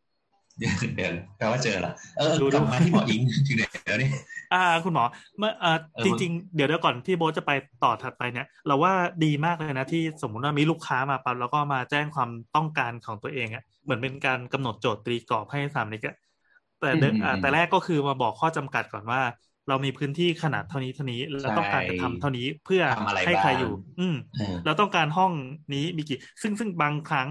H: เดี๋ยวแปลว่าเจอละเออ
D: ดูดู
H: กลับมาที่หมออิงถึงไหนแล้วเนี่ย
D: อ่า คุณหมอเมื่ออ่า
H: เออ
D: จริง ๆ เดี๋ยวเดี๋ยวก่อนที่โบ๊ทจะไปต่อถัดไปเนี่ย เราว่าดีมากเลยนะที่สมมุติว่ามีลูกค้ามาปั๊บแล้วก็มาแจ้งความต้องการของตัวเองอะเหมือนเป็นการกำหนดโจทย์ตีกรอบให้สามนิกอะแต่เดิมอ่าแต่แรกก็คือมาบอกข้อจำกัดก่อนว่า เรามีพื้นที่ขนาดเท่านี้เท่านี้แล้วต้องการจะทำเท่านี้เพื่อ
H: ทำอะไร
D: ให้ใคร
H: บ้าง
D: อยู่ อืม
H: เออ
D: เราต้องการห้องนี้มีกี่ ซึ่งซึ่งบางครั้ง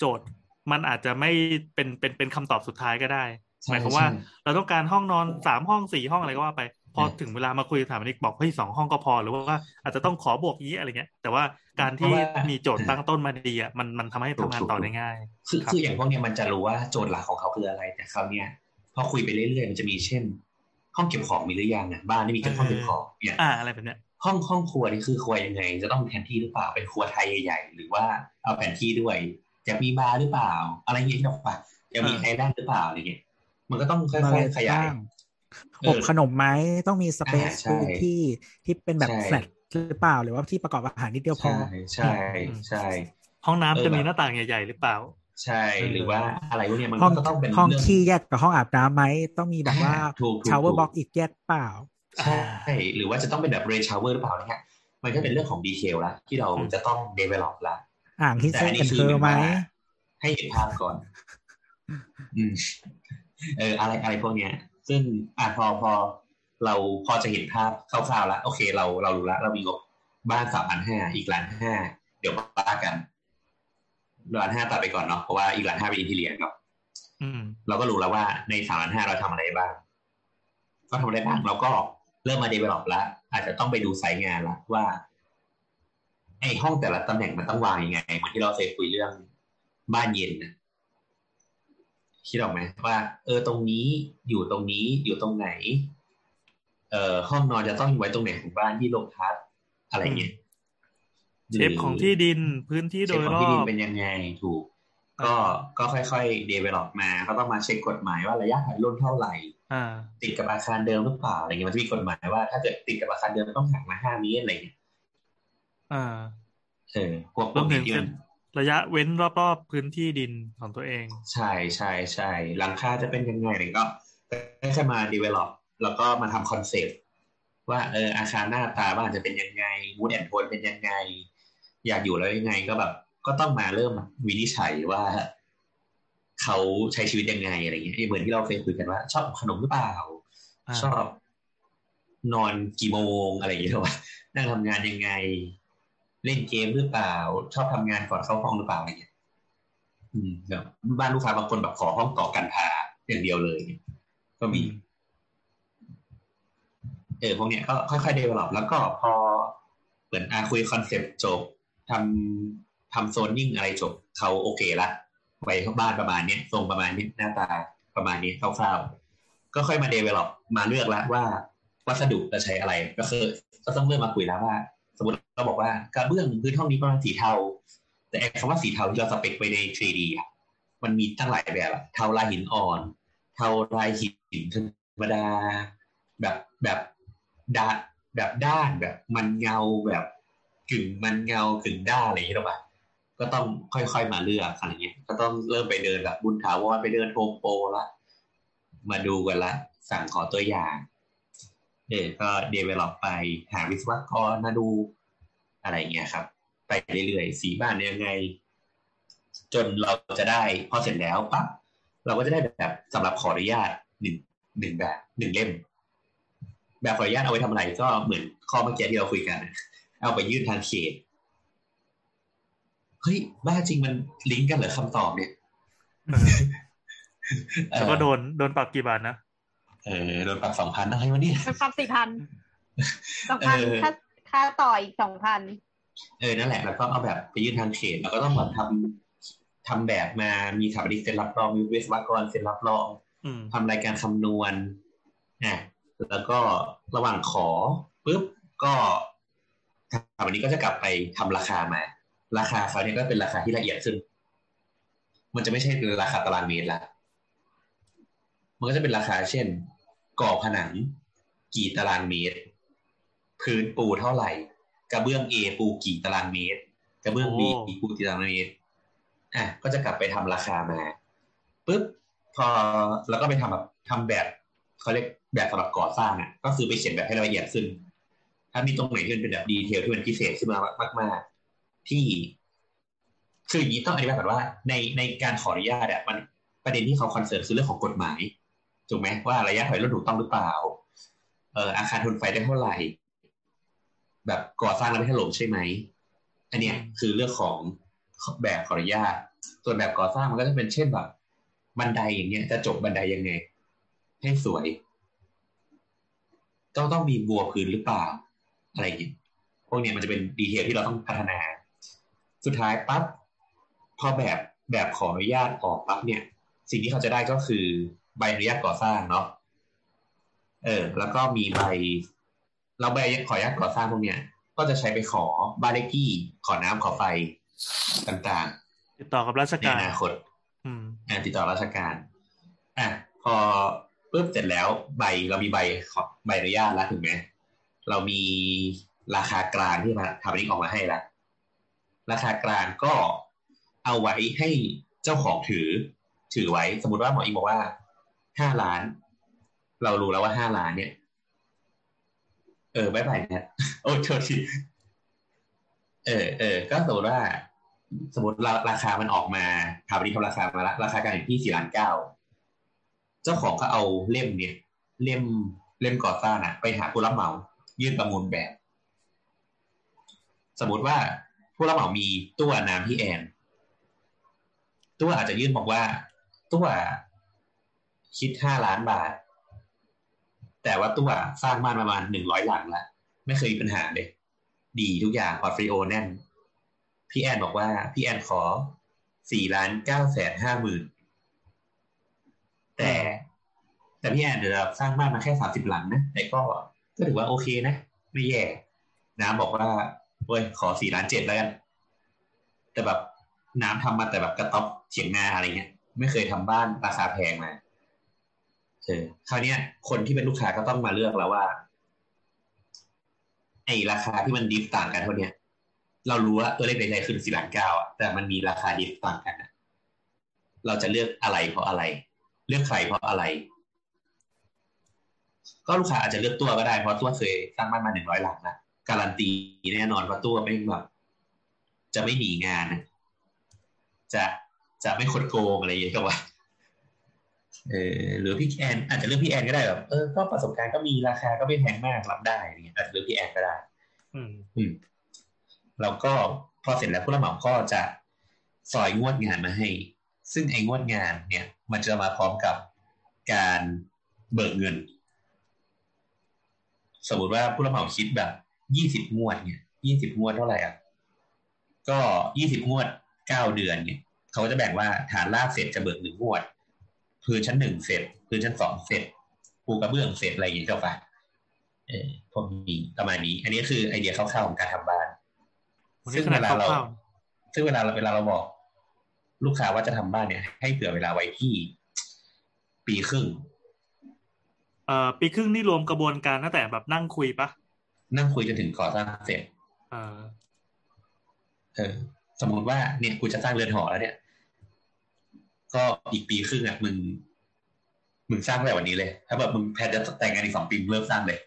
D: โจทย์มันอาจจะไม่เป็นเป็นเป็นคำตอบสุดท้ายก็ได้
H: ใช่
D: หมายความว่า
H: ใช่
D: เราต้องการห้องนอนสามห้องสี่ห้องอะไรก็ว่าไป พอ
H: ใช่
D: ถึงเวลามาคุยถามนิกบอกเฮ้ยสองห้องก็พอ หรือว่าอาจจะต้องขอบวกอย่างนี้อะไรเงี้ย แต่ว่าการที่มีโจทย์ตั้งต้นมาดีอ่ะมันมันทำให้ทำงานต่อได้ง่าย
H: คือ
D: ครับ
H: คืออย่างพวกเนี้ยมันจะรู้ว่าโจทย์หลักของเขาคืออะไร แต่คราวเนี้ยพอคุยไปเรื่อยๆมันจะมีเช่น ห้องเก็บของมีหรือยังอ่ะบ้านนี่มีแค่ห้องเก็บของเนี่ย
D: อ่าอะไรแบบเนี้ย
H: ห้องห้องครัวนี่คือครัวยังไง จะต้องมีแผนที่หรือเปล่าเป็นครัวไทยใหญ่ๆหรือว่าเอาแผนที่ด้วย จะมีบาร์หรือเปล่า อะไรอย่างเงี้ยที่บอกว่าจะมี
D: เออ
H: ไอแลนด์หรือเปล่าอะไรเงี้ยมันก็ต้องค่
C: มา
H: อย
C: เลย
H: ๆขยาย
C: บ้าง
H: เออ
C: อบขนมไหมต้องมีสเปซ
H: อ่าใช่
C: พื้นที่ที่เป็นแบบ
H: ใช่
C: แฟลตหรือเปล่าหรือว่าที่ประกอบอาหารนิดเดียวพอ
H: ใช่ใช่ใช่
D: ห้องน้ำ
H: เออ
D: จะมี
H: แบบ
D: หน้าต่างใหญ่ๆหรือเปล่า
H: ใช่หรือว่าอะไรพวกเนี้ยมัน
C: ห้อง
H: ก็ต้องเป็น
C: ห้อง
H: เรื่อง
C: ขี้แยกกับห้องอาบน้ำไหมต้องมีแบบว่า
H: อ่าถูกถูก
C: ชาวเวอ
H: ถู
C: ร์
H: ก
C: บ็อกอีกแยกเปล่า
H: ใช่ หรือว่าจะต้องเป็นแบบเรนชาวเวอร์หรือเปล่าเนี่ยมันก็เป็นเรื่องของดีเทลละที่เรา
D: อืม
H: จะต้อง develop ละ
C: อ่างที่
H: แต่
C: เส้
H: อั
C: น
H: นนี้
C: กัน
H: คื
C: เธ
H: อ
C: อ
H: เป็น
C: ไหม
H: ว่าให้เห็นภาพก่อน อืม เอออะไรอะไรพวกเนี้ย ซึ่งอ่ะพอพอ เราพอจะเห็นภาพคร่าวๆแล้วโอเค เราเรารู้แล้วเรามีงบบ้านสามพันห้าอีกล้านห้าเดี๋ยวป้ากันล้านห้าตัดไปก่อนเนาะเพราะว่าอีกล้านห้าเป็นอินทีเลียเนาะ
D: อืม
H: เราก็รู้แล้วว่าในสามพันห้าเราทำอะไรบ้าง ก็ทำอะไรบ้างเราก็เริ่มมา develop ละอาจจะต้องไปดูสายงานละว่าไอห้องแต่ละตำแหน่งมันต้องวางยังไงเหมือนที่เราเคยคุยเรื่องบ้านเย็นนะ คิดออกไหมว่าเออตรงนี้อยู่ตรงนี้อยู่ตรงไหน เอ่อห้องนอนจะต้องอยู่ไว้ตรงไหนของบ้านที่ลงพักอะไรเงี้ย
D: เชฟของที่ดินพื้นที่
H: เช
D: โด
H: ฟ
D: ย
H: ของ
D: ร
H: ที่
D: อ
H: ดิน
D: บ
H: เป็นยังไงถูก ก็ก็ค่อยๆ develop มาก็ต้องมาเช็คกฎหมายว่าระยะถอยร่นเท่าไหร่
D: อ่า
H: ติดกับอาคารเดิมหรือเปล่าอะไรเงี้ยมันจะมีกฎหมายว่าถ้าเกิดติดกับอาคารเดิมต้องหักมาห้าเมตรอะไรเงี้ย
D: อ่า
H: เออพวกพ
D: ร
H: ว
D: ว
H: ก
D: มถึ
H: นี้
D: ง
H: ที่มัน
D: ระยะเว้นรอบๆพื้นที่ดินของตัวเอง
H: ใช่ใช่ใช่หลังคาจะเป็นยังไงเนี่ยก็ก็จะมาดีเวล็อปแล้วก็มาทำคอนเซปต์ว่าเอออาคารหน้าตาบ้านจะเป็นยังไงมูดแอนโทนเป็นยังไง อยากอยู่แล้วยังไงก็แบบ ก็ต้องมาเริ่มวินิจฉัยว่า เขาใช้ชีวิตยังไงอะไรอย่างเงี้ยเหมือนที่เราเคยคุยกันว่า ชอบขนมหรือเปล่า
D: อ่า
H: ชอบนอนกี่โมงอะไรอย่างเงี้ย ว่านั่งทำงานยังไง เล่นเกมหรือเปล่า ชอบทำงานก่อนเข้าห้องหรือเปล่าอะไรอย่างเงี้ยอืมแบบบ้านลูกค้าบางคนแบบขอห้องต่อกันพาอย่างเดียวเลย ก็มี เออพวกเนี้ยก็ค่อยๆ develop แล้วก็พอเหมือนอาคุยคอนเซปต์จบทำทำโซนยิ่งอะไรจบเขาโอเคละไว้บ้านประมาณเนี้ยทรงประมาณนี้หน้าตาประมาณนี้คร่าวๆก็ค่อยมา develop มาเลือกละว่าวัสดุจะใช้อะไรก็คือก็ต้องเริ่มมาคุยแล้วว่า สมมติเราบอกว่ากระเบื้องพื้นห้องนี้ประมาณสีเทา แต่ไอ้คำว่าสีเทาที่เราสเปคไปใน 3D อ่ะมันมีตั้งหลายแบบอะเทาลายหินอ่อน เทาลายหินธรรมดา แบบแบบดาแบบด้านแบบมันเงาแบบกึ่งมันเงากึ่งด้านอะไรอย่างเงี้ยหรอกปะก็ต้องค่อยๆมาเลือกอะไรเงี้ย ก็ต้องเริ่มไปเดินแบบบุญถาวรไปเดินโฮมโปรละ มาดูกันละ สั่งขอตัวอย่างเออก็เดเวล o อปไปหาวิศวกรมาดูอะไรอย่างเงี้ยครับ ไปเรื่อยๆสีบ้านเป็นยังไง จนเราจะได้พอเสร็จแล้วปั๊บเราก็จะได้แบบสำหรับขออนุญาตหนึ่งหนึ่งแบบหนึ่งเล่ม แบบขออนุญาตเอาไว้ทำอะไรก็เหมือนข้อเมื่อกี้ที่เราคุยกันอะเอาไปยื่นทางเขตเฮ้ยบ้าจริงมันลิงก์กันเหรอคำตอบเนี่ย
D: เออ
H: เออ
D: แล้วก็โดนโดนปรับกี่บาทนะ
H: เออโดนปรับสองพันอะไรวะเนี่ย
E: เป็นความสี่พันสองพัน
H: เออ
E: ค่าค่าต่ออีกสองพัน
H: เออ นั่นแหละ แล้วก็เอาแบบไปยื่นทางเขต แล้วก็ต้องแบบทำทำแบบมา มีสถาปนิกเซ็นรับรอง มีวิศวกรเซ็นรับรอง
D: อืม
H: ทำรายการคำนวณอ่ะแล้วก็ระหว่างขอปุ๊บก็ถามวันนี้ก็จะกลับไปทำราคามา ราคาเขาเนี่ยก็เป็นราคาที่ละเอียดขึ้น มันจะไม่ใช่เป็นราคาตารางเมตรละ มันก็จะเป็นราคาเช่น ก่อผนัง กี่ตารางเมตร พื้นปูเท่าไหร่ กระเบื้อง A ปูกี่ตารางเมตร กระเบื้อง B
D: โอ้
H: ปูกี่ตารางเมตร อ่ะก็จะกลับไปทำราคามาปุ๊บ พอแล้วก็ไปทำแบบทำแบบเขาเรียกแบบสำหรับก่อสร้างอ่ะ ก็คือไปเขียนแบบให้ละเอียดขึ้น ถ้ามีตรงไหนที่มันเป็นแบบดีเทลที่มันพิเศษขึ้นมามาก ๆ ที่คืออย่างนี้ต้องอธิบายก่อนว่า ในในการขออนุญาตอ่ะมันประเด็นที่เขาคอนเซิร์นคือเรื่องของกฎหมายถูกไหมว่าระยะถอยร่นถูกต้องหรือเปล่า เอออาคารทนไฟได้เท่าไหร่ แบบก่อสร้างแล้วไม่ถล่มใช่ไหม อันเนี้ยคือเรื่องของแบบขออนุญาต ส่วนแบบก่อสร้างมันก็จะเป็นเช่นแบบ บันไดอย่างเงี้ยจะจบบันไดยังไง ให้สวย ต้องต้องมีบัวพื้นหรือเปล่า อะไรอย่างเงี้ยพวกเนี้ยมันจะเป็นดีเทลที่เราต้องพัฒนา สุดท้ายปั๊บพอแบบแบบขออนุญาตออกปั๊บเนี่ย สิ่งที่เขาจะได้ก็คือใบอนุญาตก่อสร้างเนาะ เออ แล้วก็มีใบ เราใบขออนุญาตก่อสร้างพวกเนี้ย ก็จะใช้ไปขอบ้านเลขที่ ขอน้ำขอไฟต่าง
D: ติดต่อกับราช
H: ๆ ใน
D: การ
H: อนาคต
D: อืม
H: อ่าติดต่อราชการ อ่ะพอปุ๊บเสร็จแล้วใบเรามีใบขอใบอนุญาตแล้วถูกไหมเรามีราคากลางที่มาทำนี้ออกมาให้ละราคากลางก็เอาไว้ให้เจ้าของถือ ถือไว้ สมมติว่าหมออิงบอกว่าห้าล้าน เรารู้แล้วว่าห้าล้านเนี่ย เออบ๊ายบายนะโอ้ยโทษที เออเออก็สมมติว่า สมมติราราคามันออกมาถามวันนี้ทำราคามาละราคากลางอยู่ที่สี่ล้านเก้าเจ้าของก็เอาเล่มเนี่ย เล่มเล่มก่อสร้างอะไปหาผู้รับเหมายื่นประมูลแบบ สมมติว่าผู้รับเหมามีตัวน้ำพี่แอน ตัวอาจจะยื่นบอกว่า ตัวคิดห้าล้านบาท แต่ว่าตัวสร้างบ้านประมาณหนึ่งร้อยหลังแล้ว ไม่เคยมีปัญหาเลย ดีทุกอย่างพอร์ตฟลิโอแน่น พี่แอนบอกว่าพี่แอนขอสี่ล้านเก้าแสนห้าหมื่นแต่ แต่พี่แอนเดี๋ยวเราสร้างบ้านมาแค่สามสิบหลังนะแต่ก็ก็ถือว่าโอเคนะ ไม่แย่ น้ำบอกว่าเว้ยขอสี่ล้านเจ็ดแล้วกัน แต่แบบน้ำทำมาแต่แบบกระต๊อบเถียงนาอะไรเงี้ย ไม่เคยทำบ้านราคาแพงมาเออคราวเนี้ย คนที่เป็นลูกค้าก็ต้องมาเลือกแล้วว่า ไอราคาที่มันดิฟต่างกันเท่าเนี้ย เรารู้ว่าตัวเลขในใจคือสี่ล้านเก้าอะแต่มันมีราคาดิฟต่างกันอะเราจะเลือกอะไรเพราะอะไร เลือกใครเพราะอะไร ก็ลูกค้าอาจจะเลือกตัวก็ได้เพราะตัวเคยตั้งบ้านมาหนึ่งร้อยหลังนะการันตีแน่นอนว่าตัวไม่แบบจะไม่หนีงาน จะจะไม่คดโกงอะไรอย่างเงี้ยก็ว่า เออหรือพี่แอนอาจจะเลือกพี่แอนก็ได้แบบเออก็ประสบการณ์ก็มีราคาก็ไม่แพงมากรับได้อะไรเงี้ยอาจจะเลือกพี่แอนก็ได้
D: อืม
H: อืมแล้วก็พอเสร็จแล้วผู้รับเหมาก็จะซอยงวดงานมาให้ ซึ่งไอ้งวดงานเนี่ย มันจะมาพร้อมกับการเบิกเงิน สมมติว่าผู้รับเหมาคิดแบบยี่สิบงวดเนี่ยยี่สิบงวดเท่าไหร่อ่ะก็ยี่สิบงวดเก้าเดือนเนี่ยเขาก็จะแบ่งว่าฐานรากเสร็จจะเบิกหนึ่งงวดพื้นชั้นหนึ่งเสร็จพื้นชั้นสองเสร็จปูกระเบื้องเสร็จอะไรอย่างเงี้ยก็ไป เออพวกนี้ประมาณนี้ อันนี้คือไอเดียคร่าวๆของการทำบ้าน
D: วันนี้
H: ซึ่ง
D: ขนาด
H: เวลาเรา
D: คร่าว
H: ซึ่งเวลาเราเวลาเราบอก ลูกค้าว่าจะทำบ้านเนี่ย ให้เผื่อเวลาไว้ที่ ปีครึ่ง
D: เอ่อปีครึ่งนี่รวมกระบวนการตั้งแต่แบบนั่งคุยปะ
H: นั่งคุยจนถึงก่อสร้างเสร็จ
D: เออ
H: เออ สมมติว่าเนี่ยกูจะสร้างเรือนหอแล้วเนี่ย ก็อีกปีครึ่งอ่ะมึง มึงสร้างตั้งแต่วันนี้เลย ถ้าแบบมึงแพลนจะแต่งงานอีกสองปีมึงเริ่มสร้างเลย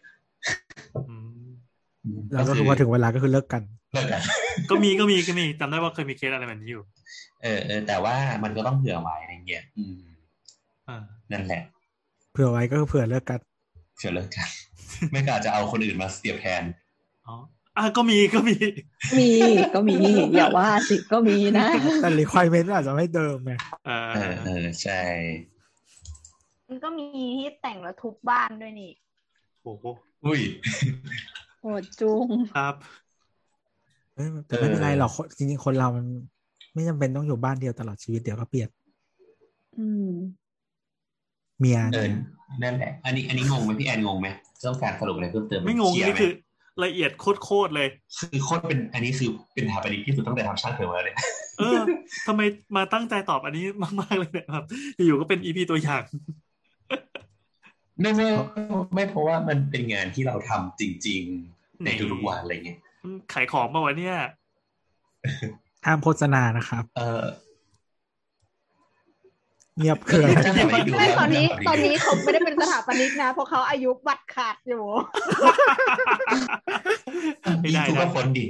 D: อืม
C: เราก็คือว่าถึงเวลาก็คือเลิกกัน
H: เลิกกัน
D: ก็มีก็มีก็มีจำได้ว่าเคยมีเคสอะไรแบบนี้อยู่
H: เออเออแต่ว่ามันก็ต้องเผื่อไว้อะไรเงี้ยอืม
D: อ่า
H: นั่นแหละ
C: เผื่อไว้ก็คือเผื่อเลิกกัน
H: เชื่อเลิกกัน ไม่กล้าจะเอาคนอื่นมาเสียบแทน
D: อ๋ออ่ะก็มีก็มี
G: มีก็มีอย่าว่าสิก็มีนะ
C: แต่ requirement อาจจะไม่เดิมไง
D: เออ
H: เออเออใช่
E: มันก็มีที่แต่งแล้วทุบบ้านด้วยนี่
D: โอ้โห
H: อุ้ย
F: โหดจุง
D: ครับ
C: เอ้ยแต่ไม่เป็นไรหรอกคนจริงๆคนเรามันไม่จำเป็นต้องอยู่บ้านเดียวตลอดชีวิตเดี๋ยวก็เปลี่ยน
F: อืม
C: เมีย
H: เออ
C: เนี่ย
H: นั่นแหละ อันนี้ อันนี้งงไหมพี่แอนงงไหมต้องการสรุปอะไรเพิ่มเติมห
D: ไม่งง
H: เชี่ย
D: นี่
H: ไหม
D: คือละเอียดโคตรๆเลย
H: คือโคตรเป็น อันนี้คือเป็นสถาปนิกที่สุดตั้งแต่ทำช่างเถอะมาแล้วเนี่ย
D: เออทำไมมาตั้งใจตอบอันนี้มากๆเลยเนี่ยครับอยู่ๆก็เป็นอีพีตัวอย่าง
H: ไม่ไม่ไม่เพราะว่ามันเป็นงานที่เราทำจริง ๆ ในทุกๆวันอะไรเงี้ย
D: มันขายของปะวะเนี่ย
C: ห้ามโฆษณานะครับ
H: เออ
C: เงียบเขื่อน
H: เจ้าสมัยดู
E: ไม่ตอนนี้
H: แล้ว
E: ตอนนี้เขาไม่ได้เป็นสถาปนิกนะ เพราะเขาอายุบัตรขาดอยู่
D: ไม่
H: ยิ่ง
D: ได้
H: ทุก
D: นะ
H: คนดิ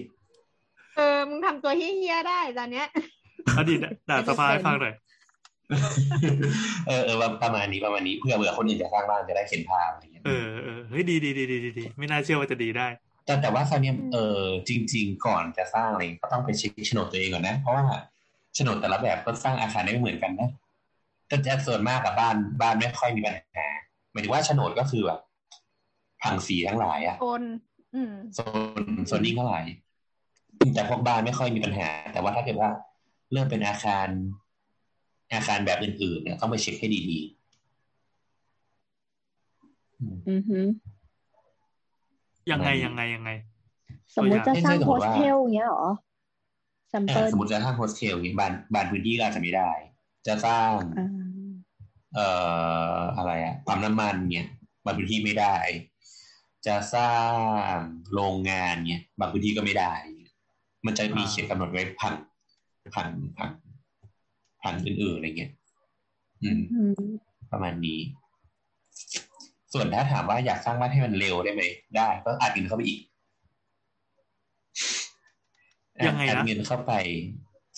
E: เออ มึงทำตัวเฮี้ยๆได้ตอนเนี้ย
D: อดีตด่าสภาให้ฟังหน่อย
H: เออเออประมาณนี้ประมาณนี้เพื่อเผื่อคนอื่นจะสร้างบ้านจะได้เห็นภาพอะไรเงี้ย
D: เออเออเฮ้ยดีดีดีดีดีดีไม่น่าเชื่อว่าจะดีได้
H: แต่แต่ว่าคราวเนี้ยเออจริง ๆ ก่อนจะสร้างอะไรก็ต้องไปเช็คโฉนดตัวเองก่อนนะ เพราะว่าโฉนดแต่ละแบบก็สร้างอาคารได้ไม่เหมือนกันนะแต่จะส่วนมากกับบ้านบ้านไม่ค่อยมีปัญหาหมายถึงว่าโฉนดก็คือแบบผังสีทั้งหลายอะ
E: คน อืม
H: โซนโซนนิ่งทั้งหลายแต่พวกบ้านไม่ค่อยมีปัญหา แต่ว่าถ้าเกิดว่าเริ่มเป็นอาคาร อาคารแบบอื่นๆเนี่ยต้องไปเช็คให้ดี
F: อือหือ
D: ยังไงยังไงยังไง
F: สมมุติจะสร้างโฮสเทลอย่างเงี้ยเหรอแซม
H: ๆเอ
F: เปิ
H: อ
F: ล
H: สมมติจะสร้างโฮสเทลอย่างเงี้ยบานบานพื้นที่ก็อาจจะไม่ได้ จะสร้าง
F: อ่า
H: เอ่ออะไรอะปั๊มน้ำมันเนี่ยบางพื้นที่ไม่ได้ จะสร้างโรงงานเนี่ยบางพื้นที่ก็ไม่ได้ มันจะมี
D: อ่า
H: เขียนกำหนดไว้ผังผังผังผังอื่นๆอะไรเงี้ยอืม
F: อืม
H: ประมาณนี้ ส่วนถ้าถามว่าอยากสร้างบ้านให้มันเร็วได้ไหมได้ ก็อัดเงินเข้าไปอีก
D: ยังไงนะ
H: อัดเงินเข้าไป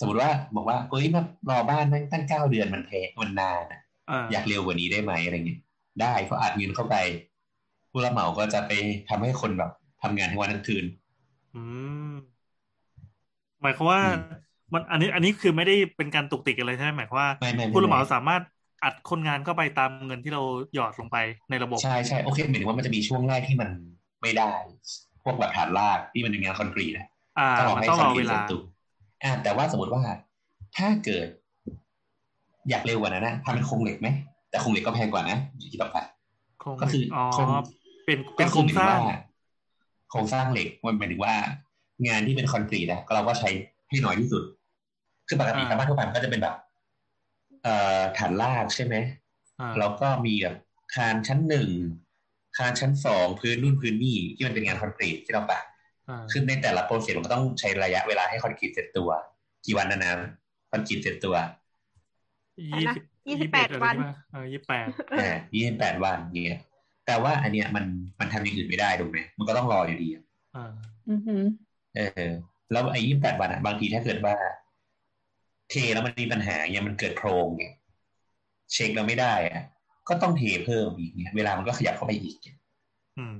H: สมมติว่า บอกว่าเฮ้ยมารอบ้านแม่งตั้งเก้าเดือนมันแพงมันนานอะ
D: เออ
H: อยากเร็วกว่านี้ได้ไหมอะไรเงี้ยได้ก็อัดเงินเข้าไป ผู้รับเหมาก็จะไปทำให้คนแบบทำงานทั้งวันทั้งคืน
D: อืมหมายความว่า
H: อืม
D: มันอันนี้ อันนี้คือไม่ได้เป็นการตุกติกอะไรใช่ไหมหมายความว่า
H: ไม่ไม่ไม่
D: ผู้รับเหมาสามารถอัดคนงานเข้าไปตามเงินที่เราหยอดลงไปในระบบ
H: ใช่ใช่โอเคหมายถึงว่ามันจะมีช่วงแรกที่มันไม่ได้ พวกแบบฐานรากที่มันเป็นงานคอนกรีตนะ
D: อ่า
H: ต้องรอ
D: มัน
H: ให้
D: ต้อง
H: คอ
D: ร
H: น
D: อก เว
H: รีต
D: ลา
H: เสร็จตุกอ่าแต่ว่าสมมติว่าถ้าเกิด อยากเร็วกว่านั้นนะทำเป็นโครงเหล็กไหมแต่โครงเหล็กก็แพงกว่านะอย่างที่ต่อไป
D: โครง
H: ก็คือ
D: อ๋อ
H: โครง
D: เป็นเป็น
H: ก็
D: โครงสร้าง
H: หมยถึว่โครงสร้างเหล็กมันหมายถึงว่า งานที่เป็นคอนกรีตนะเราก็ใช้ให้น้อยที่สุด คือปกติ
D: อ่า
H: ชาวบ้านทั่วไปมันก็จะเป็นแบบ เอ่อฐานรากใช่ไหม
D: อ่า
H: แล้วก็มีแบบคานชั้นหนึ่งคานชั้นสองพื้นนู่นพื้นนี่ที่มันเป็นงานคอนกรีตที่เราปะ
D: อ่า
H: คือในแต่ละโปรเซสมันก็ต้องใช้ระยะเวลาให้คอนกรีตเสร็จตัว กี่วันนะน้ำคอนกรีตเสร็จตัว
D: ยี่สิบ
E: ยี่สิบแปด
D: อะไร
E: วัน
D: ใช่ปะเออยี่สิบ แปด
H: อ่ายี่สิบแปดวันอย่างเงี้ยแต่ว่าอันเนี้ยมันมันทำอย่างอื่นไม่ได้ถูกไหมมันก็ต้องรออยู่ดีอะ
D: อ่า
F: อือหือ
H: เออแล้วไอ้ยี่สิบแปดวันอ่ะบางทีถ้าเกิดว่า เทแล้วมันมีปัญหาเนี่ยมันเกิดโพรงเนี่ยเช็คแล้วไม่ได้อ่ะก็ต้องเทเพิ่มอีกเนี่ยเวลามันก็ขยับเข้าไปอีกเนี่ย
D: อืม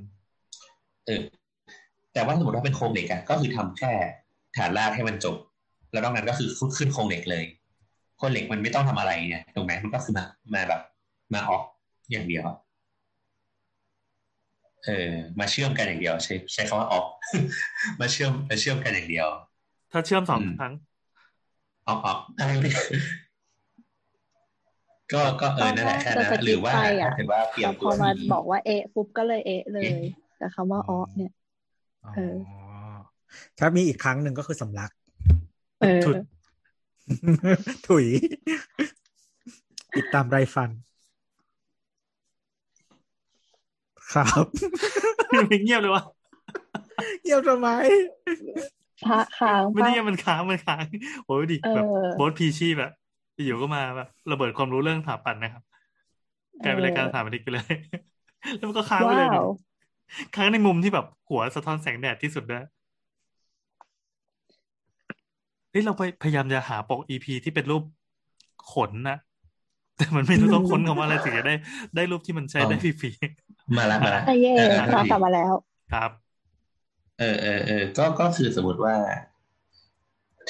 H: เออ แต่ว่าสมมติว่าเป็นโครงเหล็กอ่ะก็คือทำแค่ฐานรากให้มันจบ แล้วนอกนั้นก็คือขึ้นโครงเหล็กเลยโครงเหล็กมันไม่ต้องทำอะไรเนี่ยตรงไหนมันก็คือมามาแบบ มาออกอย่างเดียวอะเออ มาเชื่อมกันอย่างเดียว ใช้ใช้คำว่าออก มาเชื่อมมาเชื่อมกันอย่างเดียว
D: ถ้าเชื่อมสอง
H: อืม
D: ครั้ง
H: ออกออกอะไรไม่ได้ ก็ก็เออนั่นแหละแค่
F: ตอน
H: นั้
F: แรก
H: นหรือว่า
F: จะสะกิดไปอะ
H: ถ้าเกิดว่าเปลี่ย
F: แต่
H: น
F: พ
H: ตั
F: อ
H: ว
F: มา
H: ที
F: บอกว่าเอะปุ๊บก็เลยเอะเลย แต่คำว่าอ้อเนี่ย
C: อ๋อ
F: เออ
C: ถ้ามีอีกครั้งหนึ่งก็คือสำลัก
F: เออ
C: ถุด ถุย ติดตามไรฟัน ครับ
D: มันเงียบเลยวะ
C: เยี่ยมทำไม
F: พระค้าง
D: ไม่
F: ปะ
D: ได้เงียบมันค้างมันค้างโอ้ยดิ
F: เออ
D: แบบโบ๊ทพีชีพแบบอยู่ก็มาแบบระเบิดความรู้เรื่องสถาปัตย์นะครับกลายเป็นรายการสถาปนิกไปเลย แล้วมันก็ค้างไปเลยดิ
F: ว้าว
D: ค้างในมุมที่แบบหัวสะท้อนแสงแดดที่สุดด้วยเฮ้ยเราไปพยายามจะหาปกอีพีที่เป็นรูปขนนะ แต่มันไม่รู้ต้องค้นคำว่าอะไรถึงจะได้ ได้รูปที่มันใช้ได้ฟรี
H: มาละมาละ
F: ไอเย่
H: เออเออ
F: เรากลับมาแล้ว
D: ๆครับ
H: เออเออเออก็ก็คือสมมติว่า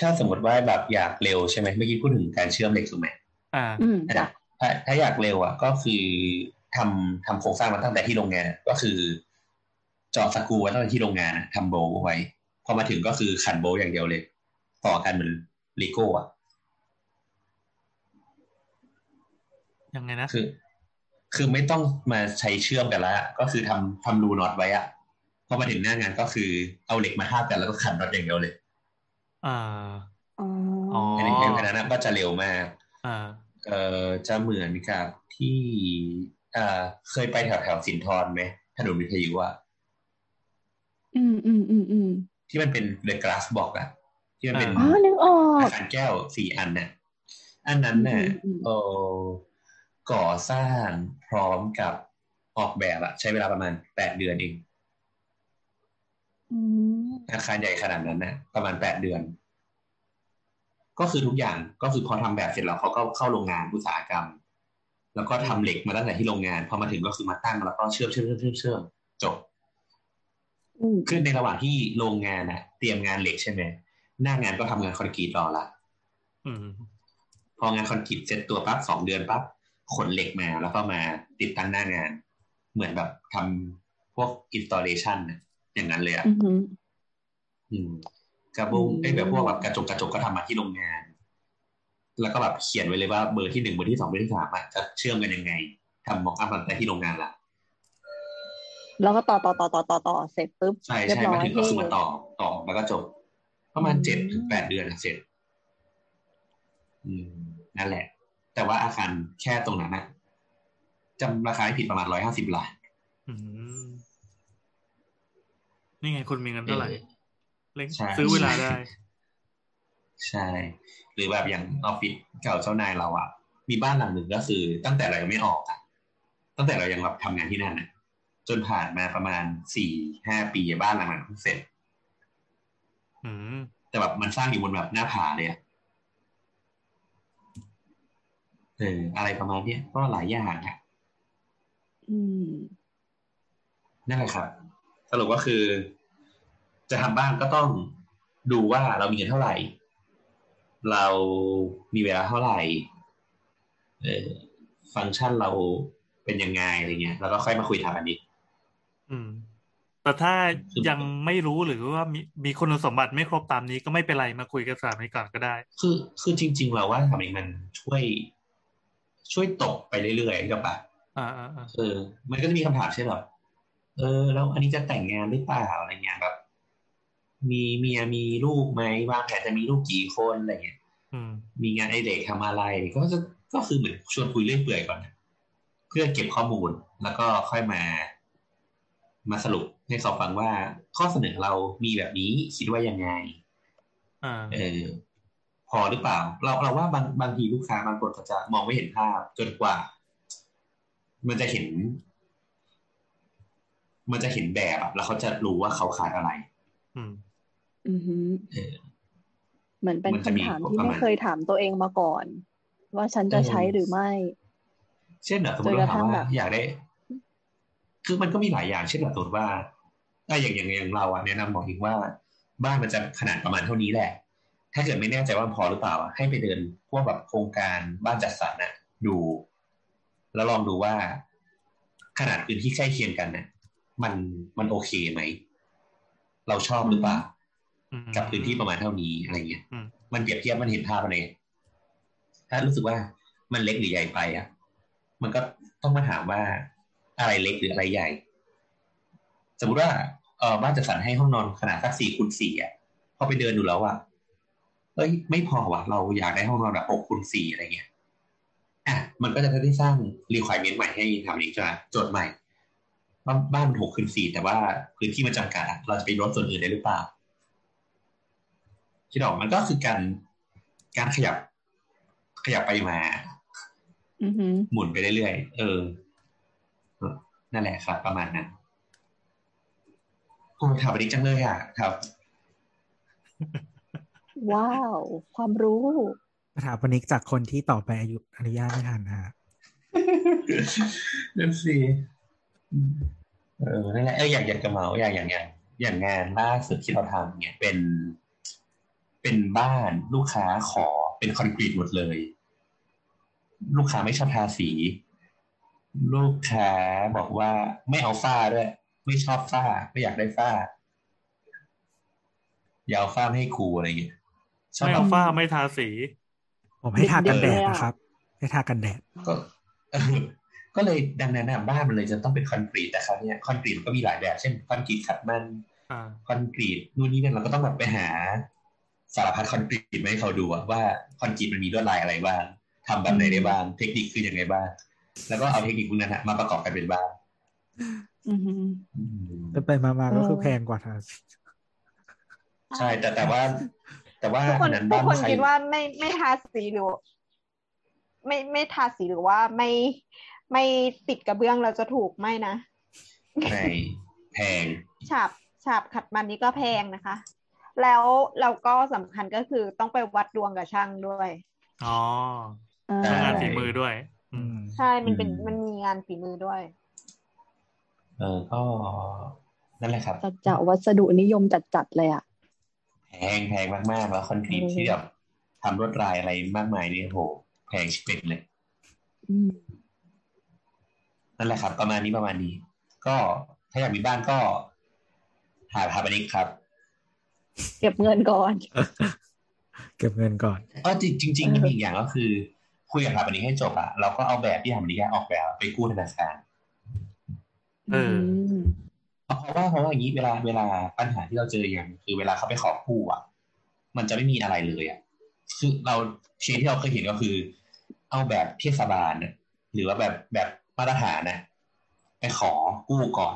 H: ถ้าสมมติว่าแบบอยากเร็วใช่ไหมเมื่อกี้พูดถึงการเชื่อมเหล็กถูกไหม
D: อ่า
F: อืมจ้ะ
H: ถ้าถ้าอยากเร็วอ่ะก็คือทำทำโครงสร้างมาตั้งแต่ที่โรงงานอะก็คือเจาะสกรูไว้ตั้งแต่ที่โรงงานอะทำโบลต์ไว้ พอมาถึงก็คือขันโบลต์อย่างเดียวเลย ต่อกันเหมือนลิโก้อ่ะ
D: ยังไงนะ
H: คือ คือไม่ต้องมาใช้เชื่อมกันแล้วอะก็คือทำทำรูน็อตไว้อะพอมาถึงหน้างานก็คือเอาเหล็กมาทาบกันแล้วก็ขันน็อตอย่างเดียวเลย
D: อ่า
F: อ๋ออ
D: อ๋อ
H: อันนี้เพราะฉะนั้นอะก็จะเร็วมาก
D: อ่า
H: เอ่อจะเหมือนกับที่เอ่อเคยไปแถวแถวสินทรไหมถนนวิทยุอะ
F: อืมอืมอืมอืม
H: ที่มันเป็นเดอะกราสบอกอะที่มันเป็น
F: อ๋อนึกออก
H: อาคารแก้วสี่อันน่ะอันนั้นน่ะ
F: อืมอืม
H: เออก่อสร้างพร้อมกับออกแบบอะใช้เวลาประมาณแปดเดือนเอง
F: อืม
H: อาคารใหญ่ขนาดนั้นนะประมาณแปดเดือน ก็คือทุกอย่างก็คือพอทำแบบเสร็จแล้วเขาก็เข้าโรงงานอุตสาหกรรม แล้วก็ทำเหล็กมาตั้งแต่ที่โรงงานพอมาถึงก็คือมาตั้งแล้วก็เชื่อมเชื่อมเชื่อมเชื่อมเชื่อมจบ
F: อืม
H: ขึ้นในระหว่างที่โรงงานนะเตรียมงานเหล็กใช่ไหมหน้างานก็ทำงานคอนกรีตรอละ
D: อืม
H: พองานคอนกรีตเสร็จตัวปั๊บสองเดือนปั๊บขนเหล็กมาแล้วก็มาติดตั้งหน้างาน เหมือนแบบทำพวกอินสตอเลชันนะอย่างนั้นเลยอะ
F: อือหือ
H: อืมกระบุงไอ้ย
F: อืม
H: แบบพวกแบบกระจกกระจกก็ทำมาที่โรงงาน แล้วก็แบบเขียนไว้เลยว่าเบอร์ที่หนึ่งเบอร์ที่สองเบอร์ที่สามอะจะเชื่อมกันยังไงทำมอกอัพมาแต่ที่โรงงานละ
F: แล้วก็ต่อต่อต่อต่อต่อต่อเสร็จปุ๊บ
H: ใช่
F: เรีย
H: ใช่
F: บร้อ
H: มาย ถึงก็
F: เท่
H: คือมาต่อต่อแล้วก็จบประมาณ
F: อืม
H: เจ็ดถึงแปดเดือนอะเสร็จ อืมนั่นแหละ แต่ว่าอาคารแค่ตรงนั้นนะจำราคาให้ผิดประมาณร้อยห้าสิบล้าน
D: อืม นี่ไงคนมีเงินเท่าไหร่
H: ออ
D: เล็ง
H: ใช่
D: ซื้อเวลาได้
H: ใช่ หรือแบบอย่างออฟฟิศเก่าเจ้านายเราอะมีบ้านหลังหนึ่งก็คือ ตั้งแต่เรายังไม่ออกอะตั้งแต่เรายังรับทำงานที่นั่นอะจนผ่านมาประมาณสี่ห้าปีบ้านหลังนั้นเพิ่งเสร็จ
D: อืม
H: แต่แบบมันสร้างอยู่บนแบบหน้าผาเลยอะเอออะไรประมาณเนี้ยก็หลายอย่างอะ
F: อืม
H: นั่นแหละครับสรุปก็คือ จะทำบ้านก็ต้องดูว่าเรามีเงินเท่าไหร่ เรามีเวลาเท่าไหร่ เออฟังก์ชันเราเป็นยังไงอะไรเงี้ย แล้วก็ค่อยมาคุยทางอันนี้
D: อืม แต่ถ้า
H: คือ
D: ยังไม่รู้หรือว่ามีมีคุณสมบัติไม่ครบตามนี้ก็ไม่เป็นไรมาคุยกับสถามีก่อนก็ได้
H: คือคือจริง ๆ เราว่าทำเองมันช่วย ช่วยตกไปเรื่อยๆกับปะ
D: อ่าอ่าอ่า
H: เออ มันก็จะมีคำถามใช่นแบบเออ แล้วอันนี้จะแต่งงานหรือเปล่าอะไรเงี้ยแบบมีเมียมีลูกไหมวางแผนจะมีลูกกี่คนอะไรเงี้ย
D: อืม
H: มีงานไอเด็กทำอะไรก็จะก็คือเหมือนชวนคุยเรื่อยเปื่อยก่อนนะเพื่อเก็บข้อมูลแล้วก็ค่อยมา มาสรุปใน ให้เขาฟังว่าข้อเสนอเรามีแบบนี้คิดว่ายังไง
D: อ่า
H: เออพอหรือเปล่า เราเราว่าบางบางทีลูกค้าบางคนเขาจะมองไม่เห็นภาพจนกว่า มันจะเห็น มันจะเห็นแบบอะแล้วเขาจะรู้ว่าเขาขาดอะไร
D: อืม
F: อือหือ
H: เออ
F: เหมือนเป็น
H: มันจะมี
F: คำถาม
H: พวก
F: ที่
H: ประ
F: ไม่
H: มาณ
F: เคยถามตัวเองมาก่อน ว่าฉันจะ
H: เออ
F: ใช้หรือไม่
H: เช่นแบบสมม
F: จ
H: ติ
F: นก
H: เรา
F: ระทั่
H: ถาม
F: งแบ
H: ว่า
F: บ
H: อยากได้ คือมันก็มีหลายอย่างเช่นแบบสมมติว่าถ้าอย่างอย่างอย่างเราอะแนะนำบอกเองว่า บ้านมันจะขนาดประมาณเท่านี้แหละ ถ้าเกิดไม่แน่ใจว่าพอหรือเปล่าอะให้ไปเดินพวกแบบโครงการบ้านจัดสรรอะดู แล้วลองดูว่าขนาดพื้นที่ใกล้เคียงกันน่ะ มันมันโอเคไหม เราชอบหรือเปล่า
D: อืม
H: กับพื้นที่ประมาณเท่านี้อะไรเงี้ย
D: อืม
H: มันเปรียบเทียบมันเห็นภาพอะไรถ้ารู้สึกว่ามันเล็กหรือใหญ่ไปอ่ะ มันก็ต้องมาถามว่าอะไรเล็กหรืออะไรใหญ่ สมมุติว่าเออบ้านจัดสรรให้ห้องนอนขนาดสักสี่คูณสี่อ่ะพอไปเดินดูแล้วอ่ะเอ้ยไม่พอว่ะ เราอยากได้ห้องนอนแบบหกคูณสี่อะไรเงี้ยอ่ะมันก็จะได้สร้างรีควอรี่ใหม่ให้ทำนี้จะโจทย์ใหม่ว่าบ้านมันหกคูณสี่แต่ว่าพื้นที่มันจำกัดอะเราจะไปลดส่วนอื่นได้หรือเปล่า คิดออกมันก็คือการการขยับ ขยับไปมา
F: อือหือ
H: หมุนไปเรื่อยๆเออเออ นั่นแหละครับ ประมาณนั้นโอ้ถามไปดีจังเลยอ่ะ ครับ
F: ว้าว ความรู้
C: สถาปนิกจากคนที่ต่อไปอายุอนุญาตไม่ทันนะฮะ
H: นั่นสิเออนั่นแหละเอออย่างอย่างกระเหมาอย่างอย่างอย่างอย่างงานล่าสุดที่เราทำเนี่ยเป็น เป็นบ้านลูกค้าขอเป็นคอนกรีตหมดเลย ลูกค้าไม่ชอบทาสี ลูกค้าบอกว่าไม่เอาฝ้าด้วย ไม่ชอบฝ้า ไม่อยากได้ฝ้าอย่าเอาฝ้ามาให้ครูอะไรอย่างเงี้ยชอบ
D: ไม่
H: เอา
D: เอาฝ้าไม่ทาสี
C: ผมให้ทากันแดด
F: เด็กๆเลยอะ
C: นะครับ ให้ทากันแดด
H: ก็ เออก็เลยดังนั้นน่ะบ้านมันเลยจะต้องเป็นคอนกรีตแต่คราวเนี้ยคอนกรีตมันก็มีหลายแบบเช่นคอนกรีตขัดมัน
D: อ่า
H: คอนกรีตนู่นนี่นั่นเราก็ต้องแบบไปหา สารพัดคอนกรีตมาให้เขาดูอะว่าคอนกรีตมันมีลวดลายอะไรบ้างทำแบบไหนได้บ้างเทคนิคคือยังไงบ้างแล้วก็เอาเทคนิคพวกนั้นน่ะมาประกอบกันเป็นบ้าน
F: อือหือ
H: อืม
C: ไปๆมาๆก็คือ
F: เออ
C: แพงกว่าทาสี
H: ใช่แต่แต่ว่า แต่ว่า
E: ทุกคน
H: อันนั้น
E: ทุ
H: บ้าก น
E: คน
H: ใคร
E: คิดว่าไม่ไม่ทาสีหรือไม่ไม่ทาสีหรือว่าไม่ไม่ติดกระเบื้องเราจะถูกไม่นะ
H: ในแพ ง
E: ฉาบฉาบขัดมันนี่ก็แพงนะคะ แล้วเราก็สำคัญก็คือต้องไปวัดดวงกับช่างด้วย
D: อ๋อ
F: อ่า
D: ทำงานฝีมือด้วย อื
C: อื
D: ม
C: ม
E: ใช่มันเป็นมันมีงานฝีมือด้วย
H: เออก็นั่นแหละครับ
F: จะจะวัสดุนิยมจัดๆเลยอ่ะ
H: แพงแพงมากๆแล้วคอนกรีต
F: อืม
H: ที่แบบทำลวดลายอะไรมากมายเนี่ยโห แพงชิบเป็นเลย
F: อืม
H: นั่นแหละครับ ประมาณนี้ประมาณนี้ ก็ถ้าอยากมีบ้านก็ หาทาบันิกครับ
F: เก็บเงินก่อน
C: เก็บเงินก่อน
H: เออจริงจริงๆมันมีอีกอย่างก็คือ คุยกับทาบันิกให้จบอะเราก็เอาแบบที่ทาบันิกออกแบบไปกู้ธนาคาร
D: เออ
F: ม
H: เพราะว่าเพราะว่าอย่างนี้เวลาเวลาปัญหาที่เราเจออย่างคือเวลาเขาไปขอกู้อ่ะ มันจะไม่มีอะไรเลยอ่ะคือเราเคสที่เราเคยเห็นก็คือ เอาแบบเทศบาลน่ะหรือว่าแบบแบบมาตรฐานนะไปขอกู้ก่อน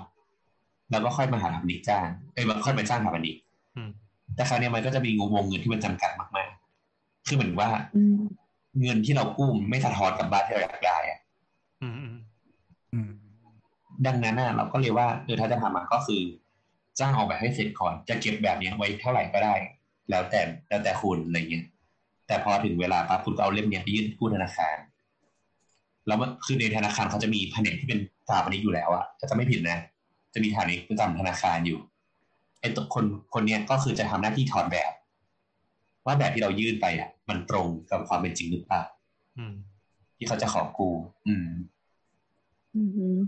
H: แล้วก็ค่อยมาหาทำนิจ้างเอ้ยมันค่อยมาจ้างทำนิ
D: อืม
H: แต่คราวเนี้ยมันก็จะมีวงเงินที่มันจำกัดมากๆ คือเหมือนว่า
F: อืม
H: เงินที่เรากู้มันไม่สะท้อนกับบ้านที่เราอยากได้อะ
D: อืมอืม
C: อืม
H: ดังนั้นน่ะเราก็เลยว่าเออถ้าจะทำอ่ะก็คือ จ้างออกแบบให้เสร็จก่อน จะเก็บแบบเนี้ยไว้เท่าไหร่ก็ได้ แล้วแต่แล้วแต่คุณอะไรเงี้ยแต่พอถึงเวลาปั๊บคุณก็เอาเล่มเนี้ยไปยื่นกู้ธนาคาร แล้วมันคือในธนาคารเขาจะมีแผนกที่เป็นสถาปนิกอยู่แล้วอะถ้าจะไม่ผิดนะ จะมีฐานิกประจำธนาคารอยู่ไอ้ตัวคนคนเนี้ยก็คือจะทำหน้าที่ถอดแบบ ว่าแบบที่เรายื่นไปอ่ะ มันตรงกับความเป็นจริงหรือเปล่า
D: อืม
H: ที่เขาจะขอกู้อืม
F: อืม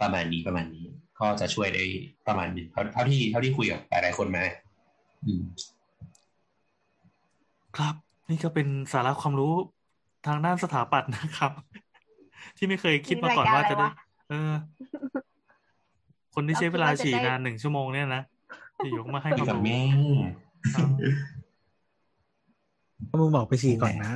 H: ประมาณนี้ประมาณนี้ ก็จะช่วยได้ประมาณหนึงเท่าเท่าที่เท่าที่คุยกับหลายๆคนมาอืม
D: ครับ นี่ก็เป็นสาระความรู้ทางด้านสถาปัตย์นะครับ ที่ไม่เคยคิดมาก่อนว่าจะได้
E: มีรายการอะไรวะ
D: เออ คนที่ใช้เวลาฉี่นานหนึ่งชั่วโมงเนี่ยนะจะยกมาให้
H: คุยว
D: คาม
H: กับ
D: รู้
H: แม่
D: อ่า
C: มึงบอกไปฉี่ก่อนนะ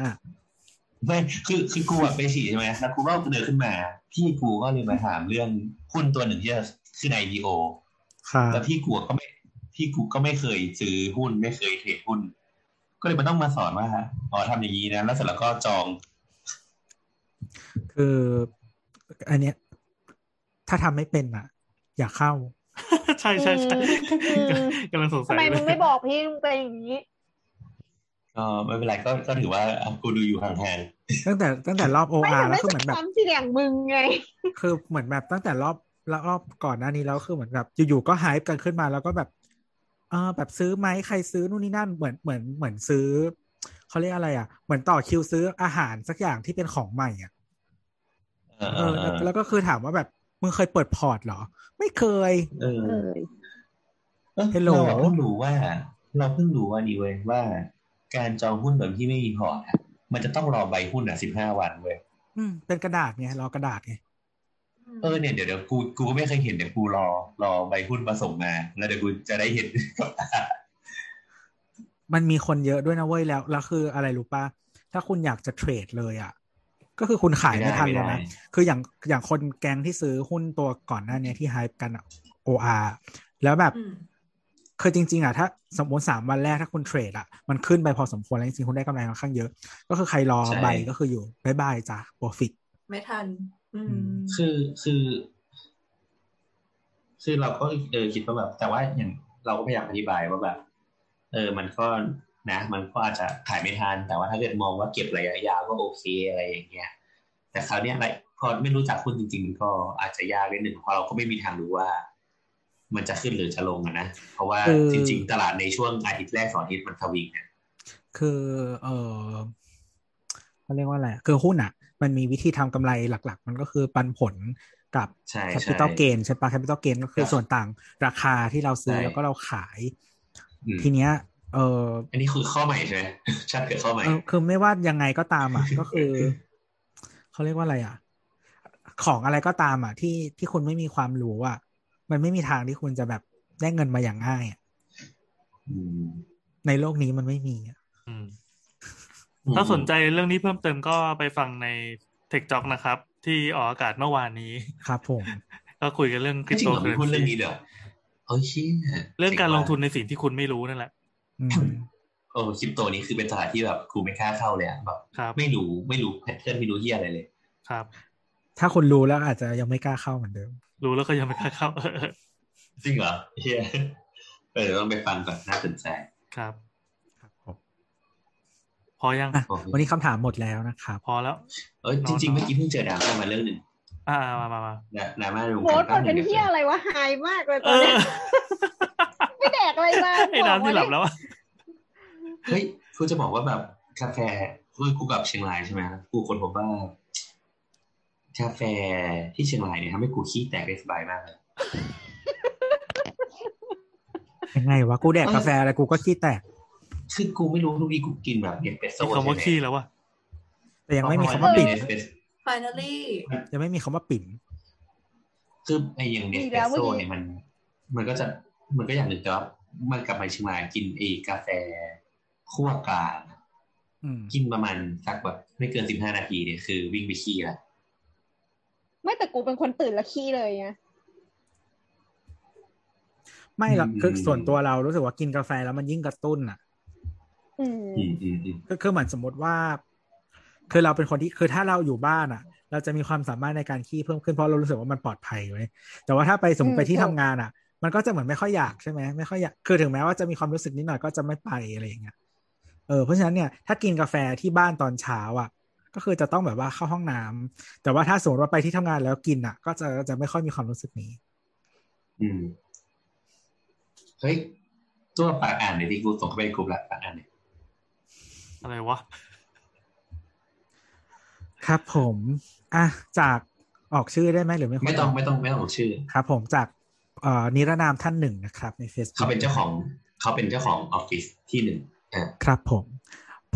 H: ไม่คือคือกูอะไปฉี่ใช่ไหมแล้วกูก็เดินขึ้นมา พี่กูก็เลยมาถามเรื่องหุ้นตัวหนึ่งที่จะขึ้น IPO
C: ค่ะ
H: แล้วพี่กัวก็ไม่พี่กูก็ไม่เคยซื้อหุ้นไม่เคยเทรดหุ้น ก็เลยมันต้องมาสอนว่าอ๋อทำอย่างนี้นะ แล้วเสร็จแล้วก็จอง
C: คือ อันเนี้ย ถ้าทำไม่เป็นอ่ะ อย่าเข้า
D: ใช่ใช่ใช่
E: อืม
D: กำลังสงสั
E: ทำ
D: ย
E: ไมมึงไม่
D: เลย
E: บอกพี่มึงเป็นอย่างนี้
H: ก็ไม่เป็นไรก็ก็ถือว่าอ่ะกูดูอยู่ห่าง
C: ตั้งแต่ตั้งแต่รอบโอ
E: ไม่
C: อาร์
E: แต่
C: แล้
E: ไม่
C: วคือเหมือนแบบ
E: ทำเสียงมึงไง
C: คือเหมือนแบบตั้งแต่รอบแล้วรอบก่อนหน้านี้แล้วคือเหมือนแบบอยู่ๆก็หายกันขึ้นมาแล้วก็แบบเออแบบซื้อไหมใครซื้อนู่นนี่นั่นเหมือนเหมือนเหมือนซื้อเขาเรียกอะไรอ่ะ เหมือนต่อคิวซื้ออาหารสักอย่างที่เป็นของใหม่อ่ะ
H: ๆเออ
C: เออแล้วแล้วก็คือถามว่าแบบมึงเคยเปิดพอร์ตเหรอ ไม่เคย
H: เออ
F: เออ
H: เออ
C: Hello
H: เราอะเพิ่งรู้ว่า เราเพิ่งรู้ว่านี่เว้ยว่า การจองหุ้นแบบที่ไม่มีพอร์ตอะมันจะต้องรอใบหุ้นอ่ะสิบห้าวันเว้ย
C: อืมเป็นกระดาษไงรอกระดาษไง
H: เออเนี่ยเดี๋ยวเดี๋ยวกูกูก็ไม่เคยเห็นเดี๋ยวกูรอรอใบหุ้นมาส่งมา แล้วเดี๋ยวกูจะได้เห็น กับตา
C: มันมีคนเยอะด้วยนะเว้ยแล้วแล้วคืออะไรรู้ปะถ้าคุณอยากจะเทรดเลยอ่ะ ก็คือคุณขายไม่ทันแล้วนะ คืออย่างอย่างคนแก๊งที่ซื้อหุ้นตัวก่อนหน้าเนี้ยที่ไฮป์กันโออาแล้วแบบ
I: อืม
C: คือจริง ๆอ่ะถ้าสมมติสามวันแรกถ้าคุณเทรดอ่ะมันขึ้นไปพอสมควรแล้วจริงๆคุณได้กำไรค่อนข้างเยอะ ก็คือใครรอใบก็คืออยู่บายบายจ้ะโปรฟิต
I: ไม่ทัน อื
C: อื
I: ม
H: คือคือ คือเราก็เออคิดว่าแบบแต่ว่าอย่างเราก็พยายามอธิบายว่าแบบ เออ มันก็นะ มันก็อาจจะขายไม่ทันแต่ว่าถ้าเกิดมองว่าเก็บระยะยาวก็โอเคอะไรอย่างเงี้ย แต่คราวเนี้ยอะไรพอไม่รู้จักหุ้นจริง ๆ ก็อาจจะยากนิดหนึ่งเพราะเราก็ไม่มีทางรู้ว่า มันจะขึ้นหรือจะลงอะนะเพราะว่า
C: เออ
H: จริง ๆ ตลาดในช่วงอาทิตย์แรกสองอาทิตย์มันทวิงเนี่ย
C: คือเออเขาเรียกว่าอะไรอะคือหุ้นอ่ะ มันมีวิธีทำกำไรหลัก ๆ มันก็คือปันผลกับ
H: ใช่
C: แคปิ
H: ใช่
C: ตอลเกนใช่ปะแคปิตอลเกนก็คือ
H: ครับ
C: ส่วนต่างราคาที่เราซื้อ
H: ใช่
C: แล้วก็เราขาย
H: อืม
C: ทีเนี้ยเออ
H: อันนี้คือข้อใหม่ใช่ไหมชัดเกิดข้อใหม่
C: เออคือไม่ว่ายังไงก็ตามอ่ะ ก็คือเขาเรียกว่าอะไรอ่ะ ของอะไรก็ตามอ่ะ ที่ที่คุณไม่มีความรู้อ่ะ มันไม่มีทางที่คุณจะแบบได้เงินมาอย่างง่ายอะ
H: อืม
C: ในโลกนี้มันไม่มีอะ
D: อืม ถ้าสนใจเรื่องนี้เพิ่มเติมก็ไปฟังใน Tech Talk นะครับ ที่ออกอากาศเมื่อวานนี้
C: ครับผม
D: ก็คุยกันเรื่อง
H: จริงเหรอ
D: cryptocurrency
H: มีหุ้นเรื่องนี้เด้อเอ้ยเชี่ย
D: เรื่องการลงทุนในสิ่งที่คุณไม่รู้นั่นแหละ
C: อืม
H: โอ้คริปโตนี้คือเป็นตลาดที่แบบกูไม่กล้าเข้าเลยอะแบบ
D: ครับ
H: ไม่รู้ไม่รู้แพทเทิร์นไม่รู้เฮียอะไรเลย
D: ครับ
C: ถ้าคุณรู้แล้วอาจจะยังไม่กล้าเข้าเหมือนเดิม
D: รู้แล้วก็ยังไม่กล้าเข้า เออ
H: จริงเหรอเฮียเออต้องไปฟังก่อนน่าสนใจ
D: ครับ
C: ครับผม
D: พอยัง
C: อ่ะวันนี้คำถามหมดแล้วนะครับ
D: พอแล้ว
H: เออจริงๆเมื่อกี้เพิ่งเจอดราม่ามาเรื่องหนึ่ง
D: อ่ามามามา
H: ดราดราม่าในวง
E: โพ
H: กา
E: ส
H: ร
E: ต์มันเป็นเที่ยอะไรวะหายมากเลยต
D: เอ
E: อ
D: อ
E: นเนี้ยไม่แดกอะไรมา
D: ไอ้น้ำที่หลับแล้วอะ
H: เฮ้ยกูจะบอกว่าแบบกาแฟกูกูกลับเชียงรายใช่ไหมกูคนพบว่ากาแฟที่เชียงรายเนี่ยทำให้กูขี้แตกได้สบายมากเลย
C: ยังไงวะกูแดกกาแฟอะไรกูก็ขี้แตก
H: คือกูไม่รู้ทุกทีกูกินแบบเย็นเป็ดโซ่
D: มีคำว่า
H: ใช่
D: ขี้
H: ไหม
D: แล้วอะ
C: แต่ยังไม่มีคำว่าปิ่น
H: เย็นเปสโซ่
I: finally
C: ยังไม่มีคำว่าปิ่น
H: คือไอ้อย่างเนสเปรสโซ่เนี่ยมัน มันก็จะมันก็อย่างหนึ่งแต่ว่ามันกลับมาเชียงรายกินไอ้กาแฟคั่วกลางอะ
C: อืม
H: กินประมาณสักแบบไม่เกินสิบห้านาทีเนี่ยคือวิ่งไปขี้ละ
E: ไม่แต่กูเป็นคนตื่นและขี้เลยไง
C: ไม่หรอกคือส่วนตัวเรารู้สึกว่ากินกาแฟแล้วมันยิ่งกระตุ้นอ่ะ
E: อืม
H: อืมอืมอืม
C: ก็คือเหมือนสมมติว่า คือเราเป็นคนที่คือถ้าเราอยู่บ้านอ่ะ เราจะมีความสามารถในการขี้เพิ่มขึ้นเพราะเรารู้สึกว่ามันปลอดภัยไว้ยแต่ว่าถ้าไปสมมติไปที่ทำงานอ่ะ มันก็จะเหมือนไม่ค่อยอยากใช่ไหมไม่ค่อยอยากคือถึงแม้ว่าจะมีความรู้สึกนิดหน่อยก็จะไม่ไปอะไรอย่างเงี้ยเออเพราะฉะนั้นเนี่ยถ้ากินกาแฟที่บ้านตอนเช้าอ่ะ ก็คือจะต้องแบบว่าเข้าห้องน้ำแต่ว่าถ้าสมมติว่าไปที่ทำงานแล้วกินอ่ะ ก็จะจะไม่ค่อยมีความรู้สึกนี้
H: อืมเฮ้ยตัวปากอ่านเนี่อยที่กูส่งเข้าไปในกลุ่มละปากอ่านเนี่ย
D: อะไรวะ
C: ครับผมอ่ะจากออกชื่อได้ไหมหรือไม่ควร
H: ไม่ต้อง
C: ก
H: ไม่ต้องไม่ต้องบอกชื่อ
C: ครับผมจากเอ่อนิรนามท่านหนึ่งนะครับ ใน Facebook
H: เขาเป็นเจ้าของเขาเป็นเจ้าของออฟฟิศที่หนึ่งอ่า
C: ครับผม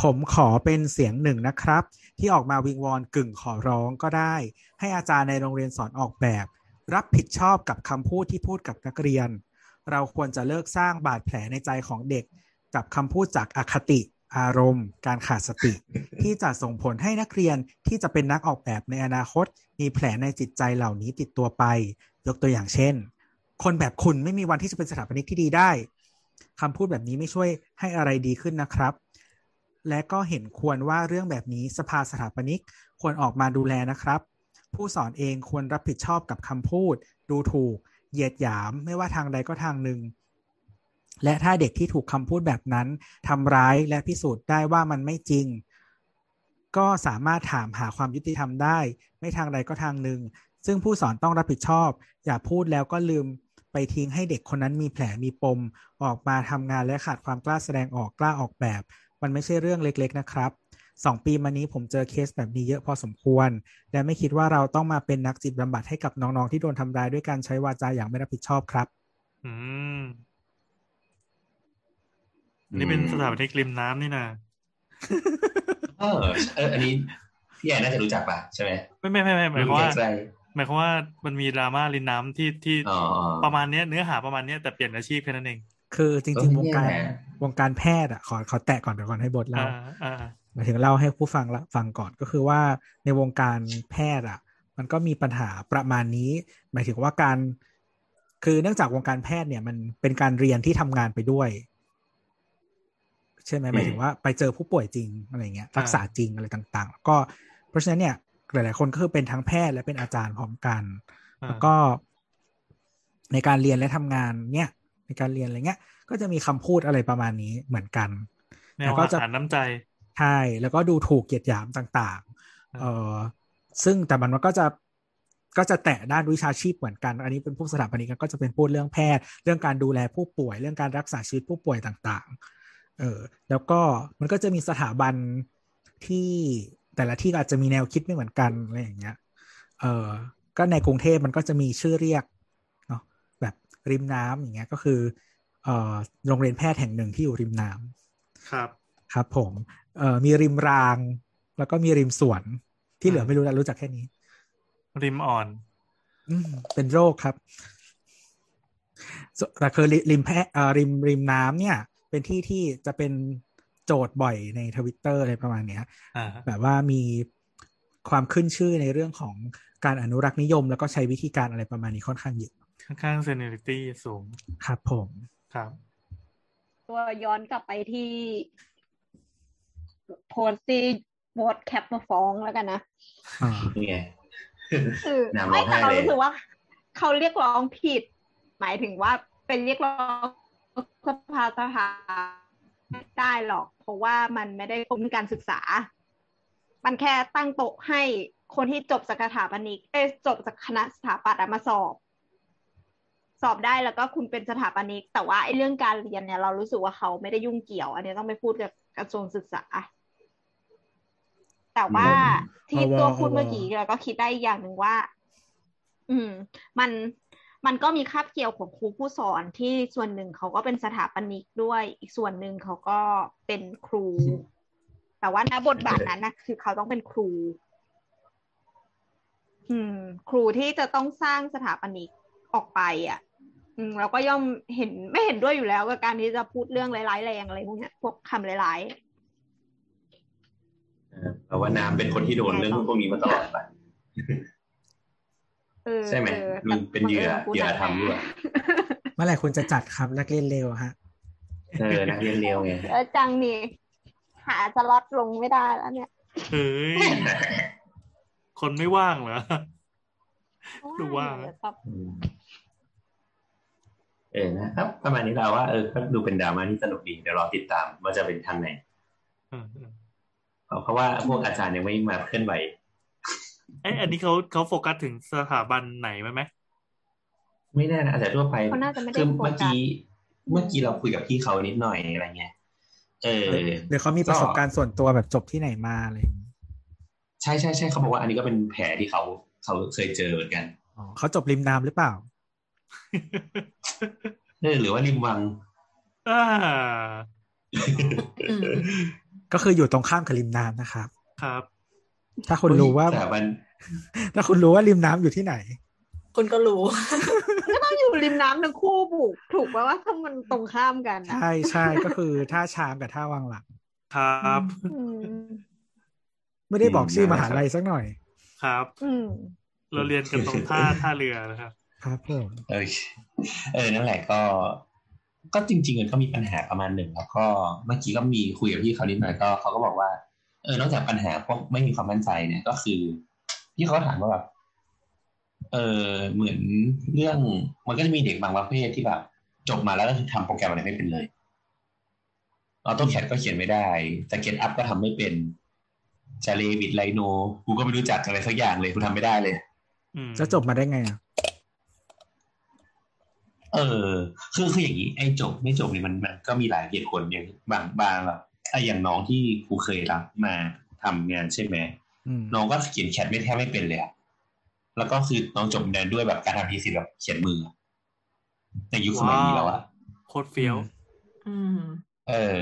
C: ผมขอเป็นเสียงหนึ่งนะครับ ที่ออกมาวิงวอนกึ่งขอร้องก็ได้ ให้อาจารย์ในโรงเรียนสอนออกแบบ รับผิดชอบกับคำพูดที่พูดกับนักเรียน เราควรจะเลิกสร้างบาดแผลในใจของเด็ก กับคำพูดจากอคติ อารมณ์ การขาดสติ ที่จะส่งผลให้นักเรียนที่จะเป็นนักออกแบบในอนาคต มีแผลในจิตใจเหล่านี้ติดตัวไป ยกตัวอย่างเช่น คนแบบคุณไม่มีวันที่จะเป็นสถาปนิกที่ดีได้คำพูดแบบนี้ไม่ช่วยให้อะไรดีขึ้นนะครับ และก็เห็นควรว่าเรื่องแบบนี้สภาสถาปนิกควรออกมาดูแลนะครับ ผู้สอนเองควรรับผิดชอบกับคำพูด ดูถูก เหยียดหยามไม่ว่าทางใดก็ทางหนึ่ง และถ้าเด็กที่ถูกคำพูดแบบนั้นทำร้ายและพิสูจน์ได้ว่ามันไม่จริง ก็สามารถถามหาความยุติธรรมได้ ไม่ทางใดก็ทางหนึ่ง ซึ่งผู้สอนต้องรับผิดชอบ อย่าพูดแล้วก็ลืมไปทิ้งให้เด็กคนนั้นมีแผลมีปม ออกมาทำงานและขาดความกล้าแสดงออกกล้าออกแบบ มันไม่ใช่เรื่องเล็กๆนะครับสองปีมานี้ผมเจอเคสแบบนี้เยอะพอสมควร และไม่คิดว่าเราต้องมาเป็นนักจิตบำบัดให้กับน้องๆที่โดนทำร้ายด้วยการใช้วาจาอย่างไม่รับผิดชอบครับ
D: อืมอันนี่เป็นสถาปนิกริมน้ำนี่นะ
H: เออเอออันนี้พี่แอนน่าจะรู้จักป่ะใช่ไหม
D: ไม่ไม่ไม่ไม่หมายความ
H: รู้
D: ว่า
H: จักใช่
D: หมายความว่ามันมีดราม่าริมน้ำที่ที่
H: อ๋อ
D: ประมาณเนี้ยเนื้อหาประมาณเนี้ยแต่เปลี่ยนอาชีพแค่นั้นเอง
C: คือจริง
H: เอ
C: ๆ
H: อ
C: วงการ
H: เนี่ยนะ
C: วงการแพทย์อ่ะขอขอแตะก่อนเดี๋ยวก่อนให้บทเล่า
D: อ่าอ่า
C: หมายถึงเล่าให้ผู้ฟังละฟังก่อนก็คือว่าในวงการแพทย์อ่ะ มันก็มีปัญหาประมาณนี้ หมายถึงว่าการ คือเนื่องจากวงการแพทย์เนี่ย มันเป็นการเรียนที่ทำงานไปด้วย ใช่ไหม
H: อืม
C: หมายถึงว่าไปเจอผู้ป่วยจริงอะไรเงี้ย
D: อ่ารั
C: รักษาจริงอะไรต่างๆ แล้วก็เพราะฉะนั้นเนี่ย หลายๆ คนก็คือเป็นทั้งแพทย์และเป็นอาจารย์พร้อมกัน
D: อ่า
C: แล้วก็ในการเรียนและทำงานเนี่ยในการเรียนอะไรเงี้ย ก็จะมีคำพูดอะไรประมาณนี้เหมือนกัน
D: แน
C: แล้ว วก็จะ
D: หาน้ำใจ
C: ใช่แล้วก็ดูถูกเหยียดหยามต่างๆ เออซึ่งแต่มันก็จะก็จะแตะด้านวิชาชีพเหมือนกัน อันนี้เป็นพวกสถาปนิกก็จะเป็นพูดเรื่องแพทย์ เรื่องการดูแลผู้ป่วย เรื่องการรักษาชีวิตผู้ป่วยต่างๆ เออแล้วก็มันก็จะมีสถาบันที่แต่ละที่ก็อาจจะมีแนวคิดไม่เหมือนกันอะไรอย่างเงี้ย เออก็ในกรุงเทพมันก็จะมีชื่อเรียกเนาะแบบริมน้ำอย่างเงี้ยก็คือเออโรงเรียนแพทย์แห่งหนึ่งที่อยู่ริมน้ำ
D: ครับ
C: ครับผมเอ่อมีริมราง แล้วก็มีริมสวน ที่เหลือ
D: ม
C: ไม่รู้แล้วรู้จักแค่นี้
D: ริมอ่อน
C: อืมเป็นโรคครับส่วนแต่คือริริมแพะเอ่อริมริมน้ำเนี่ย เป็นที่ที่จะเป็นโจทย์บ่อยในทวิตเตอร์อะไรประมาณเนี้ย
D: อ่า
C: แบบว่ามีความขึ้นชื่อในเรื่องของการอนุรักษ์นิยม แล้วก็ใช้วิธีการอะไรประมาณนี้ค่อนข้างเยอะ
D: ค่อนข้างเซนิลิตี้สูง
C: ครับผม
D: ครับ
E: ตัวย้อนกลับไปที่โพสต์ที่โบสแคปมาฟ้องแล้วกันนะ
C: อ่า
H: นี่ไง
E: คือ
H: น้ำร้
E: ไม่
H: องไห้
E: แต่เรา
H: เลย
E: รู้สึกว่า เขาเรียกร้องผิด หมายถึงว่าเป็นเรียกร้องสภาสภาไม่ได้หรอก เพราะว่ามันไม่ได้คุ้มการศึกษา มันแค่ตั้งโต๊ะให้คนที่จบจากสถาปนิกเอยจบจากคณะสถาปัตย์อะมาสอบ สอบได้แล้วก็คุณเป็นสถาปนิก แต่ว่าไอ้เรื่องการเรียนเนี่ย เรารู้สึกว่าเขาไม่ได้ยุ่งเกี่ยว อันนี้ต้องไปพูดกับกระทรวงศึกษา แต่ว่า
H: อืม
E: ที่
C: เอาวะ
E: ตัวพูด
C: เอาวะ
E: เมื่อกี้เราก็คิดได้อีกอย่างหนึ่งว่า อืม มันมันก็มีคาบเกี่ยวของครูผู้สอนที่ส่วนหนึ่งเขาก็เป็นสถาปนิกด้วย อีกส่วนหนึ่งเขาก็เป็นครู แต่ว่าณบทบาทนั้นนะคือเขาต้องเป็นครู อืม ครูที่จะต้องสร้างสถาปนิกออกไปอ่ะ อืมเราก็ย่อมเห็นไม่เห็นด้วยอยู่แล้วกับการที่จะพูดเรื่องร้ายๆแรงอะไรพวกเนี้ยพวกคำร้าย
H: เออแปลว่าน้ำเป็นคนที่โดนเรื่องพวกนี้มาตลอดไป
E: ๆเออ
H: ใช่ไหม
E: เออ
H: ลุงเป็นเหยื่อ
E: บังญ
H: เหยื่อทำด้วย
C: เมื่อไหร่คุณจะจัดครับนักเรียนเลวฮะ
H: เออนักเรียนเร็วไง
E: เออจังนี่หาสล็อตลงไม่ได้แล้วเนี่ย
D: เฮ้ย คนไม่ว่างเหรอ ดูว่า
H: เออนะครับ ประมาณนี้เราว่าเออก็ดูเป็นดราม่าที่สนุกดีเดี๋ยวรอติดตามว่าจะเป็นทางไหน
D: เออเออ
H: เพราะเพราะว่าพวกอาจารย์ยังไม่มาเคลื่อนไหว
D: เอยอันนี้เขาเขาโฟกัสถึงสถาบันไหนไหมไหม
H: ไม่แน่นะอาจจะทั่วไป
E: เขาน่าจะไม่ได้
H: คือ
E: โฟกัส
H: เมื่อกี้ เมื่อกี้เราคุยกับพี่เขานิดหน่อยอะไรเงี้ยเออ
C: หรือเขามีประสบการณ์ส่วนตัวแบบจบที่ไหนมาอะไรอย่างงี้
H: ใช่ใช่ใช่เขาบอกว่าอันนี้ก็เป็นแผลที่เขาเขาเคยเจอเหมือนกัน
C: อ๋อเขาจบริมน้ำหรือเปล่า
H: เออหรือว่าริมวัง
D: อ่า
I: อืม
C: ก็คืออยู่ตรงข้ามกับริมน้ำนะครับ
D: ครับ
C: ถ้าคุณรู้ว่า
H: แต่มัน
C: ถ้าคุณรู้ว่าริมน้ำอยู่ที่ไหน
I: คุณก็รู้
E: ต้องอยู่ริมน้ำทั้งคู่บุกถูกไหมว่าถ้ามันตรงข้ามกันนะ
C: ใช่ ใช่ก็คือท่าช้างกับท่าวังหลัง
D: ครับ
E: อืม
C: ไม่ได้บอกชื่อ
H: ริม
C: ม
H: น้ำ
C: หาลัยสักหน่อย
D: ครับ
E: อืม
D: เราเรียนกันตรงท่าท่าเรือนะครับ
C: ครับผม
H: เออเออนั่นแหละก็ ก็จริงๆมันก็มีปัญหาประมาณหนึ่งแล้วก็เมื่อกี้ก็มีคุยกับพี่เขานิดหน่อยก็เขาก็บอกว่า เออนอกจากปัญหาพวกไม่มีความมั่นใจเนี่ยก็คือพี่เขาถามว่าแบบเออเหมือนเรื่องมันก็จะมีเด็กบางประเภทที่แบบจบมาแล้วก็คือทำโปรแกรมอะไรไม่เป็นเลยออโต้แคดก็เขียนไม่ได้สเก็ตอัพก็ทำไม่เป็นจะเลวิดไลโนกูก็ไม่รู้จักอะไรสักอย่างเลยกูทำไม่ได้เลย
D: อืม
C: จะจบมาได้ไงอ่ะ
H: เออคือคืออย่างนี้ไอ้จบไม่จบเนี่ยมันมันก็มีหลายเหตุผลอย่างบางบางแบบไอ้อย่างน้องที่ครูเคยรับมาทำงานใช่ไหม
C: อืม
H: น้องก็เขียนแคทไม่แทบไม่เป็นเลยอะแล้วก็คือน้องจบเรียนด้วยแบบการทำทีสิแบบเขียนมืออะในยุคสมัยนี้แล้วอะ
D: โคตรเฟี้ยว
I: อืม
H: เออ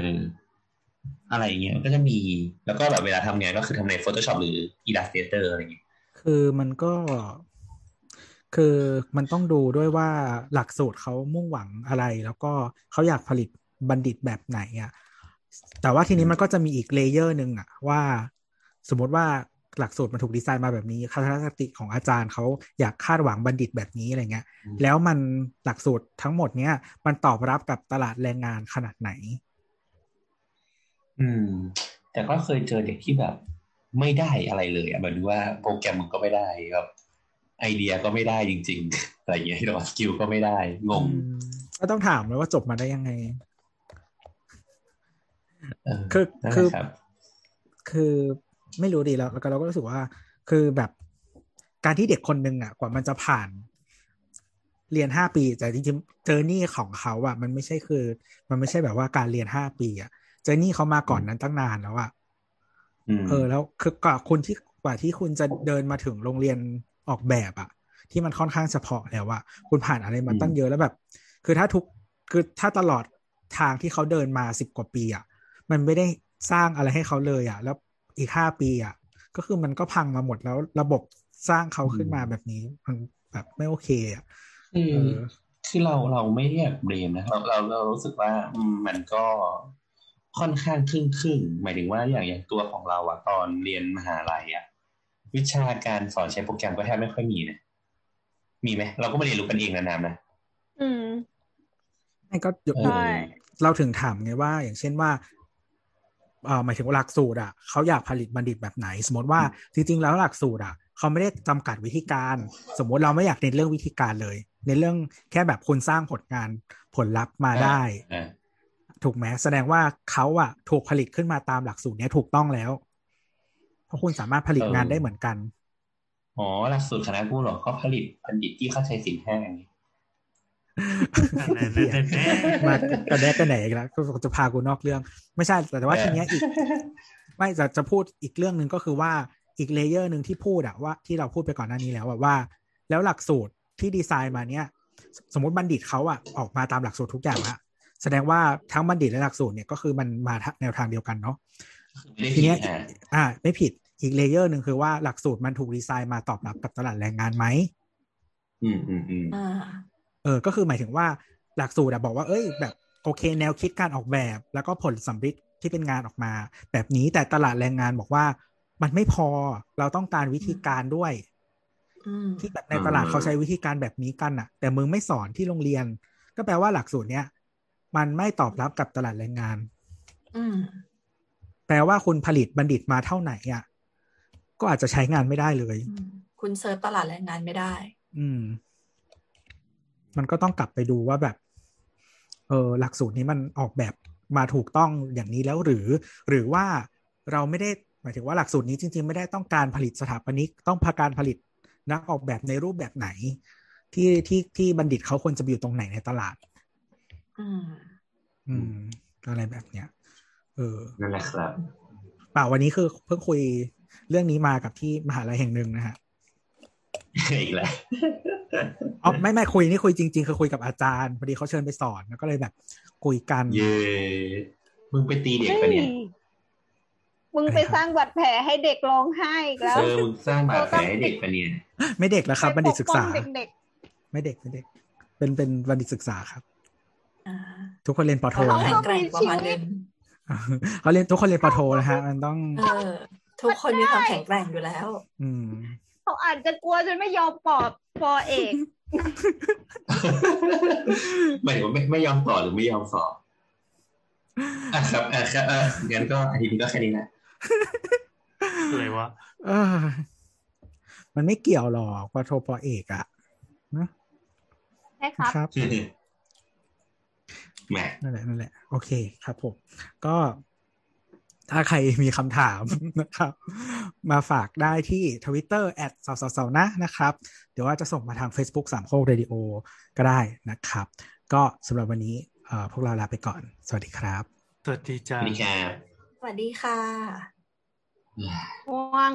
H: อะไรอย่างเงี้ยมันก็จะมี แล้วก็แบบเวลาทำงานก็คือทำใน Photoshop หรือ Illustrator อะไรอย่างเงี้ย
C: คือมันก็ คือมันต้องดูด้วยว่าหลักสูตรเขามุ่งหวังอะไร แล้วก็เขาอยากผลิตบัณฑิตแบบไหนอ่ะแต่ว่าทีนี้มันก็จะมีอีกเลเยอร์หนึ่งอ่ะ ว่า สมมติว่าหลักสูตรมันถูกดีไซน์มาแบบนี้ทัศนคติของอาจารย์เขาอยากคาดหวังบัณฑิตแบบนี้อะไรเงี้ย แล้วมันหลักสูตรทั้งหมดเนี้ยมันตอบรับกับตลาดแรงงานขนาดไหน
H: อืม แต่ก็เคยเจอเด็กที่แบบไม่ได้อะไรเลยอะหมายถึงว่าโปรแกรมมันก็ไม่ได้แบบไอเดียก็ไม่ได้จริง ๆ อะไรอย่างเงี้ยที่เราสกิลก็ไม่ได้งง
C: ก็ต้องถามเลยว่าจบมาได้ยังไง
H: เออ
C: คือ
H: นั่นแห
C: คือ
H: ละครับ
C: คือไม่รู้ดีแล้วแล้วก็เราก็รู้สึกว่า คือแบบการที่เด็กคนหนึ่งอ่ะ กว่ามันจะผ่าน เรียนห้าปี แต่จริงๆเจอร์นี่ของเขาอ่ะ มันไม่ใช่คือ มันไม่ใช่แบบว่าการเรียนห้าปีอ่ะเจอร์นี่เขามาก่อนนั้นตั้งนานแล้วอ่ะ
H: อืม
C: เออแล้วคือกว่าคุณที่กว่าที่คุณจะเดินมาถึงโรงเรียนออกแบบอะที่มันค่อนข้างเฉพาะแล้วอะคุณผ่านอะไรมาตั้งเยอะแล้วแบบ คือถ้าทุกคือถ้าตลอดทางที่เขาเดินมาสิบกว่าปีอะมันไม่ได้สร้างอะไรให้เขาเลยอะแล้วอีกห้าปีอะก็คือมันก็พังมาหมดแล้วระบบสร้างเขาขึ้นมาแบบนี้ มันแบบไม่โอเคอะ
H: คือ
C: เออ
H: คือเราเราไม่เรียกเบรมนะเราเราเรารู้สึกว่าอืมมันก็ค่อนข้างครึ่งครึ่งๆหมายถึงว่าอย่างอย่างตัวของเราอะตอนเรียนมหาลัยอะวิชาการสอนใช้โปรแกรมก็แทบไม่ค่อยมีนะมีไหมเราก็มาเรียนรู้กันเองนะนามนะ
E: อืม
C: ไม่ก็อยู่
H: เออ
C: อยู่เราถึงถามไงว่า อย่างเช่นว่าเอ่อหมายถึงว่าหลักสูตรอ่ะเขาอยากผลิตบัณฑิตแบบไหน สมมติว่าจริงๆแล้วหลักสูตรอ่ะเขาไม่ได้จำกัดวิธีการ สมมติเราไม่อยากเน้นเรื่องวิธีการเลยเน้นเรื่องแค่แบบคุณสร้างผลงานผลลัพธ์มา
H: อ่า
C: ได้
H: อ่า
C: ถูกไหมแสดงว่าเขาอ่ะถูกผลิตขึ้นมาตามหลักสูตรเนี้ยถูกต้องแล้ว เพราะคุณสามารถผลิต
H: เออ
C: งานได้เหมือนกัน
H: อ๋อหลักสูตรคณะกูเหรอเขาผลิตบัณฑิตที่เข้าใจสินห้าไง
D: อะไรนั่นแน่
C: มากระแดกกระแหนอีกแล้วก็จะพากูนอกเรื่อง ไม่ใช่แต่ว่าทีเนี้ยอีก ไม่จะจะพูดอีกเรื่องหนึ่งก็คือว่าอีกเลเยอร์หนึ่งที่พูดอะว่าที่เราพูดไปก่อนหน้านี้แล้วอะว่า แล้วหลักสูตรที่ดีไซน์มาเนี้ยสสมมติบัณฑิตเขาอะออกมาตามหลักสูตรทุกอย่างละแสดงว่าทั้งบัณฑิตและหลักสูตรเนี่ยก็คือมันมาแนวทางเดียวกันเนาะ
H: ไม่ได้
C: ที
H: ผิด
C: เนี้ย
H: อ่ะ
C: อ่า ไม่ผิดอีกเลเยอร์หนึ่งคือว่าหลักสูตรมันถูกดีไซน์มาตอบรับกับตลาดแรงงานไหม
H: อืมอืมอืม
I: อ่า
C: เออ ก็คือหมายถึงว่าหลักสูตรอะบอกว่า เอ้ย แบบโอเค แนวคิดการออกแบบ แล้วก็ผลสัมฤทธิ์ที่เป็นงานออกมา แบบนี้แต่ตลาดแรงงานบอกว่า มันไม่พอ เราต้องการวิธีการด้วย
I: อืม
C: ที่แบบในตลาดเขาใช้วิธีการแบบนี้กันอะแต่มึงไม่สอนที่โรงเรียน ก็แปลว่าหลักสูตรเนี้ยมันไม่ตอบรับกับตลาดแรงงาน
I: อืม
C: แปลว่าคุณผลิตบัณฑิตมาเท่าไหร่อะก็อาจจะใช้งานไม่ได้เลย
I: อืม คุณเซิร์ชตลาดแรงงานไม่ได้
C: อืม มันก็ต้องกลับไปดูว่าแบบ เออหลักสูตรนี้มันออกแบบมาถูกต้องอย่างนี้แล้วหรือ หรือว่าเราไม่ได้หมายถึงว่าหลักสูตรนี้จริง ๆ ไม่ได้ต้องการผลิตสถาปนิกต้องพาการผลิตนักออกแบบในรูปแบบไหน ที่ที่ที่บัณฑิตเขาควรจะไปอยู่ตรงไหนในตลาด
I: อืม
C: อืม อะไรแบบเนี้ย เออ
H: นั่นแหละครับ
C: เปล่าวันนี้คือเพิ่งคุยเรื่องนี้มากับที่มหาลัยแห่งหนึ่งนะฮะ
H: อีกแล้ว
C: อ๋อไม่ไม่คุยนี่คุยจริง ๆ คือคุยกับอาจารย์พอดีเขาเชิญไปสอนแล้วก็เลยแบบคุยกัน
H: เย้มึงไปตีเด็กปะเนี่ย
E: มึงไปสร้างบาดแผลให้เด็กร้องไห้อีกแล้ว
H: เออมึงสร้างบาดแผลให้เด็กปะเนี่ย
C: ไม่เด็กแล้วครับบัณฑิตศึกษา
E: ไปปป้องเด็ก
C: ไม่เด็กไม่เด็ก เป็นเป็นบัณฑิตศึกษาครับ
I: อ่า
C: ทุกคนเรียนปอโท
I: เราต้อง
C: นะ
I: แข็
C: ฮะ
I: งแกร่งประมาณนึง
C: เขาเรียนทุกคนเรียนปอโทนะฮะมันต้อง
I: เออ ทุกคนมีความแข็งแกร่งอยู่แล้ว
C: อืม
E: ๆเขาอาจจะกลัวจนไม่ยอมปอบปอเอก
H: หมายถึงว่าไม่ไม่ยอมต่อหรือไม่ยอมสอบอ่ะครับอ่ะครับอ่ะงั้นก็อาทิตย์นี้ก็แค่นี้แหละ
D: อะไรวะ
C: เออ มันไม่เกี่ยวหรอกปโทปอเอกอะนะ
E: ใช่ครับ
C: ครับ
H: แหม
C: นั่นแหละนั่นแหละ โอเคครับผมก็ถ้าใครมีคำถาม นะครับ มาฝากได้ที่ Twitter แอดสาวสาวนะนะครับ เดี๋ยวว่าจะส่งมาทาง Facebook สามโคกเรดิโอก็ได้นะครับ ก็สำหรับวันนี้เอ่อพวกเราลาไปก่อน สวัสดีครับ
D: สวัสดี
H: ส
D: จ้า
H: วัสดีครับ
I: สวัสดีค่ะ
E: ง่วง